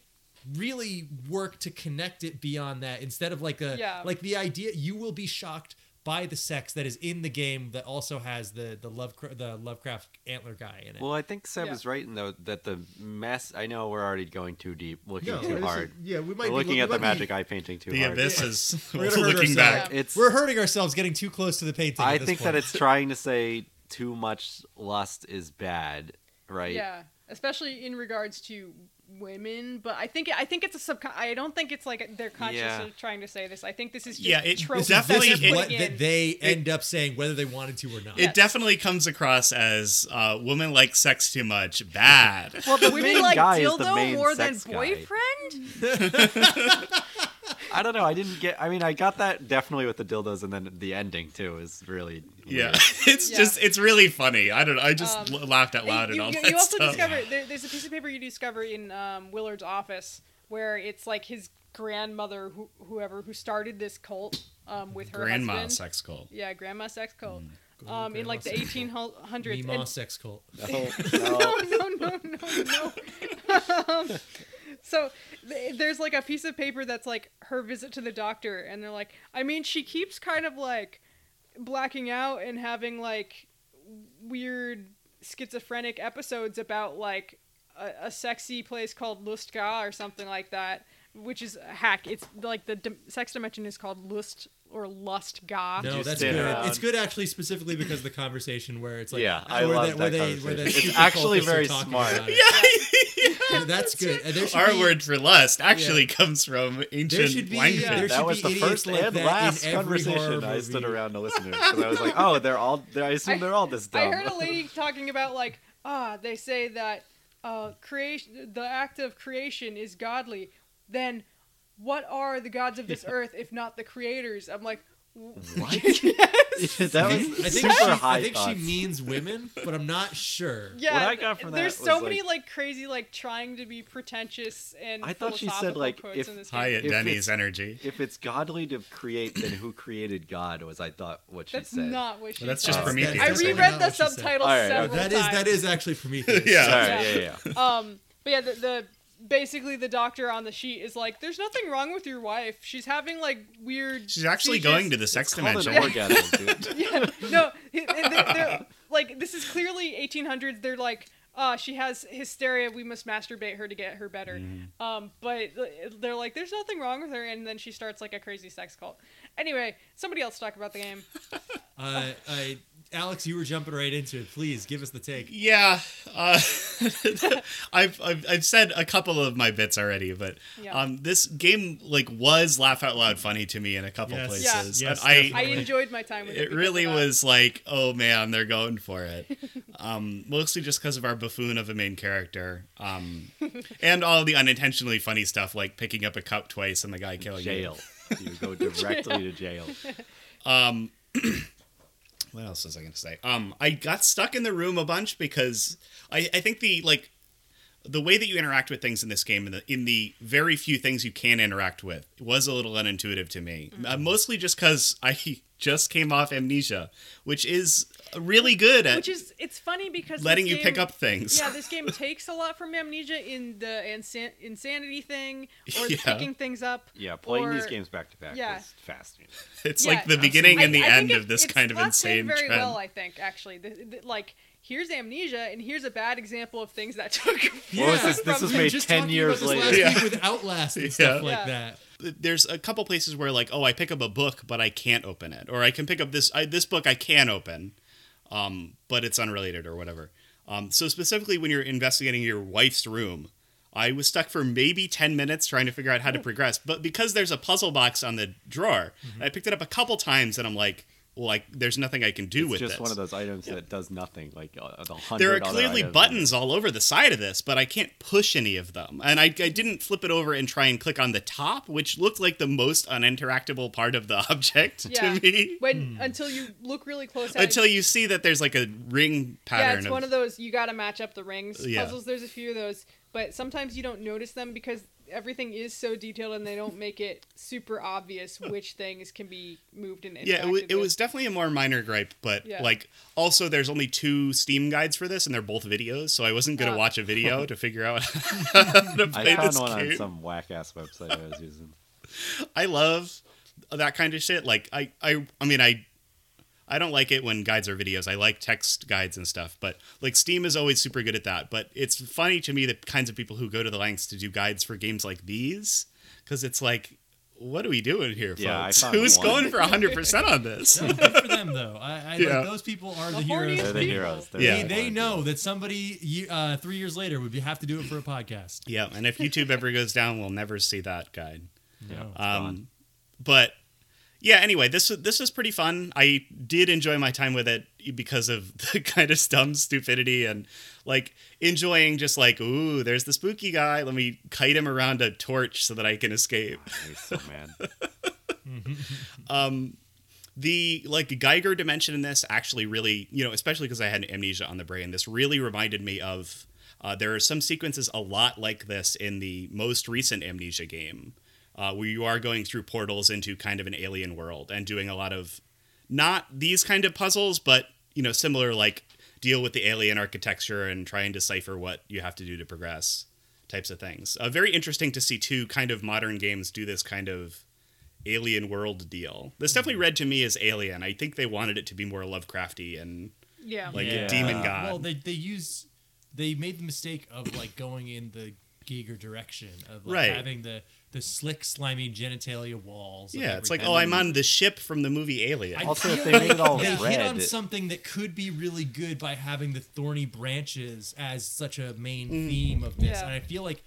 Speaker 2: really work to connect it beyond that. Instead of like a
Speaker 1: Yeah.
Speaker 2: like the idea, you will be shocked by the sex that is in the game that also has the the love the Lovecraft antler guy in it.
Speaker 4: Well, I think Seb
Speaker 1: Yeah.
Speaker 4: is right in though that the mess. I know we're already going too deep, looking
Speaker 2: No, this
Speaker 4: too
Speaker 2: is-
Speaker 4: hard.
Speaker 2: yeah, we might
Speaker 4: We're
Speaker 2: be
Speaker 4: looking
Speaker 2: look-
Speaker 4: at
Speaker 2: we
Speaker 4: the
Speaker 2: might be-
Speaker 4: magic eye painting too
Speaker 3: The
Speaker 4: hard.
Speaker 3: abyss is
Speaker 2: We're gonna hurt
Speaker 3: looking
Speaker 2: ourselves.
Speaker 3: back.
Speaker 4: It's.
Speaker 2: We're hurting ourselves getting too close to the painting.
Speaker 4: I
Speaker 2: at this
Speaker 4: think
Speaker 2: point.
Speaker 4: that it's trying to say too much lust is bad, right?
Speaker 1: Yeah, especially in regards to women. But I think I think it's a sub. I don't think it's like they're conscious
Speaker 4: Yeah.
Speaker 1: of trying to say this. I think this is just
Speaker 3: Yeah, it
Speaker 1: tropes that
Speaker 3: definitely-
Speaker 1: they're
Speaker 2: this is
Speaker 3: it-
Speaker 1: putting
Speaker 2: what
Speaker 1: in.
Speaker 2: that they end up saying whether they wanted to or not.
Speaker 3: It definitely comes across as uh, woman likes sex too much. Bad.
Speaker 4: Well, the
Speaker 1: Women
Speaker 4: main
Speaker 1: like
Speaker 4: guy is the
Speaker 1: dildo
Speaker 4: main
Speaker 1: more than
Speaker 4: sex guy.
Speaker 1: boyfriend.
Speaker 4: I don't know. I didn't get. I mean, I got that definitely with the dildos, and then the ending too is really.
Speaker 3: Yeah,
Speaker 4: weird.
Speaker 3: it's
Speaker 1: Yeah.
Speaker 3: just it's really funny. I don't. know. I just
Speaker 1: Um,
Speaker 3: l- laughed out loud
Speaker 1: you,
Speaker 3: and all
Speaker 1: you-
Speaker 3: that
Speaker 1: you also
Speaker 3: stuff.
Speaker 1: discover there, there's a piece of paper you discover in um, Willard's office where it's like his grandmother, who, whoever who started this cult um, with her
Speaker 3: Grandma
Speaker 1: husband.
Speaker 3: sex Mm. cult.
Speaker 1: Yeah, grandma sex cult. um, in like the
Speaker 2: grandma
Speaker 1: 1800s.
Speaker 2: Meemaw
Speaker 1: And-
Speaker 2: sex cult.
Speaker 1: no, no, no, no, no. um, so th- there's like a piece of paper that's like her visit to the doctor, and they're like, I mean, she keeps kind of like blacking out and having like weird schizophrenic episodes about like a, a sexy place called Lustga or something like that, which is a hack. It's like the dim- sex dimension is called Lust or Lustga.
Speaker 2: No,
Speaker 4: you
Speaker 2: that's
Speaker 4: stand
Speaker 2: good.
Speaker 4: around?
Speaker 2: It's good actually, specifically because of the conversation where it's like,
Speaker 4: Yeah, I
Speaker 2: where
Speaker 4: love
Speaker 2: they- where
Speaker 4: that
Speaker 2: they- where the
Speaker 4: conversation. It's
Speaker 2: stupid
Speaker 4: actually
Speaker 2: cultists are
Speaker 4: very
Speaker 2: talking
Speaker 4: smart.
Speaker 2: about it. that's good. And there should
Speaker 3: Our
Speaker 2: be,
Speaker 3: word for lust actually comes from
Speaker 2: There
Speaker 3: ancient
Speaker 2: should be,
Speaker 3: language.
Speaker 2: yeah, there
Speaker 4: that
Speaker 2: should
Speaker 4: was
Speaker 2: be
Speaker 4: the
Speaker 2: idiots
Speaker 4: first
Speaker 2: like
Speaker 4: and
Speaker 2: that in
Speaker 4: last
Speaker 2: every
Speaker 4: conversation
Speaker 2: horror
Speaker 4: I stood
Speaker 2: movie.
Speaker 4: around to listen to because I was like, "Oh, they're all. They're, I assume they're all this dumb."
Speaker 1: I heard a lady talking about like, ah, they say that uh, creation, the act of creation is godly. Then, what are the gods of this earth if not the creators? I'm like, what?
Speaker 4: that was
Speaker 2: I think, she,
Speaker 4: super high
Speaker 2: I think she
Speaker 4: thoughts.
Speaker 2: means women, but I'm not sure.
Speaker 1: Yeah,
Speaker 4: What I got from
Speaker 1: there's
Speaker 4: that
Speaker 1: so
Speaker 4: was,
Speaker 1: many
Speaker 4: like-
Speaker 1: like crazy, like trying to be pretentious and
Speaker 4: I thought she said,
Speaker 1: philosophical
Speaker 4: like,
Speaker 1: quotes
Speaker 4: if-
Speaker 1: in this game.
Speaker 3: Hi at
Speaker 4: If
Speaker 3: Denny's
Speaker 4: it's-
Speaker 3: energy.
Speaker 4: if it's godly to create, then who created God? Was I thought what she
Speaker 1: That's
Speaker 4: said?
Speaker 1: not what she.
Speaker 3: that's
Speaker 1: said.
Speaker 3: just Prometheus.
Speaker 1: I
Speaker 3: That's
Speaker 1: reread
Speaker 2: not
Speaker 1: the
Speaker 2: what she said.
Speaker 1: subtitle
Speaker 4: All right, okay.
Speaker 1: several
Speaker 2: That is
Speaker 1: times.
Speaker 2: that is actually Prometheus.
Speaker 3: Yeah.
Speaker 4: Sorry,
Speaker 1: Yeah.
Speaker 4: yeah, yeah. yeah.
Speaker 1: Um, but yeah, the, the basically the doctor on the sheet is like, "There's nothing wrong with your wife. She's having like weird."
Speaker 3: She's actually
Speaker 1: seizures."
Speaker 3: going to the sex
Speaker 4: It's called
Speaker 3: dimension.
Speaker 4: an orgasm, dude.
Speaker 1: yeah, no, he- they're, they're- like this is clearly 1800s. They're like, uh, she has hysteria. We must masturbate her to get her better.
Speaker 3: Mm-hmm.
Speaker 1: Um, but they're like, there's nothing wrong with her, and then she starts like a crazy sex cult. Anyway, somebody else talk about the game.
Speaker 2: Uh, I Alex, you were jumping right into it. Please give us the take.
Speaker 3: Yeah, uh, I've, I've I've said a couple of my bits already, but
Speaker 1: Yeah.
Speaker 3: um, this game like was laugh out loud funny to me in a couple
Speaker 2: Yes.
Speaker 3: places.
Speaker 2: Yeah. Yes,
Speaker 3: and
Speaker 1: I
Speaker 3: I
Speaker 1: enjoyed my time with it.
Speaker 3: it
Speaker 1: because
Speaker 3: really
Speaker 1: of that.
Speaker 3: was like, oh man, they're going for it. Um, mostly just because of our buffoon of a main character, um, and all the unintentionally funny stuff like picking up a cup twice and the guy
Speaker 2: Oh,
Speaker 3: killing you.
Speaker 4: jail. You go directly to jail.
Speaker 3: Um, what else was I going to say? Um, I got stuck in the room a bunch because I, I think the like the way that you interact with things in this game in the in the very few things you can interact with was a little unintuitive to me.
Speaker 1: Mm-hmm.
Speaker 3: Uh, mostly just because I just came off Amnesia, which is really good at
Speaker 1: Which is it's funny because
Speaker 3: letting
Speaker 1: this
Speaker 3: you pick
Speaker 1: game-
Speaker 3: up things.
Speaker 1: Yeah, this game takes a lot from Amnesia in the insan- insanity thing or the
Speaker 3: Yeah.
Speaker 1: picking things up.
Speaker 4: Yeah, playing these
Speaker 1: or-
Speaker 4: games back to back
Speaker 1: yeah.
Speaker 4: is fascinating.
Speaker 3: it's
Speaker 1: yeah,
Speaker 3: like the beginning and the
Speaker 1: I- I think
Speaker 3: end
Speaker 1: it-
Speaker 3: of this
Speaker 1: it's
Speaker 3: kind of
Speaker 1: slots in
Speaker 3: insane
Speaker 1: very
Speaker 3: trend.
Speaker 1: well, I think actually, The- the- like here's amnesia and here's a bad example of things that took.
Speaker 4: What was this? This
Speaker 1: from
Speaker 4: was
Speaker 1: the-
Speaker 4: made
Speaker 2: Just
Speaker 4: ten
Speaker 2: talking
Speaker 4: years
Speaker 2: about this
Speaker 4: later.
Speaker 2: last
Speaker 3: Yeah.
Speaker 2: week with Outlast and stuff
Speaker 3: Yeah.
Speaker 2: like
Speaker 1: Yeah.
Speaker 2: that.
Speaker 3: there's a couple places where like oh i pick up a book but i can't open it or i can pick up this I, this book i can open um, but it's unrelated or whatever um, so specifically when you're investigating your wife's room i was stuck for maybe 10 minutes trying to figure out
Speaker 4: Oh.
Speaker 3: how to progress but because there's a puzzle box on the drawer
Speaker 4: Mm-hmm.
Speaker 3: i picked it up a couple times and i'm like well like there's nothing i can do
Speaker 4: It's
Speaker 3: with
Speaker 4: just
Speaker 3: this
Speaker 4: one of those items that does nothing. Like uh, the hundred.
Speaker 3: there are
Speaker 4: other
Speaker 3: clearly
Speaker 4: items.
Speaker 3: buttons all over the side of this, but I can't push any of them. And I, I didn't flip it over and try and click on the top, which looked like the most uninteractable part of the object
Speaker 1: yeah,
Speaker 3: to me.
Speaker 1: when
Speaker 4: Hmm.
Speaker 1: until you look really close at
Speaker 3: Until
Speaker 1: it.
Speaker 3: you see that there's like a ring pattern.
Speaker 1: yeah, it's
Speaker 3: of,
Speaker 1: one of those you got to match up the rings
Speaker 3: Yeah.
Speaker 1: puzzles. There's a few of those, but sometimes you don't notice them because everything is so detailed and they don't make it super obvious which things can be moved and
Speaker 3: yeah, it, wa-
Speaker 1: interacted
Speaker 3: it
Speaker 1: with.
Speaker 3: was definitely a more minor gripe, but
Speaker 1: Yeah.
Speaker 3: like also there's only two Steam guides for this, and they're both videos, so I wasn't gonna
Speaker 1: Ah.
Speaker 3: watch a video to figure out how to play
Speaker 4: I found
Speaker 3: this
Speaker 4: one
Speaker 3: game.
Speaker 4: on some whack ass website I was using.
Speaker 3: I love that kind of shit. Like I, I, I mean, I, I don't like it when guides are videos. I like text guides and stuff, but like Steam is always super good at that. But it's funny to me the kinds of people who go to the lengths to do guides for games like these, because it's like, what are we doing here,
Speaker 4: Yeah, I
Speaker 3: folks?
Speaker 4: found
Speaker 3: Who's
Speaker 4: one.
Speaker 3: going for hundred percent on this?
Speaker 2: Good for them though. I, I
Speaker 3: Yeah.
Speaker 2: like, those people are the,
Speaker 1: The
Speaker 2: heroes.
Speaker 1: horniest
Speaker 4: They're the
Speaker 1: People.
Speaker 4: heroes. They're
Speaker 3: Yeah.
Speaker 4: the
Speaker 2: They, they
Speaker 4: ones.
Speaker 2: know that somebody ye- uh, three years later would be, have to do it for a podcast.
Speaker 3: yeah, and if YouTube ever goes down, we'll never see that guide.
Speaker 2: No.
Speaker 3: Um, but yeah, anyway, this this was pretty fun. I did enjoy my time with it because of the kind of dumb stupidity and like enjoying just like, ooh, there's the spooky guy. Let me kite him around a torch so that I can escape.
Speaker 4: He's so mad.
Speaker 3: The like Geiger dimension in this actually really, you know, especially because I had amnesia on the brain, this really reminded me of. Uh, there are some sequences a lot like this in the most recent Amnesia game, uh, where you are going through portals into kind of an alien world and doing a lot of not these kind of puzzles, but you know, similar like deal with the alien architecture and try and decipher what you have to do to progress types of things. Uh, very interesting to see two kind of modern games do this kind of alien world deal. This definitely read to me as alien. I think they wanted it to be more Lovecrafty and
Speaker 1: yeah.
Speaker 3: like
Speaker 2: Yeah.
Speaker 3: demon god.
Speaker 2: Well, they they use they made the mistake of like going in the Giger direction of like
Speaker 3: Right.
Speaker 2: having the the slick slimy genitalia walls. and
Speaker 3: yeah, it's like,
Speaker 2: everything.
Speaker 3: oh, I'm on the ship from the movie Alien.
Speaker 2: I
Speaker 4: Also, if
Speaker 2: feel
Speaker 4: they made
Speaker 2: like
Speaker 4: it all
Speaker 2: they hit
Speaker 4: red,
Speaker 2: on
Speaker 4: it-
Speaker 2: something that could be really good by having the thorny branches as such a main theme of this,
Speaker 1: Yeah.
Speaker 2: and I feel like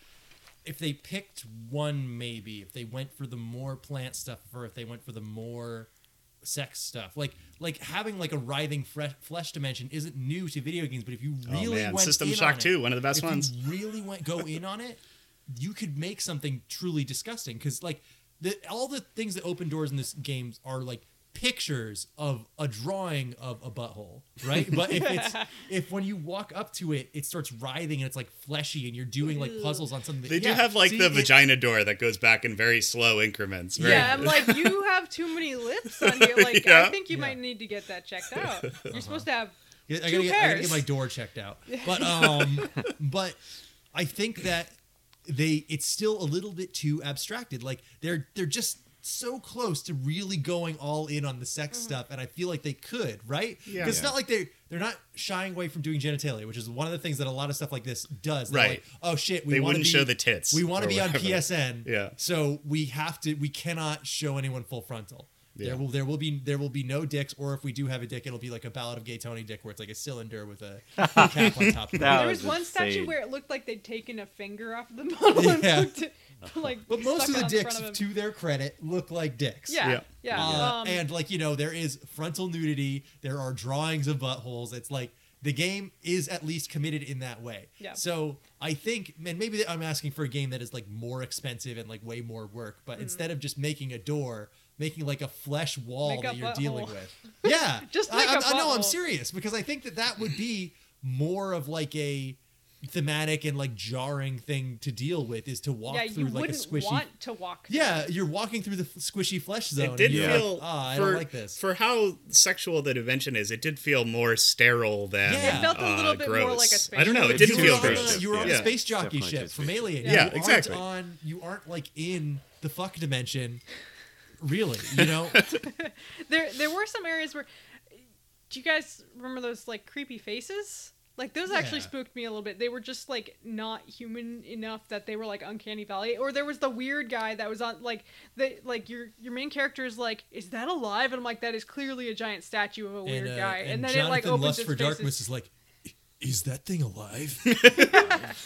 Speaker 2: if they picked one, maybe if they went for the more plant stuff, or if they went for the more sex stuff, like like having like a writhing fre- flesh dimension isn't new to video games, but if you
Speaker 3: Oh,
Speaker 2: really
Speaker 3: man.
Speaker 2: went
Speaker 3: System
Speaker 2: in
Speaker 3: Shock
Speaker 2: on it,
Speaker 3: 2, one of the best
Speaker 2: if
Speaker 3: ones.
Speaker 2: You really went go in on it, you could make something truly disgusting because like the all the things that open doors in this game are like pictures of a drawing of a butthole, right? But if it's if when you walk up to it, it starts writhing and it's like fleshy and you're doing like puzzles on something. That,
Speaker 3: They do
Speaker 2: yeah,
Speaker 3: have like
Speaker 2: see,
Speaker 3: the
Speaker 2: it-
Speaker 3: vagina door that goes back in very slow increments. Very,
Speaker 1: Yeah, I'm like, you have too many lips on you. Like, I
Speaker 3: Yeah.
Speaker 1: think you might need to get that checked out. You're supposed to have.
Speaker 2: Yeah, I
Speaker 1: Two
Speaker 2: gotta, get, I gotta
Speaker 1: pairs.
Speaker 2: get my door checked out. But um, but I think that they it's still a little bit too abstracted. Like they're they're just so close to really going all in on the sex
Speaker 1: Mm-hmm.
Speaker 2: stuff, and I feel like they could, right?
Speaker 3: Yeah.
Speaker 2: Because it's not like they're they're not shying away from doing genitalia, which is one of the things that a lot of stuff like this does. They're
Speaker 3: Right.
Speaker 2: Like, oh shit, we
Speaker 3: They
Speaker 2: wanna
Speaker 3: wouldn't
Speaker 2: be-
Speaker 3: show the tits
Speaker 2: We want
Speaker 3: or
Speaker 2: to be on
Speaker 3: whatever.
Speaker 2: PSN.
Speaker 3: Yeah.
Speaker 2: So we have to we cannot show anyone full frontal.
Speaker 3: Yeah.
Speaker 2: There will there will be there will be no dicks, or if we do have a dick, it'll be like a Ballad of Gay Tony dick, where it's like a cylinder with a cap on top. of it.
Speaker 4: That
Speaker 1: there was,
Speaker 4: was
Speaker 1: one statue
Speaker 4: insane.
Speaker 1: where it looked like they'd taken a finger off the model and
Speaker 2: Yeah.
Speaker 1: looked it, like.
Speaker 2: But most
Speaker 1: stuck
Speaker 2: of
Speaker 1: it
Speaker 2: the
Speaker 1: on
Speaker 2: dicks,
Speaker 1: front of him.
Speaker 2: to their credit, look like dicks.
Speaker 1: Yeah, yeah.
Speaker 3: Yeah.
Speaker 2: Uh,
Speaker 1: Um,
Speaker 2: and like you know, there is frontal nudity. There are drawings of buttholes. It's like the game is at least committed in that way.
Speaker 1: Yeah.
Speaker 2: So I think, and maybe I'm asking for a game that is like more expensive and like way more work. But
Speaker 1: Mm-hmm.
Speaker 2: instead of just making a door, making like a flesh wall
Speaker 1: Make a
Speaker 2: that you're dealing
Speaker 1: butthole.
Speaker 2: with. Yeah.
Speaker 1: Just
Speaker 2: I-
Speaker 1: make
Speaker 2: I,
Speaker 1: a
Speaker 2: I know. I'm
Speaker 1: butthole.
Speaker 2: serious because I think that that would be more of like a thematic and like jarring thing to deal with is to walk
Speaker 1: yeah,
Speaker 2: through
Speaker 1: you
Speaker 2: like a
Speaker 1: wouldn't
Speaker 2: squishy
Speaker 1: want to walk. through
Speaker 2: yeah,
Speaker 1: it.
Speaker 2: you're walking through the f- squishy flesh zone.
Speaker 3: It did
Speaker 2: and you're
Speaker 3: feel
Speaker 2: like, ah, I
Speaker 3: for,
Speaker 2: don't like this.
Speaker 3: for how sexual the dimension is. It did feel more sterile than
Speaker 2: Yeah. It
Speaker 1: felt a little
Speaker 3: uh,
Speaker 1: bit more
Speaker 3: gross.
Speaker 1: like a space
Speaker 3: I don't know.
Speaker 1: shuttle.
Speaker 3: It did
Speaker 2: you
Speaker 4: You
Speaker 2: were
Speaker 3: feel
Speaker 2: on
Speaker 3: gross.
Speaker 2: a, you were on a
Speaker 3: Yeah.
Speaker 2: space jockey
Speaker 4: Definitely
Speaker 2: ship
Speaker 4: just
Speaker 2: from
Speaker 4: space.
Speaker 2: Alien.
Speaker 1: Yeah,
Speaker 2: you aren't
Speaker 3: exactly.
Speaker 2: On you aren't like in the fuck dimension, really. You know,
Speaker 1: There, there were some areas where. Do you guys remember those like creepy faces? Like those actually
Speaker 2: Yeah.
Speaker 1: spooked me a little bit. They were just like not human enough that they were like uncanny valley. Or there was the weird guy that was on like the like your your main character is like, is that alive? And I'm like, that is clearly a giant statue of a weird
Speaker 2: and, uh,
Speaker 1: guy.
Speaker 2: and
Speaker 1: And, then
Speaker 2: Jonathan
Speaker 1: it like opens
Speaker 2: Lust
Speaker 1: its
Speaker 2: for
Speaker 1: faces.
Speaker 2: Darkness is like, "I- is that thing alive?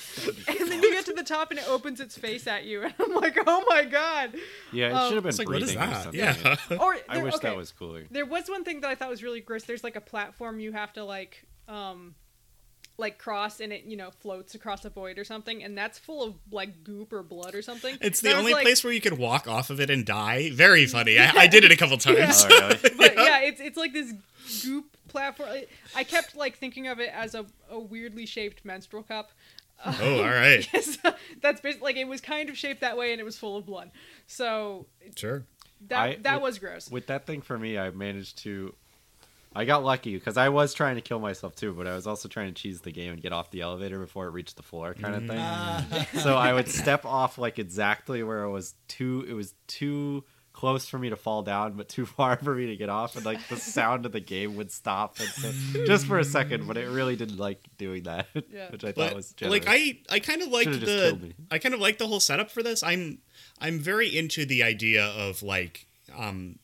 Speaker 1: And then you get to the top and it opens its face at you, and I'm like, oh my god.
Speaker 4: Yeah, it
Speaker 1: Um,
Speaker 4: should have been
Speaker 3: It's like what is
Speaker 4: breathing or
Speaker 3: that?
Speaker 4: something.
Speaker 3: Yeah.
Speaker 1: Or
Speaker 4: I
Speaker 1: there-
Speaker 4: wish
Speaker 1: okay.
Speaker 4: that was cooler.
Speaker 1: There was one thing that I thought was really gross. There's like a platform you have to like, um, like cross, and it you know floats across a void or something, and that's full of like goop or blood or something.
Speaker 3: It's
Speaker 1: And I
Speaker 3: the
Speaker 1: was
Speaker 3: only
Speaker 1: like-
Speaker 3: place where you could walk off of it and die. Very funny. I, I did it a couple times.
Speaker 4: Oh, really?
Speaker 1: but yeah, it's it's like this goop platform. I- I kept like thinking of it as a, a weirdly shaped menstrual cup.
Speaker 3: oh, all right.
Speaker 1: So that's basically like it was kind of shaped that way, and it was full of blood. So
Speaker 3: Sure.
Speaker 1: that
Speaker 4: I-
Speaker 1: that
Speaker 4: with-
Speaker 1: was gross.
Speaker 4: With that thing for me, I managed to. I got lucky because I was trying to kill myself too, but I was also trying to cheese the game and get off the elevator before it reached the floor, kind of thing. so I would step off like exactly where it was too. It was too close for me to fall down, but too far for me to get off, and like the sound of the game would stop, and so, just for a second. But it really didn't like doing that,
Speaker 1: Yeah.
Speaker 4: which I thought
Speaker 3: But
Speaker 4: was generous.
Speaker 3: like I, I kind of like
Speaker 4: Should've just killed
Speaker 3: the
Speaker 4: me.
Speaker 3: I kind of like the whole setup for this. I'm I'm very into the idea of like um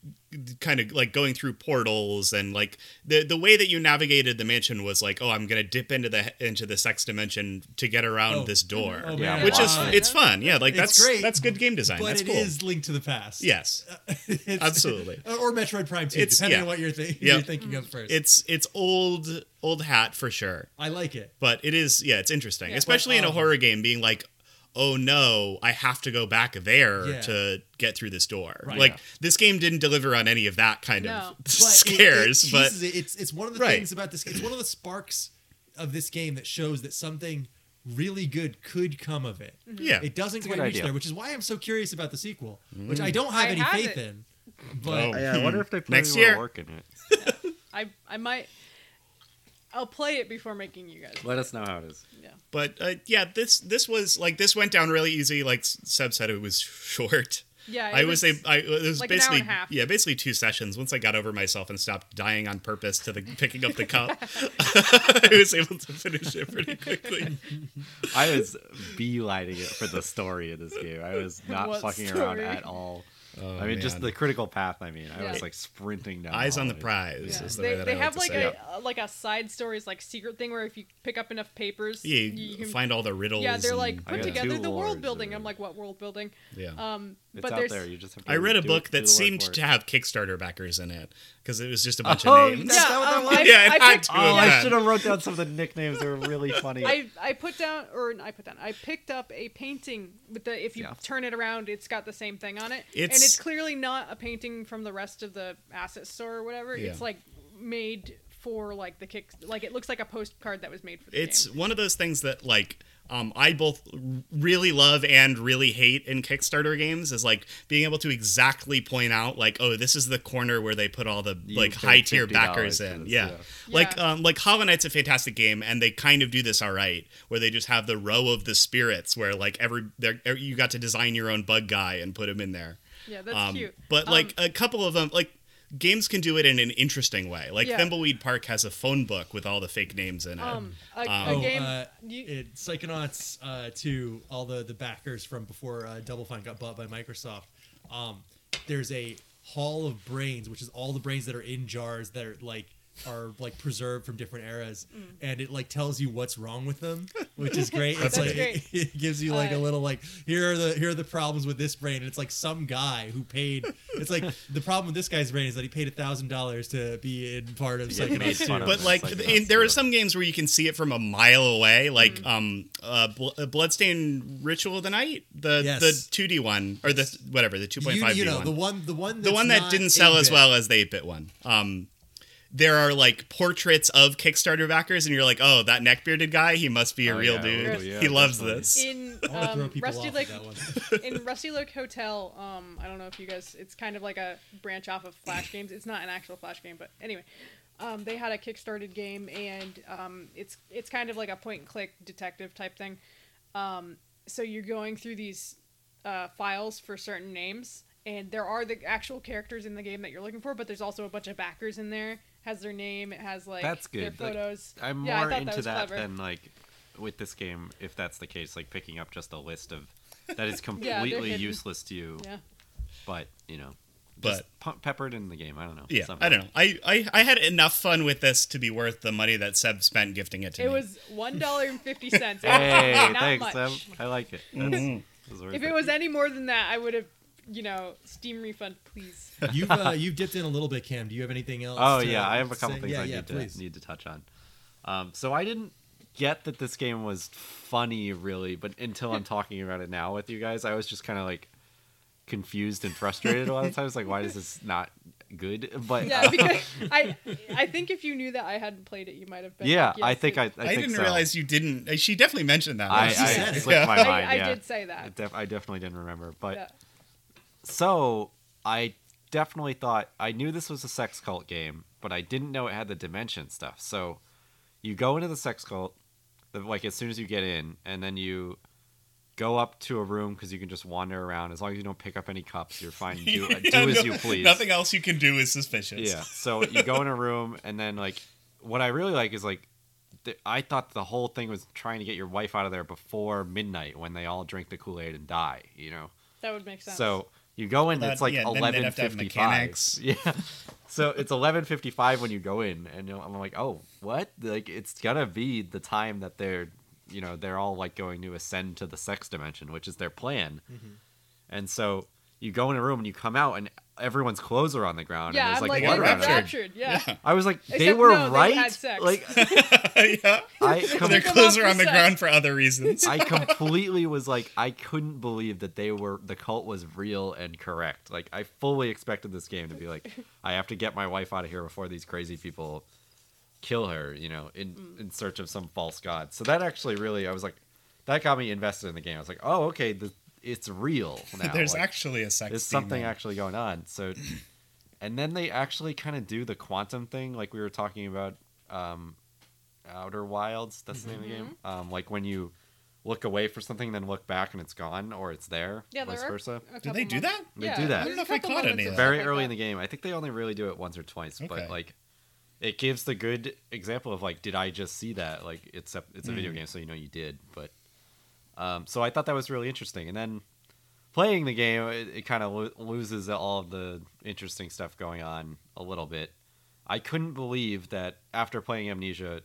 Speaker 3: kind of like going through portals and like the the way that you navigated the mansion was like oh I'm gonna dip into the into the sex dimension to get around
Speaker 2: Oh.
Speaker 3: this door
Speaker 2: Oh,
Speaker 4: Yeah,
Speaker 2: man.
Speaker 3: which is
Speaker 2: Why?
Speaker 3: it's fun yeah like
Speaker 2: It's
Speaker 3: that's
Speaker 2: great,
Speaker 3: that's good game design
Speaker 2: but
Speaker 3: that's
Speaker 2: it
Speaker 3: cool
Speaker 2: is uh, linked to the past.
Speaker 3: yes
Speaker 2: It's-
Speaker 3: absolutely.
Speaker 2: Or Metroid Prime 2,
Speaker 3: It's-
Speaker 2: depending
Speaker 3: yeah.
Speaker 2: on what you're, thi-
Speaker 3: Yeah.
Speaker 2: you're thinking
Speaker 1: Mm-hmm.
Speaker 2: of first.
Speaker 3: it's it's old old hat for sure
Speaker 2: I like it.
Speaker 3: but it is yeah it's interesting
Speaker 1: Yeah.
Speaker 3: especially in
Speaker 2: But,
Speaker 3: a
Speaker 2: um,
Speaker 3: horror game being like oh no i have to go back there
Speaker 2: Yeah.
Speaker 3: to get through this door
Speaker 2: Right.
Speaker 3: like
Speaker 2: Yeah.
Speaker 3: this game didn't deliver on any of that kind
Speaker 1: No.
Speaker 3: of
Speaker 2: But it-
Speaker 3: scares
Speaker 2: it
Speaker 3: but
Speaker 2: teases it. it's it's one of the
Speaker 3: Right.
Speaker 2: things about this. It's one of the sparks of this game that shows that something really good could come of it.
Speaker 3: yeah
Speaker 2: It doesn't
Speaker 4: a
Speaker 2: quite
Speaker 4: good
Speaker 2: reach
Speaker 4: idea.
Speaker 2: there, which is why I'm so curious about the sequel, which I don't have
Speaker 1: I
Speaker 2: any
Speaker 1: have
Speaker 2: faith
Speaker 1: it.
Speaker 2: in. But
Speaker 3: Mm. Oh.
Speaker 4: Yeah, I wonder if they put
Speaker 3: Next
Speaker 4: any more
Speaker 3: year.
Speaker 4: work in it.
Speaker 1: I I might. I'll play it before making you guys.
Speaker 4: Let us know how it is.
Speaker 3: but uh, yeah this this was like this went down really easy like Seb said it was short
Speaker 1: Yeah, it
Speaker 3: I was, a, I, it was
Speaker 1: like an hour
Speaker 3: basically
Speaker 1: and a half.
Speaker 3: yeah basically two sessions once I got over myself and stopped dying on purpose to the picking up the cup I was able to finish it pretty quickly
Speaker 4: I was beelining it for the story of this game. I was not
Speaker 1: What
Speaker 4: fucking around
Speaker 1: story?
Speaker 4: at all. I mean, just
Speaker 3: Oh, man.
Speaker 4: the critical path. I mean, I
Speaker 1: Yeah.
Speaker 4: was like sprinting down.
Speaker 3: eyes
Speaker 4: all
Speaker 3: on the
Speaker 4: of it.
Speaker 3: prize
Speaker 1: Yeah.
Speaker 3: is the
Speaker 1: They,
Speaker 3: way that
Speaker 1: they
Speaker 3: I
Speaker 1: have
Speaker 3: like,
Speaker 1: like,
Speaker 3: to say it.
Speaker 1: a like a side stories like secret thing where if you pick up enough papers,
Speaker 3: Yeah,
Speaker 1: you,
Speaker 3: you
Speaker 1: you can
Speaker 3: find all the riddles.
Speaker 1: yeah they're
Speaker 3: and-
Speaker 1: like
Speaker 4: I
Speaker 1: put
Speaker 4: got
Speaker 1: together
Speaker 4: two
Speaker 1: the world
Speaker 4: lords
Speaker 1: building.
Speaker 4: or-
Speaker 1: I'm like, what world building?
Speaker 3: yeah.
Speaker 1: Um,
Speaker 4: It's
Speaker 1: but
Speaker 4: out
Speaker 1: there's
Speaker 4: there. You just have to
Speaker 3: I read a
Speaker 4: do-
Speaker 3: book
Speaker 4: do
Speaker 3: that
Speaker 4: the work
Speaker 3: seemed
Speaker 4: for it.
Speaker 3: to have Kickstarter backers in it because it was just a bunch
Speaker 4: Oh,
Speaker 3: of names.
Speaker 4: Is
Speaker 1: yeah,
Speaker 4: that what that
Speaker 1: um,
Speaker 4: was?
Speaker 1: I,
Speaker 3: Yeah, it
Speaker 1: I
Speaker 3: had
Speaker 1: picked,
Speaker 3: to
Speaker 4: Oh, I
Speaker 3: Yeah.
Speaker 4: should have wrote down some of the nicknames. They were really funny.
Speaker 1: I, I put down or I put down I picked up a painting with the if you
Speaker 4: Yeah.
Speaker 1: turn it around it's got the same thing on it and
Speaker 3: It's-
Speaker 1: it's clearly not a painting from the rest of the asset store or whatever
Speaker 3: Yeah.
Speaker 1: it's like made for like the kick like it looks like a postcard that was made for the
Speaker 3: It's
Speaker 1: game.
Speaker 3: one of those things that like um, I both r- really love and really hate in Kickstarter games is like being able to exactly point out like oh this is the corner where they put all the
Speaker 4: You
Speaker 3: like
Speaker 4: paid
Speaker 3: high tier
Speaker 4: $50
Speaker 3: backers
Speaker 4: for
Speaker 3: in
Speaker 4: this,
Speaker 3: yeah.
Speaker 4: yeah.
Speaker 3: like
Speaker 1: Yeah.
Speaker 3: um, like Hollow Knight's a fantastic game and they kind of do this all right where they just have the row of the spirits where like every they're- er, you got to design your own bug guy and put him in there
Speaker 1: yeah that's
Speaker 3: Um,
Speaker 1: cute
Speaker 3: But
Speaker 1: Um,
Speaker 3: like a couple of them, like games can do it in an interesting way. Like
Speaker 1: Yeah.
Speaker 3: Thimbleweed Park has a phone book with all the fake names in it.
Speaker 1: um a, a
Speaker 3: um,
Speaker 1: game
Speaker 2: uh,
Speaker 1: you-
Speaker 2: it, Psychonauts uh, 2, all the, the backers from before uh, Double Fine got bought by Microsoft, um, there's a hall of brains, which is all the brains that are in jars that are like are like preserved from different eras,
Speaker 1: Mm.
Speaker 2: and it like tells you what's wrong with them, which is great.
Speaker 1: That's
Speaker 2: it's like
Speaker 1: great.
Speaker 2: It, it gives you like
Speaker 1: Uh,
Speaker 2: a little like here are the here are the problems with this brain, and it's like some guy who paid. It's like the problem with this guy's brain is that he paid a thousand dollars to be in part of
Speaker 4: Yeah, he made
Speaker 2: Psychonauts 2.
Speaker 4: fun of
Speaker 3: but
Speaker 4: it's
Speaker 3: like,
Speaker 4: like
Speaker 3: in,
Speaker 4: that's
Speaker 3: there are
Speaker 4: the-
Speaker 3: some games where you can see it from a mile away,
Speaker 1: Mm-hmm.
Speaker 3: like um, uh, Bl- uh, Bloodstained Ritual of the Night, the
Speaker 2: Yes.
Speaker 3: the two D one or the whatever the two point
Speaker 2: You,
Speaker 3: five
Speaker 2: you
Speaker 3: D
Speaker 2: know
Speaker 3: one,
Speaker 2: the one the one
Speaker 3: the one that
Speaker 2: that's
Speaker 3: didn't
Speaker 2: not
Speaker 3: sell as
Speaker 2: 8-bit.
Speaker 3: well as the eight bit one. Um, there are like portraits of Kickstarter backers, and you're like, oh, that neck bearded guy, he must be a
Speaker 4: Oh,
Speaker 3: real
Speaker 4: yeah,
Speaker 3: dude.
Speaker 4: oh, yeah,
Speaker 3: he loves
Speaker 4: definitely.
Speaker 3: this.
Speaker 1: in
Speaker 2: I wanna throw
Speaker 1: um,
Speaker 2: people
Speaker 1: Rusty
Speaker 2: off
Speaker 1: Lake
Speaker 2: with that one.
Speaker 1: in Rusty Lake Hotel. Um, I don't know if you guys. It's kind of like a branch off of Flash games. It's not an actual Flash game, but anyway, um, they had a kickstarted game, and um, it's it's kind of like a point and click detective type thing. Um, so you're going through these uh, files for certain names, and there are the actual characters in the game that you're looking for, but there's also a bunch of backers in there. Has their name. It has like
Speaker 4: That's
Speaker 1: Their
Speaker 4: good. Like,
Speaker 1: photos.
Speaker 4: I'm more
Speaker 1: Yeah, I thought
Speaker 4: into
Speaker 1: was
Speaker 4: that
Speaker 1: clever.
Speaker 4: than like with this game, if that's the case, like picking up just a list of that is
Speaker 1: they're
Speaker 4: completely
Speaker 1: hidden.
Speaker 4: useless to you,
Speaker 1: yeah.
Speaker 4: but you know,
Speaker 3: But
Speaker 4: pu- peppered in the game. I don't know.
Speaker 3: yeah,
Speaker 4: somehow.
Speaker 3: I don't know. I, I I had enough fun with this to be worth the money that Seb spent gifting it to
Speaker 1: It
Speaker 3: me.
Speaker 1: was one dollar and fifty cents.
Speaker 4: Hey,
Speaker 1: Not
Speaker 4: thanks,
Speaker 1: much.
Speaker 4: Sam. I like it. That's, that's worth
Speaker 1: If it was any more than that, I would have, you know, Steam refund, please.
Speaker 2: You've uh, you've dipped in a little bit, Cam. Do you have anything else?
Speaker 4: Oh
Speaker 2: to
Speaker 4: yeah, I have a couple
Speaker 2: say?
Speaker 4: things
Speaker 2: Yeah,
Speaker 4: I
Speaker 2: yeah,
Speaker 4: need to
Speaker 2: please.
Speaker 4: need to touch on. Um, so I didn't get that this game was funny really, but until I'm talking about it now with you guys, I was just kind of like confused and frustrated a lot of times. Like, why is this not good? But uh,
Speaker 1: Yeah, because I, I think if you knew that I hadn't played it, you might have been.
Speaker 4: yeah,
Speaker 1: like, yes,
Speaker 4: I think
Speaker 1: it-
Speaker 4: I, I,
Speaker 3: I,
Speaker 4: think
Speaker 3: didn't
Speaker 4: so.
Speaker 3: realize you didn't. uh, She definitely mentioned that.
Speaker 4: I, I
Speaker 3: She said it.
Speaker 4: slipped my
Speaker 1: I,
Speaker 4: mind.
Speaker 1: I
Speaker 4: yeah.
Speaker 1: did say that.
Speaker 4: I, def- I definitely didn't remember, but
Speaker 1: Yeah.
Speaker 4: so I definitely thought I knew this was a sex cult game, but I didn't know it had the dimension stuff. So you go into the sex cult, the- like as soon as you get in, and then you go up to a room because you can just wander around as long as you don't pick up any cups. You're fine. Do,
Speaker 3: Yeah,
Speaker 4: do as
Speaker 3: no-
Speaker 4: you please.
Speaker 3: Nothing else you can do is suspicious.
Speaker 4: Yeah. So you go in a room, and then like, what I really like is like, th- I thought the whole thing was trying to get your wife out of there before midnight when they all drink the Kool Aid and die. You know.
Speaker 1: That would make sense.
Speaker 4: So you go in,
Speaker 3: That-
Speaker 4: it's like
Speaker 3: yeah, then they'd
Speaker 4: eleven
Speaker 3: have to have
Speaker 4: fifty-five.
Speaker 3: mechanics.
Speaker 4: Yeah. So it's eleven fifty-five when you go in, and you know, I'm like, oh, what? Like it's gonna be the time that they're, you know, they're all like going to ascend to the sex dimension, which is their plan.
Speaker 3: Mm-hmm.
Speaker 4: And so you go in a room and you come out, and everyone's clothes are on the ground.
Speaker 1: yeah,
Speaker 4: and
Speaker 1: I'm
Speaker 4: there's
Speaker 1: like,
Speaker 4: like,
Speaker 1: they
Speaker 4: blood
Speaker 1: were
Speaker 4: around it.
Speaker 3: raptured.
Speaker 1: raptured. Yeah.
Speaker 4: I was like, they
Speaker 1: Except
Speaker 4: were
Speaker 1: no, they
Speaker 4: right.
Speaker 1: had sex.
Speaker 4: Like
Speaker 3: yeah.
Speaker 4: I
Speaker 3: Their
Speaker 4: completely.
Speaker 1: Come
Speaker 3: clothes
Speaker 1: up
Speaker 3: are on
Speaker 1: for
Speaker 3: the
Speaker 1: sex.
Speaker 3: ground for other reasons.
Speaker 4: I completely was like, I couldn't believe that they were the cult was real and correct. Like, I fully expected this game to be like, I have to get my wife out of here before these crazy people kill her, you know, in in search of some false god. So that actually really, I was like, that got me invested in the game. I was like, oh, okay, the, it's real now.
Speaker 3: There's
Speaker 4: Like,
Speaker 3: actually a sex.
Speaker 4: there's
Speaker 3: scene
Speaker 4: something
Speaker 3: there.
Speaker 4: actually going on. So, and then they actually kind of do the quantum thing, like we were talking about. Um, Outer Wilds, that's the name of the game.
Speaker 1: Mm-hmm.
Speaker 4: Um, like when you look away for something, then look back and it's gone, or it's there,
Speaker 1: Yeah, there
Speaker 4: vice
Speaker 1: are
Speaker 4: versa.
Speaker 1: a
Speaker 3: Did
Speaker 1: couple
Speaker 3: they do
Speaker 1: months-
Speaker 3: that?
Speaker 4: They
Speaker 1: yeah,
Speaker 4: do that. I
Speaker 1: there's
Speaker 4: don't
Speaker 3: know
Speaker 1: a
Speaker 3: if I
Speaker 1: couple
Speaker 3: caught
Speaker 1: moments
Speaker 3: any of
Speaker 1: and
Speaker 3: that.
Speaker 1: stuff
Speaker 4: Very
Speaker 1: like
Speaker 4: early
Speaker 1: that.
Speaker 4: in the game. I think they only really do it once or twice,
Speaker 3: Okay.
Speaker 4: but like it gives the good example of like, did I just see that? Like it's a it's a
Speaker 3: Mm.
Speaker 4: video game, so you know you did. But um, so I thought that was really interesting, and then playing the game, it, it kind of lo- loses all of the interesting stuff going on a little bit. I couldn't believe that after playing Amnesia,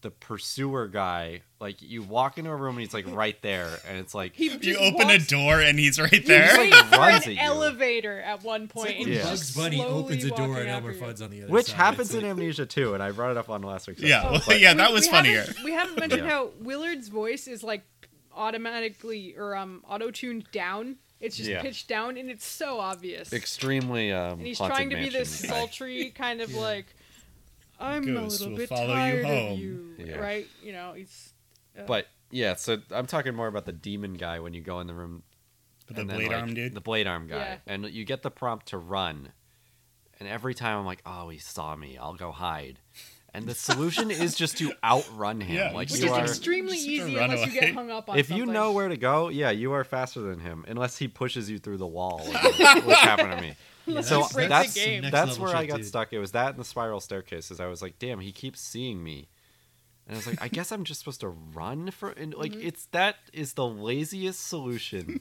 Speaker 4: the pursuer guy, like you walk into a room and he's like right there, and it's like
Speaker 1: He
Speaker 3: You
Speaker 1: just
Speaker 3: open a
Speaker 1: walks-
Speaker 3: door and he's right
Speaker 1: He
Speaker 3: there.
Speaker 1: waits for
Speaker 4: runs at
Speaker 1: an
Speaker 4: you.
Speaker 1: elevator at one point.
Speaker 2: It's like
Speaker 1: and
Speaker 2: when
Speaker 4: Yeah.
Speaker 1: he's
Speaker 2: Bugs Bunny
Speaker 1: slowly
Speaker 2: opens a door
Speaker 1: walking
Speaker 2: and
Speaker 1: after
Speaker 2: Elmer
Speaker 1: you.
Speaker 2: Fudd's on the other
Speaker 4: which
Speaker 2: side.
Speaker 4: happens
Speaker 2: It's like-
Speaker 4: in Amnesia too, and I brought it up on last week's.
Speaker 3: Yeah,
Speaker 4: episode.
Speaker 1: Oh,
Speaker 4: It's
Speaker 3: yeah, that
Speaker 1: We-
Speaker 3: was
Speaker 1: we
Speaker 3: funnier.
Speaker 1: haven't- We haven't mentioned
Speaker 4: Yeah.
Speaker 1: how Willard's voice is like automatically or um auto tuned down. It's just
Speaker 4: Yeah.
Speaker 1: pitched down, and it's so obvious.
Speaker 4: extremely um,
Speaker 1: and he's
Speaker 4: Haunted
Speaker 1: trying to be this
Speaker 4: Mansion guy.
Speaker 1: sultry kind of like, I'm a
Speaker 3: Ghost
Speaker 1: little
Speaker 3: will
Speaker 1: bit
Speaker 3: follow you
Speaker 1: tired
Speaker 3: home."
Speaker 1: of you,
Speaker 4: Yeah.
Speaker 1: right? You know, he's
Speaker 4: But yeah, so I'm talking more about the demon guy when you go in the room.
Speaker 3: The
Speaker 4: and then,
Speaker 3: blade
Speaker 4: like,
Speaker 3: arm dude.
Speaker 4: The blade arm guy.
Speaker 1: Yeah.
Speaker 4: And you get the prompt to run. And every time I'm like, oh, he saw me. I'll go hide. And the solution is just to outrun him.
Speaker 3: Yeah,
Speaker 1: which
Speaker 4: like
Speaker 3: just-
Speaker 4: you
Speaker 1: is
Speaker 4: are.
Speaker 1: extremely
Speaker 3: just a
Speaker 1: easy unless you get
Speaker 3: runaway.
Speaker 1: hung up on.
Speaker 4: If you
Speaker 1: something.
Speaker 4: know where to go, yeah, you are faster than him, unless he pushes you through the wall, which which happened to me.
Speaker 1: Unless
Speaker 4: so
Speaker 1: you break
Speaker 4: that's
Speaker 1: the game.
Speaker 2: Next
Speaker 4: that's
Speaker 2: level
Speaker 4: where I
Speaker 2: shit,
Speaker 4: got
Speaker 2: dude.
Speaker 4: stuck. It was that and the spiral staircases. I was like, damn, he keeps seeing me, and I was like, I
Speaker 1: Mm-hmm.
Speaker 4: guess I'm just supposed to run for and like it's that is the laziest solution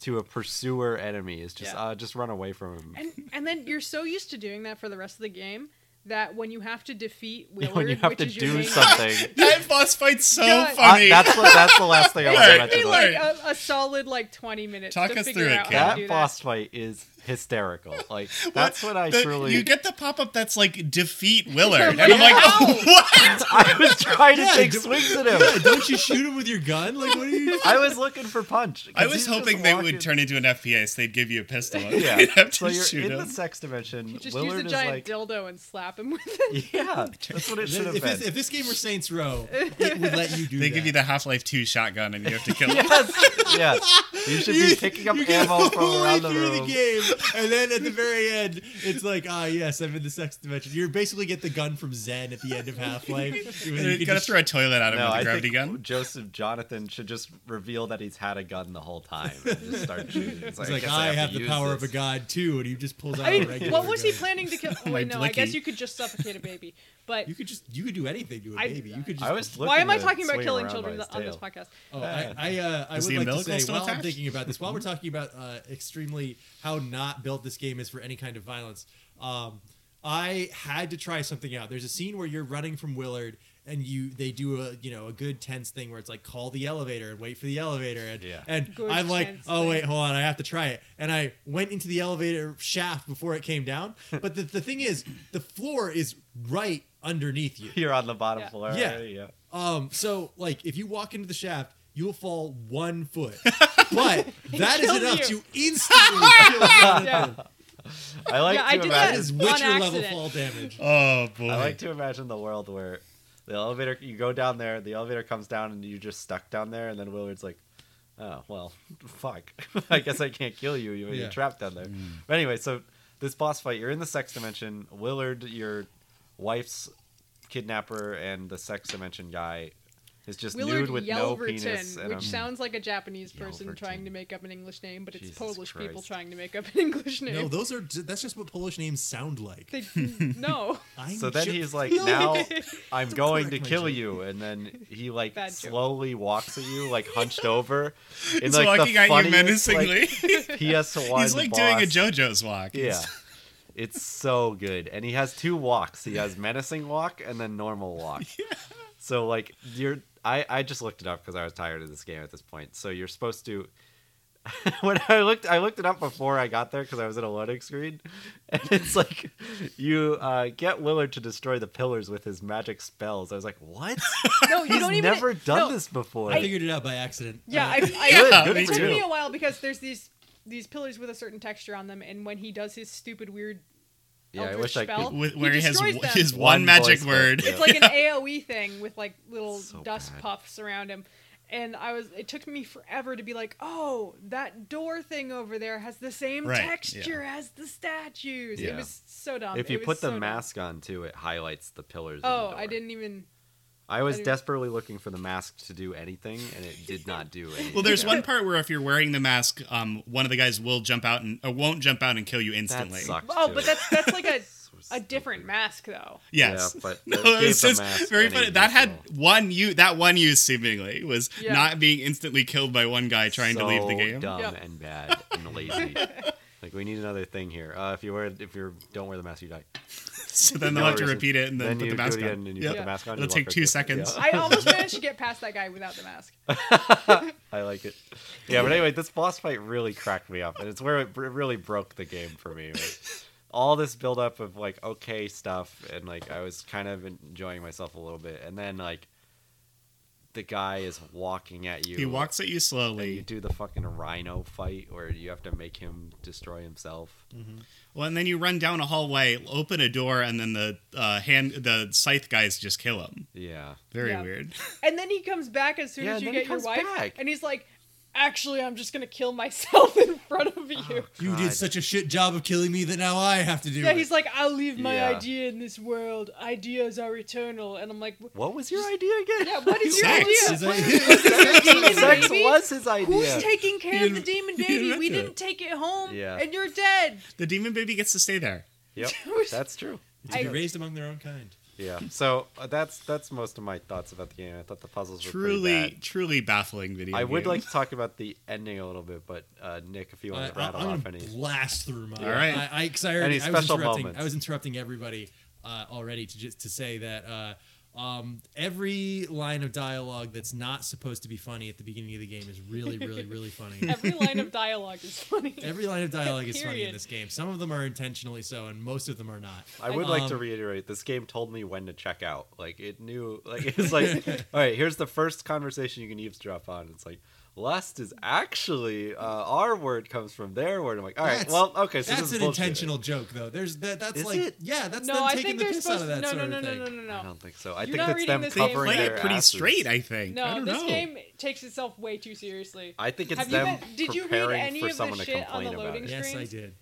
Speaker 4: to a pursuer enemy is just
Speaker 1: Yeah.
Speaker 4: uh, just run away from him.
Speaker 1: And and then you're so used to doing that for the rest of the game that when you have to defeat
Speaker 4: When
Speaker 1: Willard,
Speaker 4: you have
Speaker 1: which
Speaker 4: to
Speaker 1: is your
Speaker 4: do
Speaker 1: main-
Speaker 4: something.
Speaker 3: That boss fight's so
Speaker 1: God.
Speaker 3: funny.
Speaker 4: Uh, that's the- that's the last thing I wanted to
Speaker 1: It took
Speaker 4: mention.
Speaker 1: me like a, a solid like 20 minutes
Speaker 3: Talk
Speaker 1: to
Speaker 3: us
Speaker 1: figure
Speaker 3: through it,
Speaker 1: out how to do
Speaker 4: that
Speaker 1: that.
Speaker 4: boss fight is hysterical. Like that's what I
Speaker 3: The-
Speaker 4: truly.
Speaker 3: You get the pop up that's like defeat Willard,
Speaker 1: I'm
Speaker 3: and I'm like,
Speaker 1: like,
Speaker 3: oh, what?
Speaker 4: I was trying to
Speaker 2: Yeah,
Speaker 4: take
Speaker 2: d-
Speaker 4: swings at
Speaker 2: Yeah,
Speaker 4: him.
Speaker 2: don't you shoot him with your gun? Like, what are you?
Speaker 4: I was looking for punch. 'cause
Speaker 3: I
Speaker 4: he's
Speaker 3: was
Speaker 4: just
Speaker 3: hoping they
Speaker 4: walking-
Speaker 3: would turn into an FPS. They'd give you a pistol. and you'd
Speaker 4: Yeah.
Speaker 3: have
Speaker 4: So
Speaker 3: to
Speaker 4: you're
Speaker 3: shoot
Speaker 4: in
Speaker 3: him.
Speaker 4: the sex dimension.
Speaker 1: Just
Speaker 4: Willard
Speaker 1: use a
Speaker 4: is
Speaker 1: giant
Speaker 4: like,
Speaker 1: dildo and slap him with it.
Speaker 4: yeah, that's what it should have
Speaker 2: If,
Speaker 4: been.
Speaker 2: this- if this game were Saints Row, it would let you do
Speaker 3: They
Speaker 2: that.
Speaker 3: give you the Half Life 2 shotgun, and you have to kill him.
Speaker 4: yes, yes. You should be picking up
Speaker 2: you get
Speaker 4: ammo from
Speaker 2: all the way
Speaker 4: around the
Speaker 2: through the
Speaker 4: room.
Speaker 2: game, and then at the very end, it's like, ah, yes, I'm in the sex dimension. You basically get the gun from Zen at the end of Half Life.
Speaker 3: You gotta throw a toilet at him
Speaker 4: No,
Speaker 3: with a
Speaker 4: I
Speaker 3: gravity
Speaker 4: think
Speaker 3: gun.
Speaker 4: Joseph Jonathan should just reveal that he's had a gun the whole time and just start shooting. It's
Speaker 2: It's
Speaker 4: I
Speaker 2: like
Speaker 4: guess
Speaker 2: I, have
Speaker 4: to
Speaker 2: the
Speaker 4: use
Speaker 2: power of
Speaker 4: this."
Speaker 2: a god too, and he just pulls out
Speaker 1: I
Speaker 2: a
Speaker 1: mean,
Speaker 2: regular.
Speaker 1: what was he
Speaker 2: gun.
Speaker 1: planning to kill? Oh,
Speaker 3: My
Speaker 1: wait, no, I
Speaker 3: blicky.
Speaker 1: guess you could just suffocate a baby. But
Speaker 2: You could just you could do anything to a
Speaker 1: I-
Speaker 2: baby. You could just.
Speaker 4: I was
Speaker 1: why am I
Speaker 4: looking
Speaker 1: talking
Speaker 4: to
Speaker 1: about
Speaker 4: swing
Speaker 1: killing
Speaker 4: around
Speaker 1: children
Speaker 4: by his
Speaker 1: on this
Speaker 4: tail.
Speaker 1: podcast?
Speaker 2: Oh, I I, uh, I
Speaker 3: Is
Speaker 2: would
Speaker 3: the
Speaker 2: like to
Speaker 3: umbilical
Speaker 2: say
Speaker 3: still
Speaker 2: while I'm
Speaker 3: attached?
Speaker 2: thinking about this, while we're talking about uh, extremely how not built this game is for any kind of violence, um, I had to try something out. There's a scene where you're running from Willard, and you they do a you know a good tense thing where it's like call the elevator and wait for the elevator, and
Speaker 4: Yeah.
Speaker 2: and
Speaker 1: Good
Speaker 2: I'm like,
Speaker 1: tense
Speaker 2: oh wait,
Speaker 1: thing.
Speaker 2: hold on, I have to try it, and I went into the elevator shaft before it came down. But the, the thing is, the floor is right underneath you.
Speaker 4: You're on the bottom
Speaker 1: Yeah.
Speaker 4: floor.
Speaker 2: Yeah.
Speaker 4: already, yeah.
Speaker 2: Um, so like if you walk into the shaft, you'll fall one foot. But that is
Speaker 1: killed
Speaker 2: enough
Speaker 1: you.
Speaker 2: to instantly kill someone.
Speaker 1: Yeah.
Speaker 4: I like
Speaker 1: Yeah,
Speaker 4: to
Speaker 1: I did
Speaker 2: That
Speaker 4: imagine.
Speaker 2: is
Speaker 1: On
Speaker 2: Witcher level
Speaker 1: accident.
Speaker 2: fall damage.
Speaker 3: Oh boy!
Speaker 4: I like to imagine the world where the elevator you go down there, the elevator comes down, and you're just stuck down there, and then Willard's like, "Oh well, fuck. I guess I can't kill you. You're,
Speaker 2: Yeah.
Speaker 4: you're trapped down there." But anyway, so this boss fight, you're in the sex dimension. Willard, your wife's kidnapper, and the sex dimension guy is just
Speaker 1: Willard
Speaker 4: nude with no penis.
Speaker 1: Yelverton,
Speaker 4: and
Speaker 1: which
Speaker 4: I'm-
Speaker 1: sounds like a Japanese person
Speaker 4: Yelverton.
Speaker 1: trying to make up an English name, but it's
Speaker 4: Jesus
Speaker 1: Polish people
Speaker 4: Christ.
Speaker 1: trying to make up an English name.
Speaker 2: No, those are that's just what Polish names sound like.
Speaker 1: they, no.
Speaker 2: I'm
Speaker 4: so then
Speaker 2: ju-
Speaker 4: he's like, now I'm going to
Speaker 2: correct my
Speaker 4: kill
Speaker 2: joke.
Speaker 4: you, and then he like
Speaker 1: Bad joke.
Speaker 4: slowly walks at you, like hunched over, and
Speaker 3: He's
Speaker 4: like
Speaker 3: walking
Speaker 4: the
Speaker 3: at you
Speaker 4: funniest,
Speaker 3: menacingly.
Speaker 4: like, PS1
Speaker 3: He's like
Speaker 4: boss.
Speaker 3: doing a JoJo's walk.
Speaker 4: Yeah, it's so good, and he has two walks. He has menacing walk and then normal walk. So like you're, I I just looked it up because I was tired of this game at this point. So you're supposed to. when I looked, I looked it up before I got there because I was in a loading screen, and it's like you uh, get Willard to destroy the pillars with his magic spells. I was like, what?
Speaker 1: No, you
Speaker 4: He's
Speaker 1: don't even
Speaker 4: never done
Speaker 1: no,
Speaker 4: this before.
Speaker 2: I figured it out by accident.
Speaker 1: Yeah,
Speaker 2: Uh,
Speaker 1: I, I,
Speaker 4: Good, good
Speaker 1: it
Speaker 4: for
Speaker 1: took
Speaker 4: you.
Speaker 1: me a while because there's these these pillars with a certain texture on them, and when he does his stupid weird
Speaker 4: Yeah, I
Speaker 1: eldritch
Speaker 4: wish I could-
Speaker 1: spell,
Speaker 3: Wh- where he, has
Speaker 1: destroys
Speaker 3: w-
Speaker 1: them.
Speaker 3: his
Speaker 4: One
Speaker 3: one, magic
Speaker 4: voice
Speaker 3: word.
Speaker 4: vote, yeah.
Speaker 1: It's like an AOE thing with like little
Speaker 4: So
Speaker 1: dust
Speaker 4: bad.
Speaker 1: puffs around him. And I was it took me forever to be like, "Oh, that door thing over there has the same
Speaker 3: Right, yeah.
Speaker 1: texture as the statues." It
Speaker 4: Yeah.
Speaker 1: was so dumb.
Speaker 4: if
Speaker 1: It
Speaker 4: you
Speaker 1: was
Speaker 4: put the
Speaker 1: so dumb.
Speaker 4: mask on too, it highlights the pillars. in the
Speaker 1: Oh, I
Speaker 4: door.
Speaker 1: didn't even
Speaker 4: I
Speaker 1: I
Speaker 4: was
Speaker 1: didn't-
Speaker 4: desperately looking for the mask to do anything, and it did not do anything.
Speaker 3: Well, there's one part where if you're wearing the mask, um, one of the guys will jump out and or won't jump out and kill you
Speaker 4: that
Speaker 3: instantly.
Speaker 4: sucked.
Speaker 1: Oh,
Speaker 4: too.
Speaker 1: but that's that's like a
Speaker 4: So
Speaker 1: a different
Speaker 4: stupid.
Speaker 1: mask though.
Speaker 3: Yes.
Speaker 4: Yeah, but
Speaker 3: No,
Speaker 4: they gave
Speaker 3: it's
Speaker 4: the
Speaker 3: just
Speaker 4: mask
Speaker 3: very
Speaker 4: any
Speaker 3: funny. That had
Speaker 4: useful-
Speaker 3: one use. That one use seemingly was
Speaker 1: Yeah.
Speaker 3: not being instantly killed by one guy trying to leave the
Speaker 4: So
Speaker 3: game.
Speaker 4: Dumb
Speaker 1: Yep.
Speaker 4: and bad and lazy. like we need another thing here. Uh, if you wear, if you don't wear the mask, you die.
Speaker 3: So then
Speaker 4: No
Speaker 3: they'll have to
Speaker 4: reason.
Speaker 3: repeat it and then,
Speaker 4: Then
Speaker 3: put
Speaker 4: you
Speaker 3: the
Speaker 4: do
Speaker 3: mask
Speaker 4: it
Speaker 3: on.
Speaker 4: again and you
Speaker 3: yeah.
Speaker 4: put the mask on,
Speaker 3: It'll
Speaker 4: you
Speaker 3: take
Speaker 4: walk
Speaker 3: two
Speaker 4: right through.
Speaker 3: seconds.
Speaker 4: Yeah.
Speaker 1: I almost managed to get past that guy without the mask.
Speaker 4: I like it. Yeah, but anyway, this boss fight really cracked me up, and it's where it br- really broke the game for me. Like, all this buildup of like okay stuff, and like I was kind of enjoying myself a little bit, and then like the guy is walking at you.
Speaker 3: He walks at you
Speaker 4: And you
Speaker 3: slowly.
Speaker 4: do the fucking rhino fight where you have to make him destroy himself.
Speaker 3: Well, and then you run down a hallway, open a door, and then the uh, hand, the scythe guys just kill him.
Speaker 4: Yeah.
Speaker 3: Very
Speaker 1: Yeah.
Speaker 3: weird.
Speaker 1: And then he comes back as soon
Speaker 4: Yeah,
Speaker 1: as you
Speaker 4: and then he
Speaker 1: get your
Speaker 4: comes
Speaker 1: wife,
Speaker 4: back.
Speaker 1: and he's like, "Actually, I'm just gonna kill myself in
Speaker 4: Oh,
Speaker 1: front of you."
Speaker 2: you did
Speaker 4: God.
Speaker 2: such a shit job of killing me that now I have to do
Speaker 1: yeah,
Speaker 2: it.
Speaker 1: he's like, "I'll leave my
Speaker 4: Yeah.
Speaker 1: idea in this world. Ideas are eternal." And I'm like, "Wh-
Speaker 4: What was your idea again?
Speaker 1: "Yeah, what is your
Speaker 3: Sex.
Speaker 1: idea?
Speaker 2: He's like-
Speaker 1: Demon
Speaker 4: Sex
Speaker 1: baby?
Speaker 4: was his idea.
Speaker 1: Who's taking care of the demon baby?
Speaker 3: invent
Speaker 1: We
Speaker 3: it.
Speaker 1: didn't take it home,
Speaker 4: Yeah.
Speaker 1: and you're dead."
Speaker 3: The demon baby gets to stay there.
Speaker 4: Yep, that's true.
Speaker 2: to be
Speaker 1: I-
Speaker 2: raised among their own kind.
Speaker 4: Yeah. So uh, that's that's most of my thoughts about the game. I thought the puzzles were pretty
Speaker 3: Truly,
Speaker 4: bad.
Speaker 3: truly baffling video.
Speaker 4: I would
Speaker 3: game.
Speaker 4: like to talk about the ending a little bit, but uh, Nick, if you
Speaker 2: I,
Speaker 4: want to
Speaker 2: I,
Speaker 4: rattle
Speaker 2: I'm
Speaker 4: off
Speaker 2: gonna
Speaker 4: any,
Speaker 2: blast through mine.
Speaker 3: All right.
Speaker 2: I, I, 'cause I already,
Speaker 4: Any
Speaker 2: I was
Speaker 4: special
Speaker 2: interrupting.
Speaker 4: moments?
Speaker 2: I was interrupting everybody uh, already to just to say that uh, um, every line of dialogue that's not supposed to be funny at the beginning of the game is really, really, really funny.
Speaker 1: Every line of dialogue is funny.
Speaker 2: Every line of dialogue is funny in
Speaker 1: Period.
Speaker 2: this game. Some of them are intentionally so, and most of them are not.
Speaker 4: I would like to reiterate this game told me when to check out. Like it knew, like it's like, all right, here's the first conversation you can eavesdrop on. It's like. Lust is actually uh, our word comes from their word. I'm like, all right,
Speaker 2: That's-
Speaker 4: well, okay, so
Speaker 2: That's
Speaker 4: this is
Speaker 2: an
Speaker 4: bullshit.
Speaker 2: intentional joke, though. There's that. That's
Speaker 4: Is
Speaker 2: like,
Speaker 4: it?
Speaker 2: yeah, that's
Speaker 1: no,
Speaker 2: them
Speaker 1: I
Speaker 2: taking
Speaker 1: think
Speaker 2: the
Speaker 1: they're
Speaker 2: piss out
Speaker 1: supposed
Speaker 2: of
Speaker 1: to.
Speaker 2: that
Speaker 1: No,
Speaker 2: sort
Speaker 1: no,
Speaker 2: of
Speaker 1: no, no,
Speaker 2: thing.
Speaker 1: no, no, no.
Speaker 4: I don't think so. I
Speaker 1: You're
Speaker 4: think
Speaker 1: not
Speaker 4: that's
Speaker 1: reading
Speaker 4: them
Speaker 1: this game.
Speaker 3: They
Speaker 4: covering
Speaker 3: play
Speaker 4: their
Speaker 3: it pretty
Speaker 4: asses.
Speaker 3: straight, I think. I
Speaker 1: No,
Speaker 3: don't
Speaker 1: this
Speaker 3: know.
Speaker 1: game takes itself way too seriously.
Speaker 4: I think it's
Speaker 1: Have you
Speaker 4: them
Speaker 1: been- did you read
Speaker 4: preparing
Speaker 1: any
Speaker 4: for
Speaker 1: of the
Speaker 4: someone to
Speaker 1: shit on the
Speaker 4: complain about
Speaker 1: loading
Speaker 4: it.
Speaker 1: screen?
Speaker 2: Yes, I
Speaker 1: Screens?
Speaker 2: did.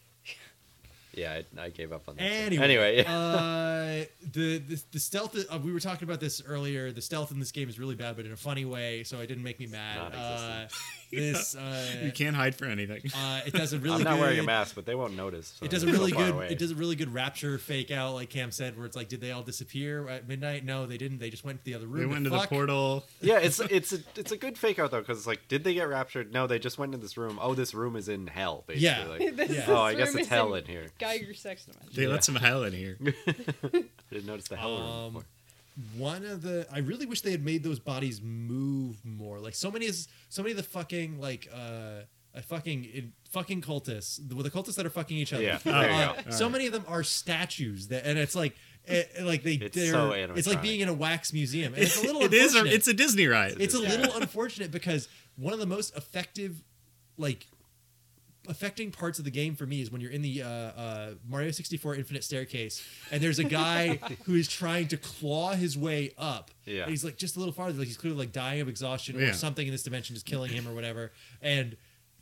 Speaker 4: Yeah, I, I gave up on that.
Speaker 2: Anyway,
Speaker 4: anyway,
Speaker 2: uh, the, the the stealth. Uh, we were talking about this earlier. The stealth in this game is really bad, but in a funny way, so it didn't make me mad. Uh, this
Speaker 3: You
Speaker 2: uh,
Speaker 3: can't hide from anything.
Speaker 2: uh, it does a really.
Speaker 4: I'm not
Speaker 2: good,
Speaker 4: wearing a mask, but they won't notice. so
Speaker 2: It does a
Speaker 4: I'm so
Speaker 2: really
Speaker 4: far
Speaker 2: good.
Speaker 4: away.
Speaker 2: It does a really good rapture fake out, like Cam said, where it's like, did they all disappear at midnight? No, they didn't. They just went to the other room.
Speaker 3: They went to the
Speaker 2: Fuck.
Speaker 3: portal.
Speaker 4: yeah, it's it's a it's a good fake out though, because it's like, did they get raptured? No, they just went into this room. Oh, this room is in hell. Basically.
Speaker 2: Yeah.
Speaker 4: Like,
Speaker 1: This-
Speaker 2: Yeah.
Speaker 1: this
Speaker 4: Oh, I guess
Speaker 1: room
Speaker 4: it's
Speaker 1: is
Speaker 4: hell in here.
Speaker 1: Geiger Sexton.
Speaker 3: They let some hell in here.
Speaker 4: I didn't notice the hell room.
Speaker 2: Um,
Speaker 4: Before.
Speaker 2: one of the I really wish they had made those bodies move more. Like so many is so many of the fucking like uh a fucking in, fucking cultists the, the cultists that are fucking each other.
Speaker 4: Yeah, there you
Speaker 2: Uh,
Speaker 4: go.
Speaker 2: So many of them are statues that, and it's like it, like they
Speaker 4: It's
Speaker 2: they're
Speaker 4: so
Speaker 2: it's like
Speaker 4: animatronic.
Speaker 2: being in a wax museum. And it's a little
Speaker 3: it is. A,
Speaker 2: unfortunate.
Speaker 3: it's a Disney ride.
Speaker 2: it's a
Speaker 4: Yeah.
Speaker 2: little unfortunate because one of the most effective like affecting parts of the game for me is when you're in the uh, uh, Mario 64 Infinite Staircase and there's a guy who is trying to claw his way up.
Speaker 4: Yeah.
Speaker 2: And he's like just a little farther. Like he's clearly like dying of exhaustion
Speaker 3: Yeah.
Speaker 2: or something in this dimension is killing him or whatever. And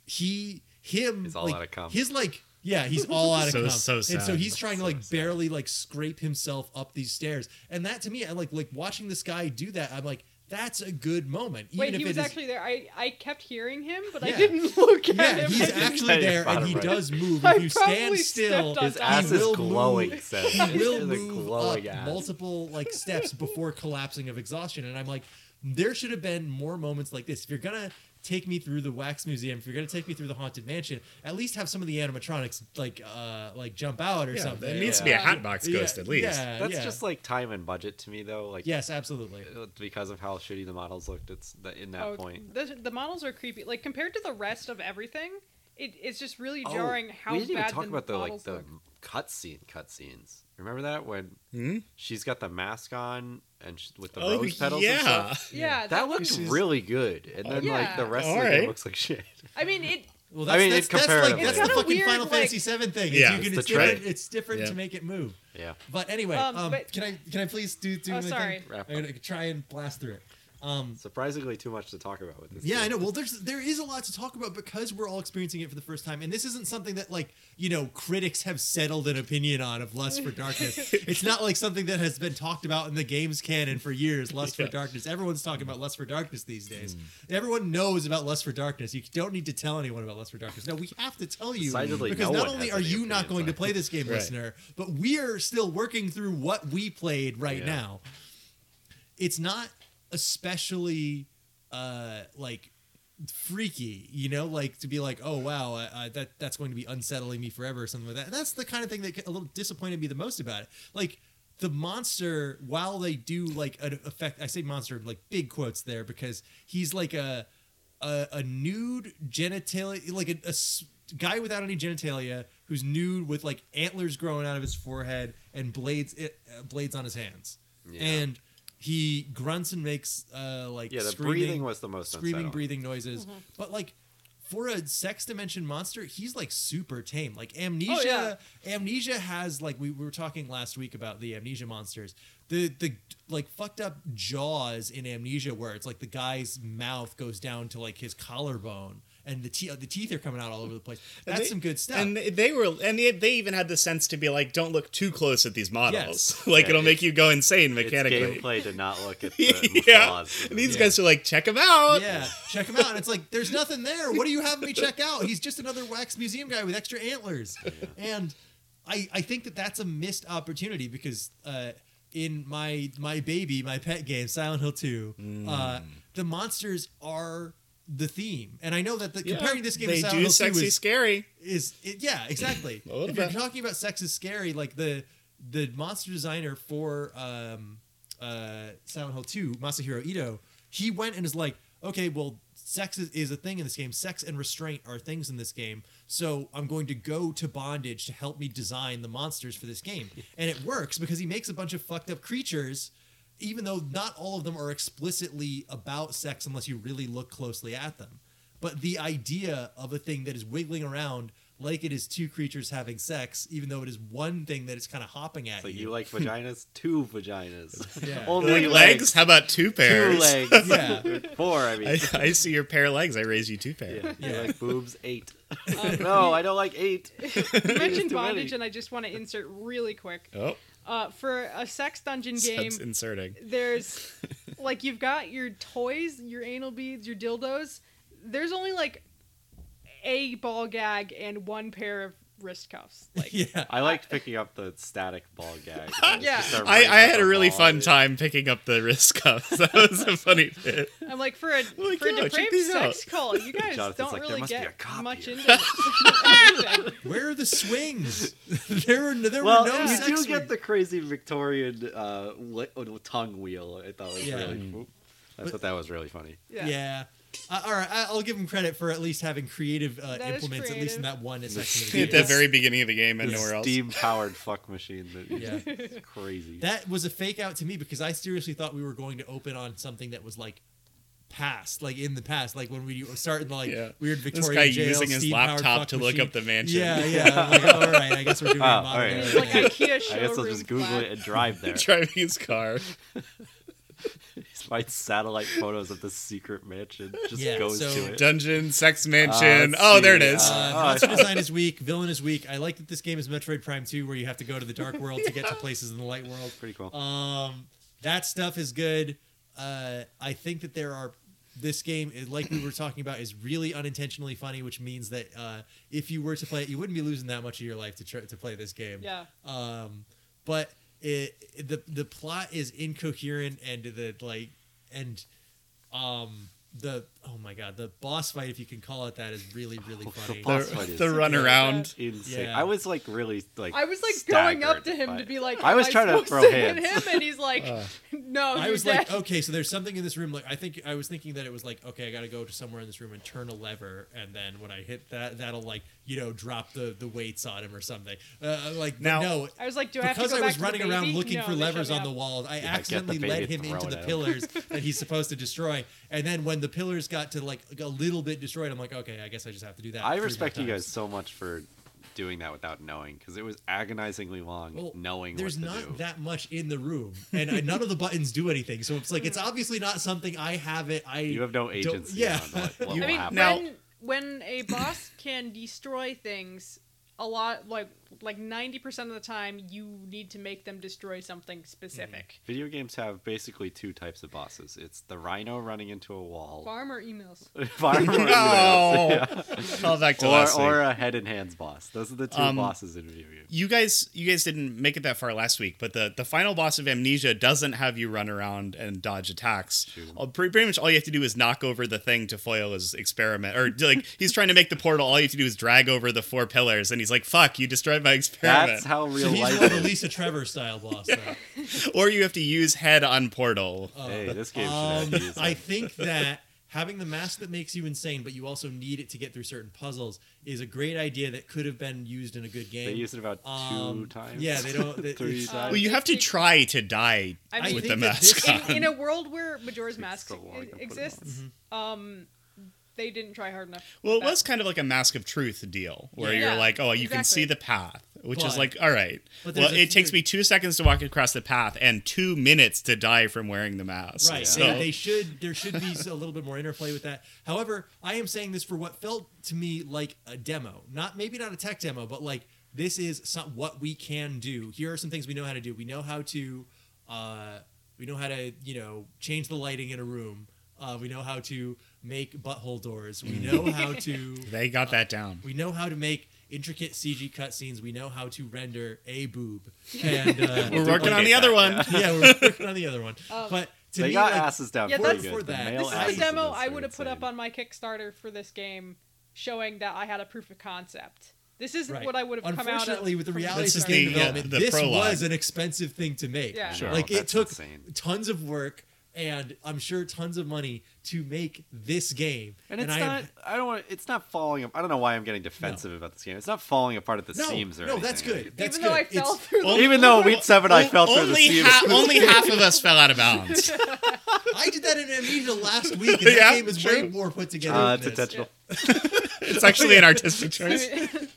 Speaker 2: he, him,
Speaker 4: He's all
Speaker 2: like,
Speaker 4: out of cum.
Speaker 2: His like. Yeah, he's all out of
Speaker 3: So-
Speaker 2: cum.
Speaker 3: so
Speaker 2: And so
Speaker 3: sad.
Speaker 2: he's trying to like barely like scrape himself up these stairs. And that to me, I like like watching this guy do that. I'm like, that's a good moment. Even
Speaker 1: Wait,
Speaker 2: if
Speaker 1: he
Speaker 2: it
Speaker 1: was
Speaker 2: is-
Speaker 1: actually there. I, I kept hearing him, but I
Speaker 2: Yeah.
Speaker 1: didn't look at
Speaker 2: yeah,
Speaker 1: him.
Speaker 2: he's
Speaker 1: I didn't-
Speaker 2: actually
Speaker 4: Yeah,
Speaker 2: there,
Speaker 4: you're
Speaker 2: and he
Speaker 4: spot on,
Speaker 2: does move.
Speaker 1: I
Speaker 2: If you stand
Speaker 1: probably
Speaker 2: still,
Speaker 1: stepped on
Speaker 4: His
Speaker 1: he
Speaker 4: ass is
Speaker 2: will
Speaker 4: glowing.
Speaker 2: move-
Speaker 4: Seth.
Speaker 2: he will
Speaker 4: It's a
Speaker 2: move
Speaker 4: glowing
Speaker 2: up
Speaker 4: ass.
Speaker 2: multiple like steps before collapsing of exhaustion. And I'm like, there should have been more moments like this. If you're gonna take me through the wax museum, if you're gonna take me through the haunted mansion, at least have some of the animatronics like uh like jump out or
Speaker 3: yeah,
Speaker 2: something.
Speaker 3: it needs to be a
Speaker 2: Yeah.
Speaker 3: hatbox ghost at least.
Speaker 2: Yeah,
Speaker 4: That's
Speaker 2: yeah.
Speaker 4: just like time and budget to me though. Like uh,
Speaker 2: yes, absolutely.
Speaker 4: because of how shitty the models looked. It's the, in that
Speaker 1: Oh,
Speaker 4: point.
Speaker 1: The, the models are creepy. Like compared to the rest of everything, it, it's just really
Speaker 4: Oh,
Speaker 1: jarring how
Speaker 4: we didn't
Speaker 1: bad
Speaker 4: even talk
Speaker 1: the
Speaker 4: about the like
Speaker 1: models
Speaker 4: the
Speaker 1: look.
Speaker 4: cutscene cutscenes. Remember that when
Speaker 3: Hmm?
Speaker 4: she's got the mask on and she, with the
Speaker 3: Oh,
Speaker 4: rose petals? and
Speaker 3: yeah.
Speaker 4: stuff?
Speaker 1: Yeah,
Speaker 4: that, looked
Speaker 3: She's-
Speaker 4: really good. And then like
Speaker 1: Yeah.
Speaker 4: the rest of
Speaker 3: All
Speaker 4: the game
Speaker 3: right.
Speaker 4: looks like shit.
Speaker 1: I mean, it.
Speaker 2: Well, that's,
Speaker 4: I mean,
Speaker 2: that's,
Speaker 4: it
Speaker 2: that's like
Speaker 4: comparatively.
Speaker 2: that's the
Speaker 1: It's got a
Speaker 2: fucking
Speaker 1: weird,
Speaker 2: Final
Speaker 1: like-
Speaker 2: Fantasy VII thing.
Speaker 3: Yeah,
Speaker 2: Yeah, you can,
Speaker 4: it's
Speaker 2: it's,
Speaker 4: the trick.
Speaker 2: different, it's different
Speaker 3: Yeah.
Speaker 2: to make it move.
Speaker 4: Yeah.
Speaker 2: But anyway,
Speaker 1: Um,
Speaker 2: um,
Speaker 1: but-
Speaker 2: can I can I please do do
Speaker 1: Oh,
Speaker 2: my thing?
Speaker 1: sorry.
Speaker 4: Wrap
Speaker 2: I'm gonna try and blast through it. Um,
Speaker 4: Surprisingly too much to talk about with this.
Speaker 2: yeah, I
Speaker 4: game.
Speaker 2: know. Well, there's there is a lot to talk about because we're all experiencing it for the first time, and this isn't something that like you know critics have settled an opinion on of Lust for Darkness. it's not like something that has been talked about in the games canon for years. Lust
Speaker 3: Yeah.
Speaker 2: for Darkness. Everyone's
Speaker 4: Mm.
Speaker 2: talking about Lust for Darkness these days. Everyone knows about Lust for Darkness. You don't need to tell anyone about Lust for Darkness. No, we have to tell you
Speaker 4: Decidedly
Speaker 2: because
Speaker 4: no
Speaker 2: not
Speaker 4: one
Speaker 2: only
Speaker 4: has
Speaker 2: are
Speaker 4: any
Speaker 2: you not
Speaker 4: opinions
Speaker 2: going
Speaker 4: on
Speaker 2: to
Speaker 4: it.
Speaker 2: play this game,
Speaker 3: Right.
Speaker 2: listener, but we are still working through what we played right
Speaker 4: Yeah.
Speaker 2: now it's not especially uh like freaky you know like to be like oh wow uh, uh, that that's going to be unsettling me forever or something like that that's the kind of thing that a little disappointed me the most about it like the monster while they do like an effect i say monster like big quotes there because he's like a a, a nude genitalia like a, a s- guy without any genitalia who's nude with like antlers growing out of his forehead and blades it, uh, blades on his hands
Speaker 4: Yeah.
Speaker 2: and he grunts and makes uh like
Speaker 4: Yeah, the
Speaker 2: screaming,
Speaker 4: breathing was the most
Speaker 2: screaming
Speaker 4: unsettling.
Speaker 2: breathing noises
Speaker 3: Mm-hmm.
Speaker 2: but like for a sex dimension monster he's like super tame like amnesia
Speaker 3: Oh,
Speaker 2: amnesia has like we, we were talking last week about the amnesia monsters the the like fucked up jaws in amnesia where it's like the guy's mouth goes down to like his collarbone and the, te- the teeth are coming out all over the place
Speaker 3: And
Speaker 2: that's
Speaker 3: they-
Speaker 2: some good stuff
Speaker 3: And they were, and they, they even had the sense to be like, "Don't look too close at these models.
Speaker 2: Yes.
Speaker 3: like
Speaker 4: Yeah,
Speaker 3: it'll
Speaker 4: it-
Speaker 3: make you go insane
Speaker 4: It's
Speaker 3: mechanically."
Speaker 4: gameplay to not look at the
Speaker 3: yeah,
Speaker 4: flaws.
Speaker 3: and these
Speaker 2: Yeah.
Speaker 3: guys are like, "Check them out."
Speaker 2: Yeah, check him out. And it's like, there's nothing there. What do you have me check out? He's just another wax museum guy with extra antlers. And I, I think that that's a missed opportunity because uh, in my my baby, my pet game, Silent Hill Two,
Speaker 3: Mm.
Speaker 2: uh, the monsters are the theme, and I know that the, comparing this game
Speaker 3: they
Speaker 2: to Silent
Speaker 3: do
Speaker 2: Hill
Speaker 3: sexy
Speaker 2: Two is,
Speaker 3: scary.
Speaker 2: is it, yeah exactly.
Speaker 3: A little
Speaker 2: if you're
Speaker 3: bit.
Speaker 2: talking about sex is scary, like the the monster designer for um, uh, Silent Hill Two, Masahiro Ito, he went and is like, okay, well, sex is, is a thing in this game. Sex and restraint are things in this game. So I'm going to go to bondage to help me design the monsters for this game, and it works because he makes a bunch of fucked up creatures. Even though not all of them are explicitly about sex unless you really look closely at them but the idea of a thing that is wiggling around like it is two creatures having sex, even though it is one thing that is kind of hopping at
Speaker 4: So
Speaker 2: you.
Speaker 4: you like vaginas? Two vaginas.
Speaker 2: Yeah.
Speaker 4: Only
Speaker 3: Like legs?
Speaker 4: legs.
Speaker 3: How about two pairs?
Speaker 4: Two legs.
Speaker 2: Yeah.
Speaker 4: Four, I mean.
Speaker 3: I, I see your pair of legs. I raise you two pair.
Speaker 4: Yeah. You like boobs? Eight. no, I don't like eight.
Speaker 1: You mentioned
Speaker 4: too many.
Speaker 1: bondage, and I just want to insert really quick.
Speaker 3: Oh,
Speaker 1: Uh, for a sex dungeon game,
Speaker 3: subs inserting.
Speaker 1: there's like you've got your toys, your anal beads, your dildos. There's only like a ball gag and one pair of wrist cuffs. Like
Speaker 2: yeah.
Speaker 4: I liked picking up the static ball gag.
Speaker 1: Yeah.
Speaker 4: Just a
Speaker 3: I,
Speaker 4: ring
Speaker 3: I
Speaker 4: with
Speaker 3: had a really
Speaker 4: ball.
Speaker 3: fun time picking up the wrist cuffs. That was a funny bit.
Speaker 1: I'm like for a
Speaker 3: Like,
Speaker 1: for a
Speaker 3: yo, check
Speaker 1: depraved
Speaker 3: these out.
Speaker 1: sex call, you guys
Speaker 4: Jonathan's
Speaker 1: don't
Speaker 4: like, there
Speaker 1: really
Speaker 4: must be a
Speaker 1: get
Speaker 4: cop
Speaker 1: much
Speaker 4: here.
Speaker 1: into anything.
Speaker 2: Where are the swings? there were there
Speaker 4: Well,
Speaker 2: were no
Speaker 4: you
Speaker 2: sex
Speaker 4: do get
Speaker 2: swings.
Speaker 4: the crazy Victorian uh, li- oh, tongue wheel. I thought was
Speaker 2: Yeah.
Speaker 4: really.
Speaker 3: Mm.
Speaker 4: I thought that was really funny.
Speaker 1: Yeah.
Speaker 2: yeah. Uh, all right, I- I'll give him credit for at least having creative uh,
Speaker 1: That is
Speaker 2: implements, at least
Speaker 1: creative.
Speaker 2: in that one section of the
Speaker 3: At
Speaker 2: game.
Speaker 3: the very beginning of the game and nowhere else.
Speaker 4: Steam powered fuck machine. That,
Speaker 2: Yeah.
Speaker 4: It's crazy.
Speaker 2: That was a fake out to me because I seriously thought we were going to open on something that was like past, like in the past, like when we started the like
Speaker 3: Yeah.
Speaker 2: weird
Speaker 3: This
Speaker 2: Victorian
Speaker 3: guy
Speaker 2: jail,
Speaker 3: using his
Speaker 2: steam-powered
Speaker 3: laptop
Speaker 2: fuck
Speaker 3: to look
Speaker 2: machine.
Speaker 3: up the mansion.
Speaker 2: Yeah, yeah. I'm like, all right, I guess we're doing
Speaker 4: Oh,
Speaker 2: a
Speaker 4: all
Speaker 2: modern.
Speaker 4: right.
Speaker 1: It's
Speaker 2: era
Speaker 1: like
Speaker 2: thing.
Speaker 1: IKEA
Speaker 4: I guess I'll
Speaker 1: showroom
Speaker 4: just Google
Speaker 1: flat.
Speaker 4: it and drive there.
Speaker 3: Driving his car.
Speaker 4: Find satellite photos of the secret mansion. Just
Speaker 2: Yeah,
Speaker 4: goes
Speaker 2: so-
Speaker 4: to it.
Speaker 3: Dungeon, sex
Speaker 4: Uh,
Speaker 3: mansion.
Speaker 4: let's
Speaker 3: oh, there it
Speaker 4: see,
Speaker 3: is.
Speaker 4: uh,
Speaker 2: Uh,
Speaker 4: Oh,
Speaker 2: monster
Speaker 4: I-
Speaker 2: design is weak. Villain is weak. I like that this game is Metroid Prime 2, where you have to go to the dark world to get to places in the light world.
Speaker 4: Pretty cool.
Speaker 2: Um, that stuff is good. Uh, I think that there are this game, is- like we were talking about, is really unintentionally funny, which means that uh, if you were to play it, you wouldn't be losing that much of your life to try, to play this game.
Speaker 1: Yeah.
Speaker 2: Um, but it, it- the the plot is incoherent and the like and um the oh my god the boss fight if you can call it that is really really funny.
Speaker 4: boss fight is
Speaker 3: the runaround.
Speaker 4: insane.
Speaker 2: Yeah.
Speaker 4: I was like really like.
Speaker 1: I was like going up
Speaker 4: staggered
Speaker 1: to him
Speaker 4: by
Speaker 1: to
Speaker 4: it.
Speaker 1: be like,
Speaker 4: I was
Speaker 1: am
Speaker 4: trying to
Speaker 1: supposed
Speaker 4: throw
Speaker 1: hit
Speaker 4: hands.
Speaker 1: him, and he's like, "No,
Speaker 2: Uh, I
Speaker 1: you're
Speaker 2: was
Speaker 1: dead.
Speaker 2: like, okay, so there's something in this room. Like, I think I was thinking that it was like, okay, I gotta go to somewhere in this room and turn a lever, and then when I hit that, that'll like, you know, drop the the weights on him or something. Uh, like, but
Speaker 3: Now-
Speaker 2: no,
Speaker 1: I was like, do I have to
Speaker 2: because
Speaker 1: go
Speaker 2: I
Speaker 1: back
Speaker 2: was
Speaker 1: to the
Speaker 2: running around
Speaker 1: baby?
Speaker 2: looking
Speaker 1: No,
Speaker 2: for
Speaker 1: they shut
Speaker 2: levers
Speaker 1: me
Speaker 2: on
Speaker 1: up.
Speaker 2: the walls, I
Speaker 4: get the
Speaker 2: accidentally
Speaker 4: baby,
Speaker 2: led him
Speaker 4: throw
Speaker 2: into
Speaker 4: it
Speaker 2: the
Speaker 4: at him.
Speaker 2: pillars that he's supposed to destroy, and then when the pillars got to like a little bit destroyed, I'm like, okay, I guess I just have to do that.
Speaker 4: I
Speaker 2: three more
Speaker 4: respect you
Speaker 2: times.
Speaker 4: guys so much for doing that without knowing because it was agonizingly long
Speaker 2: Well,
Speaker 4: knowing
Speaker 2: there's
Speaker 4: what to
Speaker 2: not
Speaker 4: do.
Speaker 2: that much in the room and uh, none of the buttons do anything so it's like it's obviously not something i have it i
Speaker 4: you have no
Speaker 2: don't-
Speaker 4: agency
Speaker 2: yeah
Speaker 4: on what, what will
Speaker 1: I mean,
Speaker 4: happen.
Speaker 3: Now-
Speaker 1: when when a boss can destroy things, a lot like like ninety percent of the time, you need to make them destroy something specific.
Speaker 4: Video games have basically two types of bosses. It's the rhino running into a
Speaker 2: Mm-hmm.
Speaker 4: wall,
Speaker 1: Farmer emails.
Speaker 4: farmer
Speaker 3: No. Call Oh. back to
Speaker 4: or,
Speaker 3: last week.
Speaker 4: or a head and hands boss. Those are the two
Speaker 3: Um,
Speaker 4: bosses in video games.
Speaker 3: you guys you guys didn't make it that far last week but the the final boss of amnesia doesn't have you run around and dodge attacks All- pretty, pretty much all you have to do is knock over the thing to foil his experiment or like he's trying to make the portal all you have to do is drag over the four pillars and he's like fuck you destroyed my experiment
Speaker 4: That's how
Speaker 2: so
Speaker 4: real
Speaker 2: he's
Speaker 4: life
Speaker 2: more of a
Speaker 4: is.
Speaker 2: lisa trevor style boss though.
Speaker 3: or you have to use head on portal
Speaker 2: Oh,
Speaker 4: Hey, this game should
Speaker 2: Um,
Speaker 4: have used
Speaker 2: I
Speaker 4: that.
Speaker 2: think that having the mask that makes you insane, but you also need it to get through certain puzzles, is a great idea that could have been used in a good game.
Speaker 4: They used it about two
Speaker 2: Um,
Speaker 4: times.
Speaker 2: yeah, they don't- they-
Speaker 4: three
Speaker 2: it's-
Speaker 4: times.
Speaker 3: well you have to try to die
Speaker 1: I
Speaker 2: I
Speaker 1: mean,
Speaker 3: with
Speaker 2: think
Speaker 3: the
Speaker 2: that
Speaker 3: mask
Speaker 2: this-
Speaker 3: on
Speaker 1: in, in a world where Majora's
Speaker 4: Takes
Speaker 1: Mask
Speaker 4: so long to put 'em on.
Speaker 1: exists,
Speaker 2: Mm-hmm.
Speaker 1: um, they didn't try hard enough.
Speaker 3: well it
Speaker 1: That-
Speaker 3: was kind of like a mask of truth deal where
Speaker 1: Yeah.
Speaker 3: you're like oh you can
Speaker 1: Exactly.
Speaker 3: see the path which is
Speaker 2: But-
Speaker 3: like all right
Speaker 2: but
Speaker 3: well
Speaker 2: there's a
Speaker 3: it takes
Speaker 2: few-
Speaker 3: me two seconds to walk across the path and two minutes to die from wearing the mask
Speaker 2: Right.
Speaker 3: so
Speaker 2: They, they should. There should be a little bit more interplay with that. However, I am saying this for what felt to me like a demo, not maybe not a tech demo, but like this is some, what we can do. Here are some things we know how to do. We know how to, uh, we know how to you know change the lighting in a room. Uh, we know how to make butthole doors. We know how to.
Speaker 3: They got that down.
Speaker 2: We know how to make intricate CG cutscenes. We know how to render a boob, and uh,
Speaker 3: We're working on the other one.
Speaker 2: Yeah. we're working on the other one.
Speaker 1: Oh.
Speaker 2: But to
Speaker 4: They
Speaker 2: me,
Speaker 4: got
Speaker 2: like,
Speaker 4: asses down
Speaker 1: Yeah,
Speaker 4: pretty
Speaker 1: that's-
Speaker 4: good.
Speaker 2: for
Speaker 4: The
Speaker 2: that.
Speaker 4: male
Speaker 1: This
Speaker 2: This Well,
Speaker 1: is
Speaker 4: asses
Speaker 1: a
Speaker 4: in
Speaker 1: demo
Speaker 4: this
Speaker 1: I
Speaker 4: are
Speaker 1: would have put up
Speaker 4: insane.
Speaker 1: on my Kickstarter for this game, showing that I had a proof of concept. This isn't
Speaker 2: Right.
Speaker 1: what I would have come out. of
Speaker 2: Unfortunately, with the
Speaker 1: from
Speaker 2: realities
Speaker 3: This
Speaker 2: of
Speaker 3: is
Speaker 1: Kickstarter.
Speaker 2: game
Speaker 3: the, uh,
Speaker 2: development,
Speaker 3: the
Speaker 2: this
Speaker 3: prologue.
Speaker 2: was an expensive thing to make.
Speaker 1: Yeah. Sure.
Speaker 2: like it
Speaker 4: That's
Speaker 2: took
Speaker 4: insane.
Speaker 2: tons of work and I'm sure tons of money to make this game.
Speaker 4: And it's
Speaker 2: I am-
Speaker 4: not. I don't want. It's not falling. up- I don't know why I'm getting defensive about this game. It's not falling apart at the
Speaker 2: no,
Speaker 4: seams or
Speaker 2: no, that's
Speaker 4: anything.
Speaker 2: good. That's
Speaker 1: Even though
Speaker 2: good.
Speaker 1: I fell
Speaker 2: It's-
Speaker 1: through. the-
Speaker 4: Even though Weed Seven, I felt through the
Speaker 3: only,
Speaker 4: seams.
Speaker 3: ha- only half of us fell out of bounds.
Speaker 2: I did that in Amnesia last week, and that
Speaker 3: Yeah,
Speaker 2: game is way
Speaker 3: true.
Speaker 2: more put together.
Speaker 4: Uh, it's
Speaker 2: than this.
Speaker 4: intentional.
Speaker 3: It's actually an artistic choice.
Speaker 1: I mean,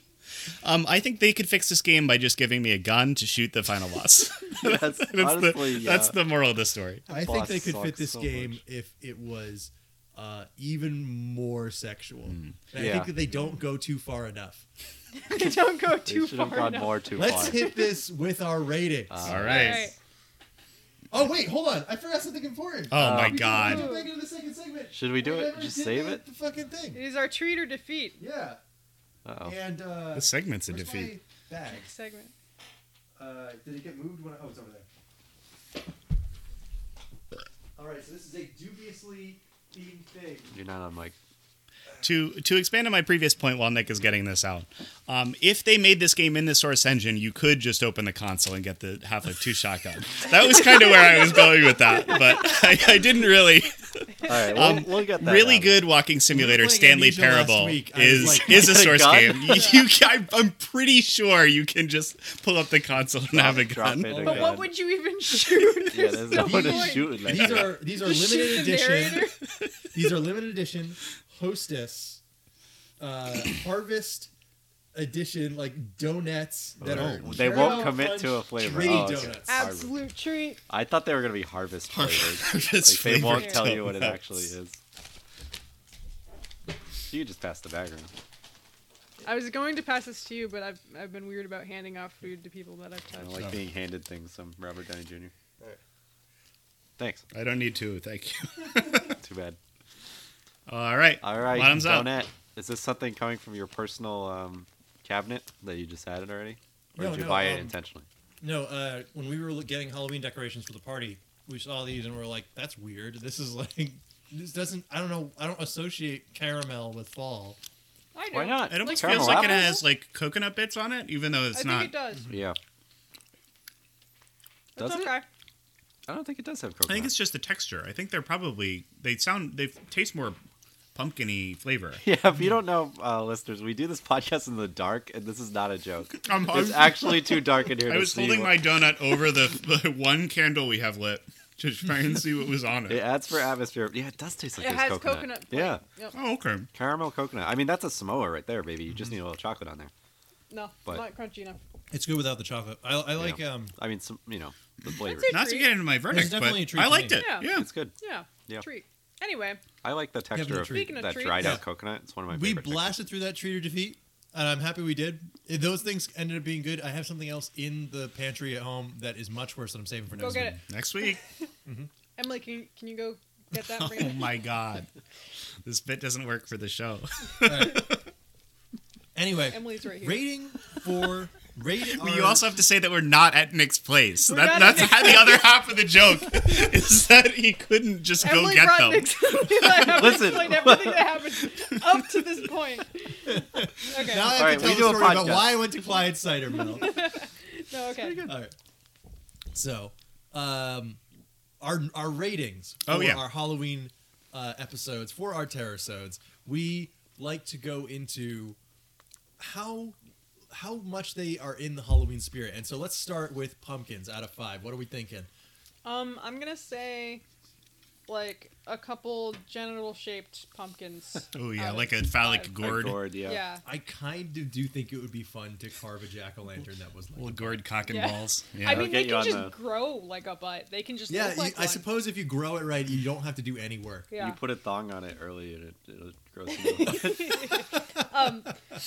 Speaker 3: Um, I think they could fix this game by just giving me a gun to shoot the final boss.
Speaker 4: That's
Speaker 3: that's,
Speaker 4: honestly.
Speaker 3: the,
Speaker 4: yeah.
Speaker 3: that's the moral of the story.
Speaker 2: I think
Speaker 4: boss
Speaker 2: they could fit
Speaker 4: sucks
Speaker 2: this
Speaker 4: so
Speaker 2: game
Speaker 4: much.
Speaker 2: if it was uh, even more sexual. And I
Speaker 4: Yeah.
Speaker 2: think that they don't go too far enough.
Speaker 1: don't go
Speaker 4: They
Speaker 1: too
Speaker 4: should
Speaker 1: far.
Speaker 4: have gone
Speaker 1: enough.
Speaker 4: more too
Speaker 2: Let's
Speaker 4: far.
Speaker 2: hit this with our ratings.
Speaker 3: All
Speaker 1: All
Speaker 3: right.
Speaker 1: right.
Speaker 2: oh wait, hold on! I forgot something important.
Speaker 3: Oh my
Speaker 4: Um,
Speaker 2: We didn't
Speaker 3: god.
Speaker 2: do it back into the second segment.
Speaker 4: Should we do
Speaker 2: We
Speaker 4: it?
Speaker 2: never
Speaker 4: Just
Speaker 2: did
Speaker 4: save
Speaker 2: the-
Speaker 4: it?
Speaker 2: The fucking
Speaker 1: It
Speaker 2: thing.
Speaker 1: is our treat or defeat
Speaker 2: Yeah.
Speaker 4: Uh-oh.
Speaker 2: And uh,
Speaker 3: This segment's a
Speaker 2: where's
Speaker 3: defeat.
Speaker 2: my bag?
Speaker 1: segment.
Speaker 2: Uh, did it get moved when I, oh, it's over there. All right, so this is a dubiously themed thing.
Speaker 4: You're not on mic.
Speaker 3: To to expand on my previous point while Nick is getting this out, um, if they made this game in the Source Engine, you could just open the console and get the Half Life Two shotgun. That was kind of where I was going with that, but I, I didn't really.
Speaker 4: All right, we'll,
Speaker 3: Um,
Speaker 4: we'll get that.
Speaker 3: really
Speaker 4: out.
Speaker 3: good walking simulator
Speaker 2: playing
Speaker 3: Stanley
Speaker 2: Amnesia last
Speaker 3: Parable
Speaker 2: week, I was
Speaker 3: is
Speaker 2: like,
Speaker 3: is a
Speaker 4: "Is it a
Speaker 3: source
Speaker 4: gun?"
Speaker 3: game. You, I, I'm pretty sure you can just pull up the console and have a
Speaker 4: Drop
Speaker 3: gun.
Speaker 4: it
Speaker 2: But
Speaker 1: But
Speaker 4: again.
Speaker 1: what would you even shoot?
Speaker 4: Yeah,
Speaker 1: There's
Speaker 4: there's
Speaker 1: no
Speaker 4: no one to
Speaker 1: point.
Speaker 4: shoot in that
Speaker 2: These
Speaker 4: guy.
Speaker 2: are these are
Speaker 1: Just
Speaker 2: limited
Speaker 1: shoot the
Speaker 2: edition.
Speaker 1: narrator.
Speaker 2: These are limited edition hostess uh, harvest edition like donuts that are
Speaker 4: Oh, they
Speaker 2: caramel
Speaker 4: won't commit
Speaker 2: crunch
Speaker 4: to a flavor.
Speaker 2: Gritty
Speaker 4: Oh, okay.
Speaker 2: donuts.
Speaker 1: Absolute treat.
Speaker 4: I thought they were gonna be harvest flavored.
Speaker 3: Harvest
Speaker 4: like, they won't
Speaker 3: flavored
Speaker 4: tell you what it
Speaker 3: donuts.
Speaker 4: actually is. You can just pass the bag around.
Speaker 1: I was going to pass this to you, but I've I've been weird about handing off food to people that I've
Speaker 4: I
Speaker 1: touched.
Speaker 4: don't like being handed things from Robert Downey Jr. Thanks.
Speaker 3: I don't need to. Thank you.
Speaker 4: Too bad.
Speaker 3: All right.
Speaker 4: All right,
Speaker 3: Bottoms up.
Speaker 4: donut. Is this something coming from your personal um, cabinet that you just added already, or
Speaker 7: No,
Speaker 4: did you
Speaker 7: no,
Speaker 4: buy it
Speaker 7: um,
Speaker 4: intentionally?
Speaker 7: No, uh, when we were lo- getting Halloween decorations for the party, we saw these and we are like, "That's weird. This is like, this doesn't. I don't know. I don't associate caramel with fall."
Speaker 1: I do.
Speaker 4: Why not?
Speaker 3: It almost
Speaker 4: Caramel
Speaker 3: feels like it
Speaker 4: apple?
Speaker 3: has like coconut bits on it, even though
Speaker 1: I
Speaker 3: it's
Speaker 1: think
Speaker 3: not.
Speaker 1: it does.
Speaker 4: Yeah,
Speaker 1: That's
Speaker 4: Does it?
Speaker 1: okay.
Speaker 4: I don't think it does have coconut.
Speaker 3: I think it's just the texture. I think they're probably they sound they taste more pumpkiny flavor.
Speaker 4: Yeah, if you don't know, uh, listeners, we do this podcast in the dark, and this is not a joke.
Speaker 3: I'm, I'm-
Speaker 4: It's actually too dark in here.
Speaker 3: I
Speaker 4: to
Speaker 3: was
Speaker 4: see
Speaker 3: holding
Speaker 4: what-
Speaker 3: my donut over the, the one candle we have lit to try and see what was on
Speaker 4: It
Speaker 3: it.
Speaker 4: adds for atmosphere. Yeah, it does taste like
Speaker 1: It
Speaker 4: there's
Speaker 1: has
Speaker 4: coconut.
Speaker 1: coconut.
Speaker 4: Yeah,
Speaker 1: Yep.
Speaker 3: Oh, okay.
Speaker 4: caramel coconut. I mean, that's a Samoa right there, baby. You just need a little chocolate on there.
Speaker 1: No,
Speaker 4: But-
Speaker 1: not crunchy enough.
Speaker 7: It's good without the chocolate. I, I like.
Speaker 4: Yeah.
Speaker 7: Um,
Speaker 4: I mean, some you know the flavor.
Speaker 1: it.
Speaker 3: Not to get into my verdict, but
Speaker 7: definitely a treat
Speaker 3: I
Speaker 7: to
Speaker 3: liked
Speaker 7: me.
Speaker 3: it.
Speaker 1: Yeah.
Speaker 3: Yeah.
Speaker 4: It's good.
Speaker 1: Yeah.
Speaker 4: Yeah.
Speaker 1: Treat. Anyway,
Speaker 4: I like the texture of
Speaker 1: Speaking of
Speaker 4: that
Speaker 1: treats-
Speaker 4: dried
Speaker 7: Yeah.
Speaker 4: out coconut. It's one of my
Speaker 7: we
Speaker 4: favorite. textures.
Speaker 7: blasted through that treat or defeat, and I'm happy we did. If those things ended up being good. I have something else in the pantry at home that is much worse that I'm saving for
Speaker 1: go
Speaker 7: next
Speaker 1: get
Speaker 7: week.
Speaker 1: it.
Speaker 3: Next week.
Speaker 1: Emily, can you, can you go get that? and bring
Speaker 3: Oh
Speaker 1: it?
Speaker 3: my god. This bit doesn't work for the show.
Speaker 7: Anyway,
Speaker 1: Emily's right here.
Speaker 7: rating for rated.
Speaker 3: But you
Speaker 7: R-
Speaker 3: also have to say that we're not at Nick's place.
Speaker 1: We're
Speaker 3: That,
Speaker 1: not at
Speaker 3: that's how the other half of the joke is that he couldn't just
Speaker 1: Emily
Speaker 3: go get
Speaker 1: brought
Speaker 3: them.
Speaker 1: Nick's. Listen.
Speaker 4: Listen.
Speaker 1: Explained everything that happened up to this point. Okay.
Speaker 7: Now I have
Speaker 4: All
Speaker 7: to
Speaker 4: right,
Speaker 7: tell
Speaker 4: we
Speaker 7: the
Speaker 4: do a
Speaker 7: story about
Speaker 4: podcast.
Speaker 7: why I went to Clyde Cider Mill.
Speaker 1: no, okay.
Speaker 7: All right. So, um, our our ratings for
Speaker 3: Oh, yeah.
Speaker 7: our Halloween uh, episodes for our terrorsodes, we like to go into how how much they are in the Halloween spirit. And so let's start with pumpkins out of five. What are we thinking?
Speaker 1: Um, I'm gonna say, like a couple genital-shaped pumpkins.
Speaker 3: Oh yeah,
Speaker 1: out of
Speaker 3: like a phallic
Speaker 1: five.
Speaker 4: Like
Speaker 3: gourd.
Speaker 4: gourd, yeah.
Speaker 1: Yeah.
Speaker 7: I kind of do think it would be fun to carve a jack o' lantern that was like.
Speaker 3: Little gourd cock and
Speaker 1: Yeah.
Speaker 3: balls. Yeah.
Speaker 1: I mean,
Speaker 4: get
Speaker 1: they
Speaker 4: you
Speaker 1: can
Speaker 4: on
Speaker 1: just
Speaker 4: the-
Speaker 1: grow like a butt. They can just
Speaker 7: Yeah,
Speaker 1: Look
Speaker 7: you,
Speaker 1: like
Speaker 7: I
Speaker 1: one.
Speaker 7: suppose if you grow it right, you don't have to do any work.
Speaker 1: Yeah.
Speaker 4: You put a thong on it early, and it, it'll grow some.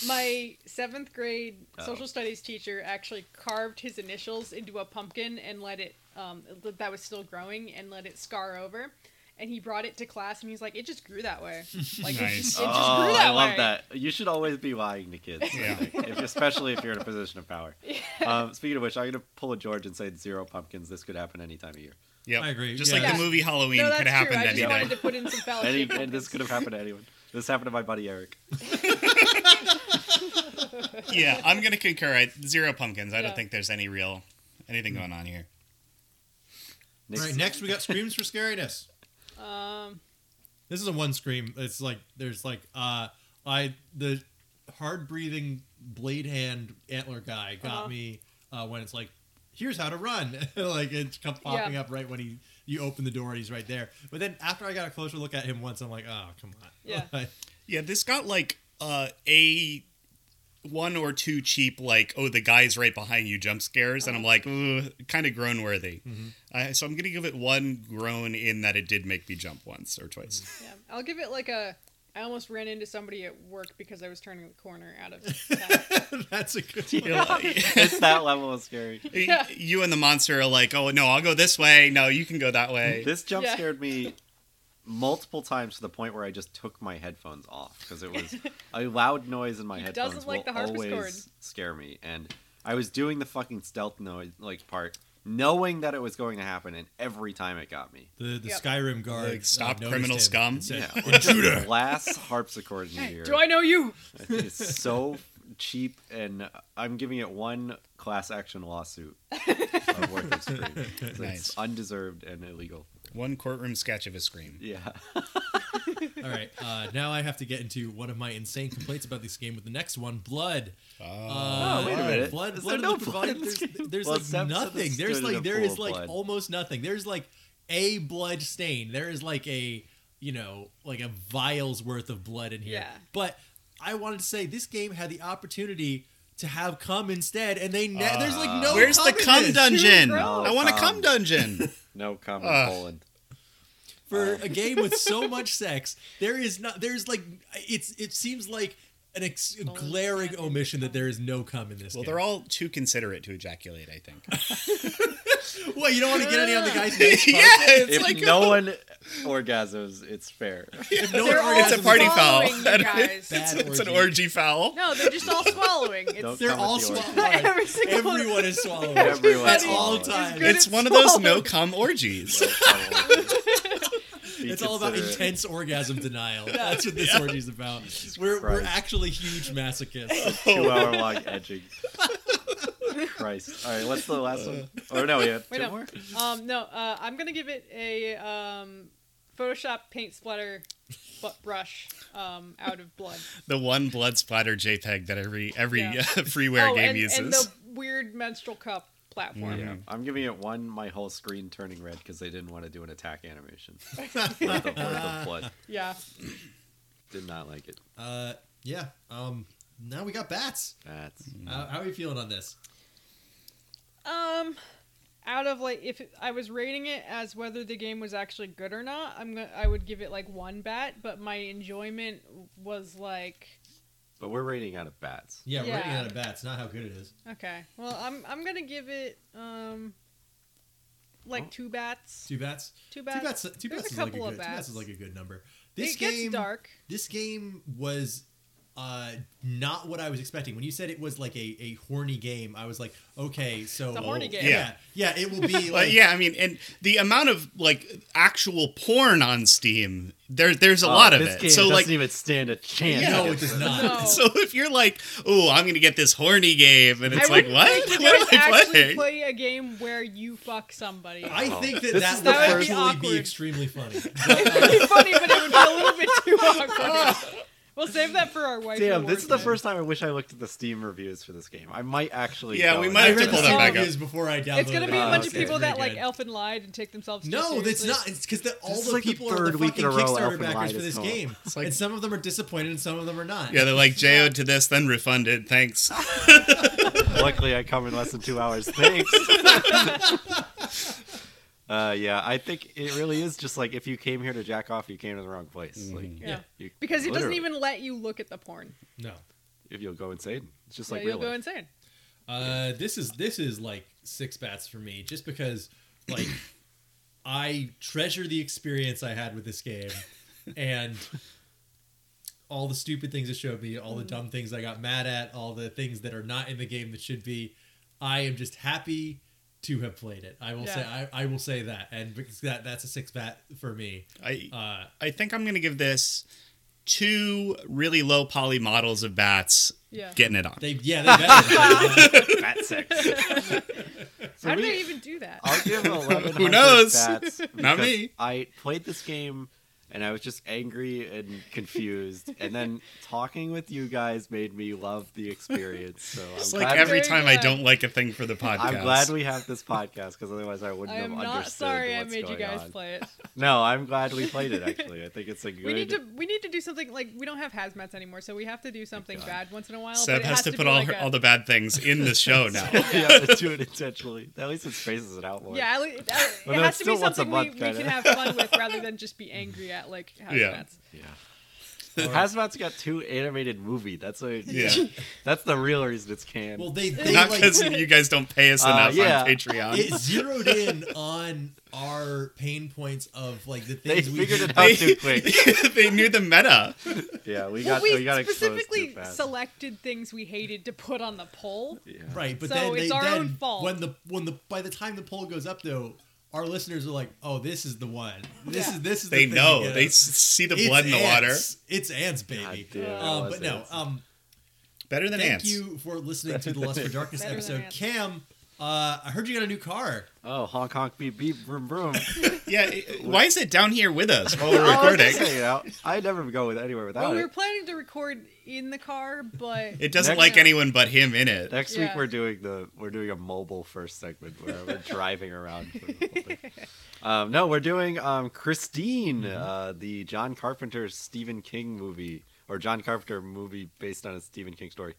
Speaker 1: My seventh grade
Speaker 4: Oh.
Speaker 1: social studies teacher actually carved his initials into a pumpkin and let it, um, th- that was still growing, and let it scar over. and he brought it to class and he's like, it just grew that way. Like it
Speaker 3: Nice.
Speaker 1: just, it just
Speaker 4: oh,
Speaker 1: grew that
Speaker 4: I love
Speaker 1: way.
Speaker 4: that. You should always be lying to kids, I
Speaker 3: Yeah.
Speaker 4: think, if, especially if you're in a position of power. Um, speaking of which, I'm gonna pull a George and say zero pumpkins. This could happen any time of year.
Speaker 3: Yep.
Speaker 2: I agree,
Speaker 3: Just
Speaker 2: yeah.
Speaker 3: like the
Speaker 1: Yeah.
Speaker 3: movie Halloween
Speaker 1: No,
Speaker 3: could
Speaker 1: that's
Speaker 3: happen
Speaker 1: true. I
Speaker 3: any
Speaker 1: just wanted
Speaker 3: day.
Speaker 1: to put in some phallic
Speaker 4: Any,
Speaker 1: shape
Speaker 4: and this
Speaker 1: pumpkins.
Speaker 4: could have happened to anyone. This happened to my buddy Eric.
Speaker 3: yeah, I'm gonna concur. I, zero pumpkins. I
Speaker 1: Yeah. Mm.
Speaker 3: don't think there's any real anything going on here.
Speaker 4: Nick's-
Speaker 8: All right, next we got screams for scariness.
Speaker 1: Um,
Speaker 8: This is a one scream. It's like there's like uh I the hard breathing blade hand antler guy got
Speaker 1: Uh-huh.
Speaker 8: me uh, when it's like here's how to run like it's come popping
Speaker 1: Yeah.
Speaker 8: up right when he you open the door and he's right there. But then after I got a closer look at him once, I'm like oh come on
Speaker 1: Yeah.
Speaker 8: Like,
Speaker 3: Yeah, this got like uh, a one or two cheap like oh the guy's right behind you jump scares, and I'm like
Speaker 1: Uh-huh.
Speaker 3: kind of groan worthy.
Speaker 2: Mm-hmm.
Speaker 3: Uh, so I'm gonna give it one groan in that it did make me jump once or twice.
Speaker 1: yeah. I'll give it like a. I almost ran into somebody at work because I was turning the corner out of. town.
Speaker 8: that's a good.
Speaker 3: You know, like,
Speaker 4: it's that level of scary.
Speaker 1: Yeah.
Speaker 3: You and the monster are like, oh no, I'll go this way. No, you can go that way.
Speaker 4: This jump
Speaker 1: Yeah.
Speaker 4: scared me multiple times to the point where I just took my headphones off because it was a loud noise in my
Speaker 1: He doesn't
Speaker 4: headphones
Speaker 1: like
Speaker 4: will
Speaker 1: the harpsichord.
Speaker 4: always scare me, and I was doing the fucking stealth noise like part, knowing that it was going to happen, and every time it got me.
Speaker 8: The the
Speaker 1: Yep.
Speaker 8: Skyrim guard
Speaker 3: Like, stop
Speaker 8: noticed
Speaker 3: criminal
Speaker 8: him
Speaker 3: scum.
Speaker 8: and said,
Speaker 4: Yeah, intruder. Glass harpsichord in your ear.
Speaker 1: Do I know you?
Speaker 4: I think it's so cheap, and I'm giving it one class action lawsuit of worth of scream. 'Cause
Speaker 3: Nice.
Speaker 4: It's undeserved and illegal.
Speaker 3: One courtroom sketch of a scream.
Speaker 4: Yeah.
Speaker 2: All right, uh, now I have to get into one of my insane complaints about this game with the next one, Blood. Uh,
Speaker 4: Oh, wait a minute.
Speaker 2: Blood,
Speaker 4: Is
Speaker 2: blood
Speaker 4: there no
Speaker 2: of the
Speaker 4: blood
Speaker 2: Provi-
Speaker 4: in this
Speaker 2: There's,
Speaker 4: game?
Speaker 2: there's
Speaker 4: Well,
Speaker 2: like
Speaker 4: except for the
Speaker 2: nothing. There's
Speaker 4: stood in a
Speaker 2: like there
Speaker 4: pool
Speaker 2: is
Speaker 4: of
Speaker 2: like
Speaker 4: blood.
Speaker 2: almost nothing. There's like a blood stain. There is like a you know like a vial's worth of blood in here.
Speaker 1: Yeah.
Speaker 2: But I wanted to say this game had the opportunity to have cum instead, and they ne- there's like no.
Speaker 3: Where's
Speaker 2: cum
Speaker 3: the
Speaker 2: in
Speaker 3: cum
Speaker 2: this.
Speaker 3: dungeon?
Speaker 4: gross.
Speaker 3: I want a
Speaker 4: Um,
Speaker 3: cum dungeon.
Speaker 4: No common
Speaker 3: Ugh.
Speaker 4: Poland.
Speaker 2: for
Speaker 3: Uh.
Speaker 2: a game with so much sex there is not there's like it's it seems like an ex- glaring omission that there is no cum in this
Speaker 3: well,
Speaker 2: game.
Speaker 3: they're all too considerate to ejaculate. I think.
Speaker 2: well, you don't want to get any on the guy's name.
Speaker 3: yeah, it's
Speaker 4: If
Speaker 3: like
Speaker 4: no one orgasms, it's fair.
Speaker 2: If no
Speaker 1: They're
Speaker 2: one
Speaker 1: all
Speaker 2: orgasms,
Speaker 3: It's a party foul.
Speaker 1: swallowing you guys.
Speaker 2: Bad
Speaker 3: it's an
Speaker 2: orgy.
Speaker 3: orgy foul.
Speaker 1: No, they're just all swallowing. It's
Speaker 4: Don't
Speaker 2: They're
Speaker 4: come
Speaker 2: all
Speaker 4: with the orgy.
Speaker 2: swallowed.
Speaker 1: every single one.
Speaker 2: Everyone is swallowed.
Speaker 4: Everyone
Speaker 2: At
Speaker 4: is
Speaker 2: all
Speaker 4: swallowed.
Speaker 2: times.
Speaker 1: Good
Speaker 3: it's
Speaker 1: at
Speaker 3: one of those
Speaker 1: swallowing.
Speaker 3: no cum orgies.
Speaker 4: Be
Speaker 2: It's all about
Speaker 4: considerate.
Speaker 2: intense orgasm denial. That's what this orgy is about. We're, we're
Speaker 4: Christ.
Speaker 2: actually huge masochists.
Speaker 4: Two hour long edging. Christ. All right, what's the last one? Or no, we have
Speaker 1: Wait,
Speaker 4: two
Speaker 1: no.
Speaker 4: more?
Speaker 1: Um, no, uh, I'm gonna give it a um, Photoshop paint splatter butt brush um, out of blood.
Speaker 3: the one blood splatter JPEG that every every
Speaker 1: Yeah.
Speaker 3: uh, freeware
Speaker 1: oh,
Speaker 3: game
Speaker 1: and,
Speaker 3: uses.
Speaker 1: and the weird menstrual cup platform.
Speaker 4: Yeah, I'm giving it one. My whole screen turning red because they didn't want to do an attack animation. Worth of- worth of blood.
Speaker 1: Yeah.
Speaker 4: Did not like it.
Speaker 2: Uh, yeah. Um, now we got bats.
Speaker 4: That's
Speaker 2: Uh, how are you feeling on this?
Speaker 1: Um, out of like, if I was rating it as whether the game was actually good or not, I'm gonna I would give it like one bat, but my enjoyment was like.
Speaker 4: but we're rating out of bats.
Speaker 2: Yeah, we're
Speaker 1: Yeah.
Speaker 2: running out of bats. Not how good it is.
Speaker 1: Okay. Well, I'm I'm gonna give it um like two bats.
Speaker 2: Two bats.
Speaker 1: Two bats.
Speaker 2: Two bats. Two
Speaker 1: There's
Speaker 2: bats
Speaker 1: a
Speaker 2: is like a
Speaker 1: couple
Speaker 2: good.
Speaker 1: of
Speaker 2: Two bats is
Speaker 1: bats.
Speaker 2: like a good number. This
Speaker 1: it
Speaker 2: game.
Speaker 1: gets dark.
Speaker 2: This game was uh not what I was expecting. When you said it was like a, a horny game, I was like, okay, so
Speaker 1: a horny game.
Speaker 2: Yeah, yeah, it will be
Speaker 3: But
Speaker 2: like
Speaker 3: yeah, I mean, and the amount of like actual porn on Steam, there there's a lot of
Speaker 4: Oh, this
Speaker 3: it.
Speaker 4: Game
Speaker 3: so
Speaker 4: doesn't
Speaker 3: like,
Speaker 4: even stand a chance.
Speaker 2: no, it does not.
Speaker 1: No.
Speaker 3: so if you're like, oh, I'm gonna get this horny game, and it's like,
Speaker 1: wouldn't think
Speaker 3: what?
Speaker 1: that there is
Speaker 3: What am I
Speaker 1: actually
Speaker 3: playing?
Speaker 1: play a game where you fuck somebody.
Speaker 2: I think that
Speaker 4: This
Speaker 2: that
Speaker 4: is
Speaker 2: would
Speaker 4: the
Speaker 1: first- That would be
Speaker 2: actually be
Speaker 1: awkward.
Speaker 2: extremely funny.
Speaker 1: it would be funny, but it would be a little bit too awkward. we'll save that for our wife.
Speaker 4: Damn,
Speaker 1: reward
Speaker 4: this is the
Speaker 1: then.
Speaker 4: first time I wish I looked at the Steam reviews for this game. I might actually.
Speaker 3: Yeah,
Speaker 4: go
Speaker 3: we
Speaker 4: and
Speaker 3: might
Speaker 2: I
Speaker 3: have to
Speaker 2: read
Speaker 3: pull
Speaker 2: the
Speaker 3: that back
Speaker 2: back
Speaker 3: up.
Speaker 2: before I downloaded.
Speaker 1: It's gonna be
Speaker 2: it.
Speaker 1: a bunch of
Speaker 4: Oh, okay.
Speaker 1: people
Speaker 2: It's
Speaker 1: that
Speaker 2: pretty
Speaker 1: like
Speaker 2: good.
Speaker 1: elf and lied and take themselves. too
Speaker 2: No, that's
Speaker 1: seriously.
Speaker 2: not. It's because all
Speaker 4: This
Speaker 2: the
Speaker 4: is like the
Speaker 2: people are the
Speaker 4: third week
Speaker 2: fucking
Speaker 4: in a row
Speaker 2: Kickstarter
Speaker 4: Elfin
Speaker 2: backers
Speaker 4: Lied
Speaker 2: for
Speaker 4: is
Speaker 2: this
Speaker 4: not.
Speaker 2: game,
Speaker 3: like-
Speaker 2: and some of them are disappointed, and some of them are not.
Speaker 3: Yeah, they're like JO'd to this, then refunded. Thanks.
Speaker 4: Luckily, I come in less than two hours. Thanks. uh, yeah, I think it really is just like if you came here to jack off, you came to the wrong place. Like,
Speaker 3: Mm-hmm.
Speaker 1: Yeah.
Speaker 4: you-
Speaker 1: Because it doesn't
Speaker 4: literally,
Speaker 1: even let you look at the porn.
Speaker 2: no.
Speaker 4: If you'll go insane, it's just
Speaker 1: So
Speaker 4: like
Speaker 1: you'll
Speaker 4: real
Speaker 1: go
Speaker 4: life.
Speaker 1: insane.
Speaker 2: Uh, this is this is like six bats for me, just because like I treasure the experience I had with this game, and all the stupid things it showed me, all the dumb things I got mad at, all the things that are not in the game that should be. I am just happy to have played it. I will say
Speaker 1: Yeah.
Speaker 2: I, I will say that, and because that that's a six bat for me.
Speaker 3: I
Speaker 2: Uh,
Speaker 3: I think I'm gonna give this two really low poly models of bats
Speaker 1: Yeah.
Speaker 3: getting it on.
Speaker 2: they yeah they better.
Speaker 4: Bat six.
Speaker 1: How do
Speaker 4: we-
Speaker 1: they even do that?
Speaker 4: I'll give it 1100
Speaker 3: Who knows?
Speaker 4: bats
Speaker 3: Not me.
Speaker 4: because I played this game and I was just angry and confused. And then talking with you guys made me love the experience. So I'm,
Speaker 3: It's
Speaker 4: glad,
Speaker 3: like every
Speaker 1: There you
Speaker 3: time I
Speaker 1: go.
Speaker 3: don't like a thing for the podcast.
Speaker 4: I'm glad we have this podcast because otherwise I wouldn't
Speaker 1: I am
Speaker 4: have
Speaker 1: not
Speaker 4: understood
Speaker 1: sorry I
Speaker 4: what's
Speaker 1: made you
Speaker 4: going
Speaker 1: guys
Speaker 4: on.
Speaker 1: play it.
Speaker 4: No, I'm glad we played it. Actually, I think it's a good.
Speaker 1: We need to we need to do something like we don't have hazmats anymore, so we have to do something
Speaker 4: Oh God.
Speaker 1: bad once in a while.
Speaker 3: Seb
Speaker 1: but it
Speaker 3: has, to
Speaker 1: be
Speaker 3: put all
Speaker 1: like
Speaker 3: her,
Speaker 1: a-
Speaker 3: all the bad things in the show now.
Speaker 4: yeah, let's do it intentionally. At least it spaces it out more.
Speaker 1: yeah, at least- uh,
Speaker 4: Well,
Speaker 1: it
Speaker 4: no,
Speaker 1: has to
Speaker 4: still
Speaker 1: be
Speaker 4: once a
Speaker 1: something
Speaker 4: month,
Speaker 1: we, we
Speaker 4: kinda.
Speaker 1: can have fun with rather than just be angry at like hazmats.
Speaker 3: Yeah.
Speaker 4: yeah. Hazmat's got two animated movie. That's a
Speaker 3: Yeah.
Speaker 4: That's the real reason it's canned.
Speaker 2: well, they they
Speaker 3: Not
Speaker 2: like
Speaker 3: because you guys don't pay us
Speaker 4: Uh,
Speaker 3: enough
Speaker 4: yeah.
Speaker 3: on Patreon.
Speaker 2: it zeroed in on our pain points of like the
Speaker 4: they
Speaker 2: things we
Speaker 4: figured
Speaker 2: did
Speaker 4: it out too quick.
Speaker 3: they knew the meta.
Speaker 4: Yeah,
Speaker 1: Well,
Speaker 4: we got
Speaker 1: we,
Speaker 4: we got exposed too
Speaker 1: specifically
Speaker 4: fast.
Speaker 1: selected things we hated to put on the poll.
Speaker 2: Right, but
Speaker 1: So
Speaker 2: then
Speaker 1: it's
Speaker 2: they,
Speaker 1: our
Speaker 2: then
Speaker 1: own fault.
Speaker 2: when the when the by the time the poll goes up though, our listeners are like, "Oh, this is the one. This
Speaker 1: Yeah.
Speaker 2: is this is."
Speaker 3: They
Speaker 2: the
Speaker 3: know.
Speaker 2: Thing you get
Speaker 3: They s-
Speaker 2: us."
Speaker 3: see the
Speaker 2: It's
Speaker 3: blood in the water.
Speaker 2: ants. It's ants,
Speaker 4: God
Speaker 2: baby.
Speaker 4: damn, it
Speaker 2: Um,
Speaker 4: was
Speaker 2: but no,
Speaker 4: ants.
Speaker 2: um,
Speaker 3: Better than
Speaker 2: thank
Speaker 3: ants.
Speaker 2: you for listening to the Lust for Darkness
Speaker 1: Better than
Speaker 2: episode,
Speaker 1: ants.
Speaker 2: Cam. Uh, I heard you got a new car.
Speaker 4: Oh, honk honk beep beep vroom vroom.
Speaker 3: Yeah. it- Why is it down here with us while
Speaker 4: Oh,
Speaker 3: we're
Speaker 4: I was
Speaker 3: recording?
Speaker 4: just hanging out. I never go with
Speaker 1: Well,
Speaker 4: anywhere without
Speaker 1: we were
Speaker 4: it.
Speaker 1: planning to record in the car, but
Speaker 3: It doesn't
Speaker 4: Next-
Speaker 3: like anyone but him in it.
Speaker 4: Next week
Speaker 1: Yeah.
Speaker 4: we're doing the we're doing a mobile first segment where we're driving around. For the whole thing. Um, no, we're doing um, Christine,
Speaker 1: Mm-hmm.
Speaker 4: uh, the John Carpenter Stephen King movie or John Carpenter movie based on a Stephen King story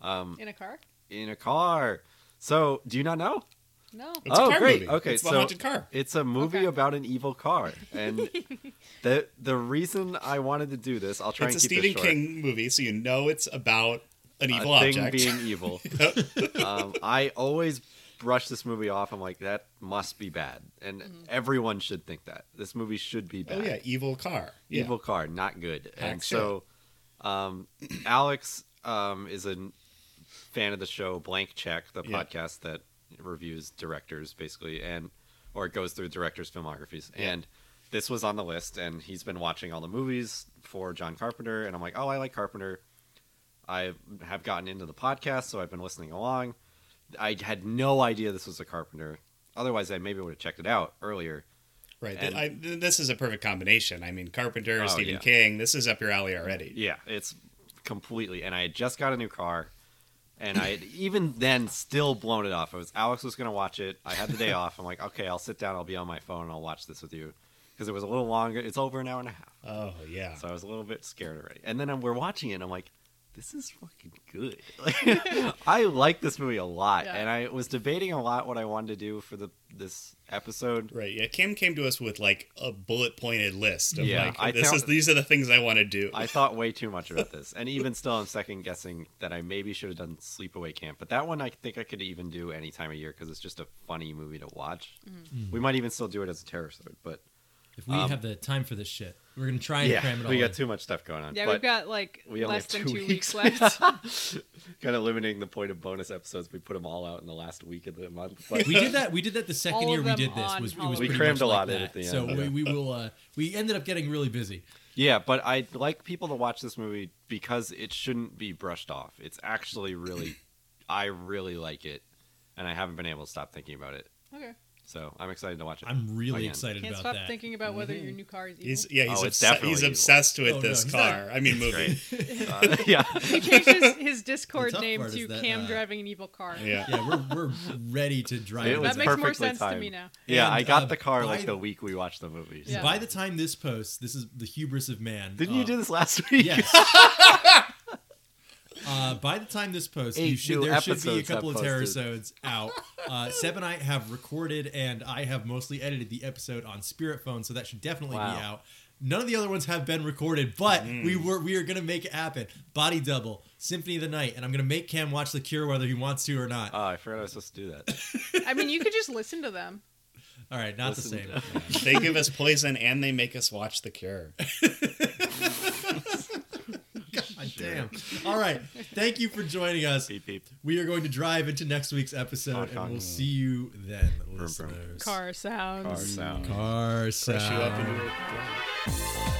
Speaker 1: in a car.
Speaker 4: in a car. So, do you not know?
Speaker 1: No,
Speaker 3: It's a
Speaker 4: oh,
Speaker 3: car
Speaker 4: great.
Speaker 3: movie.
Speaker 4: Okay,
Speaker 3: it's the
Speaker 4: so-
Speaker 3: haunted car.
Speaker 4: It's a movie
Speaker 1: Okay.
Speaker 4: about an evil car, and the the reason I wanted to do this, I'll try
Speaker 3: It's a
Speaker 4: and keep
Speaker 3: Stephen
Speaker 4: it short.
Speaker 3: King movie, so you know it's about an evil
Speaker 4: a thing
Speaker 3: object.
Speaker 4: being evil. um, I always brush this movie off. I'm like, that must be bad, and everyone should think that this movie should be bad.
Speaker 3: oh yeah, evil car. Yeah.
Speaker 4: Evil car, not good.
Speaker 3: Hack
Speaker 4: and so, um, Alex um, is a fan of the show Blank Check, the
Speaker 3: Yeah.
Speaker 4: podcast that reviews directors basically, and or it goes through directors' filmographies. And this was on the list, and he's been watching all the movies for John Carpenter, and I'm like, oh, I like Carpenter. I have gotten into the podcast, so I've been listening along. I had no idea this was a Carpenter. Otherwise, I maybe would have checked it out earlier.
Speaker 3: Right.
Speaker 4: And-
Speaker 3: I, this is a perfect combination. I mean, Carpenter,
Speaker 4: Oh,
Speaker 3: Stephen
Speaker 4: yeah.
Speaker 3: King. This is up your alley already.
Speaker 4: Yeah, it's completely. And I had just got a new car, and I had even then still blown it off. I was Alex was gonna watch it. I had the day off. I'm like, okay, I'll sit down. I'll be on my phone. and I'll watch this with you because it was a little longer. It's over an hour and a half,
Speaker 3: Oh yeah.
Speaker 4: so I was a little bit scared already. And then I'm, we're watching it. and I'm like. This is fucking good. I like this movie a lot,
Speaker 1: Yeah.
Speaker 4: and I was debating a lot what I wanted to do for the this episode.
Speaker 3: Right. Yeah. Kim came to us with like a bullet pointed list of
Speaker 4: Yeah,
Speaker 3: like
Speaker 4: I
Speaker 3: this
Speaker 4: found-
Speaker 3: is these are the things I want to do.
Speaker 4: I thought way too much about this, and even still, I'm second guessing that I maybe should have done Sleepaway Camp. But that one, I think I could even do any time of year because it's just a funny movie to watch.
Speaker 7: Mm-hmm.
Speaker 4: We might even still do it as a terror episode, but
Speaker 7: If
Speaker 2: Um,
Speaker 7: we have the time for this shit, we're gonna try and
Speaker 4: yeah,
Speaker 7: cram it all.
Speaker 4: we
Speaker 7: in.
Speaker 4: got too much stuff going on.
Speaker 1: yeah,
Speaker 4: but
Speaker 1: we've got like
Speaker 4: we only
Speaker 1: less than
Speaker 4: have two
Speaker 1: two
Speaker 4: weeks.
Speaker 1: weeks left.
Speaker 4: kind of limiting the point of bonus episodes. We put them all out in the last week of the month. But
Speaker 7: we did that. We did that the second
Speaker 1: All
Speaker 7: year
Speaker 1: of
Speaker 7: we
Speaker 1: them
Speaker 7: did this.
Speaker 1: on
Speaker 7: Was, it was
Speaker 1: Halloween. We
Speaker 7: pretty
Speaker 4: crammed
Speaker 7: much
Speaker 4: a
Speaker 7: like
Speaker 4: lot in
Speaker 7: that.
Speaker 4: at the
Speaker 7: So
Speaker 4: end,
Speaker 7: we,
Speaker 4: yeah.
Speaker 7: we will. Uh, we ended up getting really busy.
Speaker 4: yeah, but I like people to watch this movie because it shouldn't be brushed off. It's actually really, I really like it, and I haven't been able to stop thinking about it.
Speaker 1: okay,
Speaker 4: So I'm excited to watch it.
Speaker 7: I'm really
Speaker 4: Again.
Speaker 7: excited
Speaker 1: can't
Speaker 7: about
Speaker 1: stop
Speaker 7: that.
Speaker 1: thinking about whether your new car is evil.
Speaker 3: He's yeah. He's
Speaker 4: Oh, it's
Speaker 3: obsessed.
Speaker 4: definitely
Speaker 3: He's
Speaker 4: evil.
Speaker 3: obsessed with
Speaker 2: Oh, no,
Speaker 3: this
Speaker 2: he's not-
Speaker 3: car. I mean, movie.
Speaker 4: Uh, yeah.
Speaker 1: he changed his, his
Speaker 2: The
Speaker 1: Discord
Speaker 2: tough
Speaker 1: name
Speaker 2: part
Speaker 1: to
Speaker 2: is that,
Speaker 1: Cam
Speaker 2: uh,
Speaker 1: driving an evil car.
Speaker 3: Yeah.
Speaker 7: Yeah, we're, we're ready to drive.
Speaker 4: It was
Speaker 1: That makes more
Speaker 4: perfectly
Speaker 1: sense to
Speaker 4: timed.
Speaker 1: me now.
Speaker 4: Yeah,
Speaker 2: And,
Speaker 4: I got
Speaker 2: uh,
Speaker 4: the car
Speaker 2: by
Speaker 4: like
Speaker 2: the-
Speaker 4: the week we watched the movies.
Speaker 1: Yeah.
Speaker 7: By the time this posts, this is the hubris of man.
Speaker 4: Didn't
Speaker 7: Uh,
Speaker 4: you do this last week?
Speaker 7: Yes. uh, by the time this posts, you
Speaker 4: Eight
Speaker 7: should,
Speaker 4: new
Speaker 7: there should be a
Speaker 4: episodes
Speaker 7: couple of
Speaker 4: have
Speaker 7: terrorisodes out. Uh, Seb and I have recorded, and I have mostly edited the episode on Spirit Phone, so that should definitely
Speaker 4: Wow. Mm.
Speaker 7: be out. None of the other ones have been recorded, but we were we are gonna make it happen. Body Double, Symphony of the Night, and I'm gonna make Cam watch The
Speaker 4: Uh,
Speaker 7: Cure whether he wants to or not.
Speaker 4: Oh, I forgot I was supposed to do that.
Speaker 1: I mean, you could just listen to them.
Speaker 2: All right, not
Speaker 4: Listen uh,
Speaker 2: the same.
Speaker 3: they give us poison and they make us watch The Cure.
Speaker 2: Damn. All right. Thank you for joining us.
Speaker 4: Beep, beep.
Speaker 2: We are going to drive into next week's
Speaker 4: Oh,
Speaker 2: episode, and
Speaker 4: fuck.
Speaker 2: we'll see you then,
Speaker 4: vroom.
Speaker 2: listeners.
Speaker 1: Car sounds.
Speaker 4: Car sound.
Speaker 2: Car
Speaker 3: Crush you up
Speaker 2: sound.
Speaker 3: into a-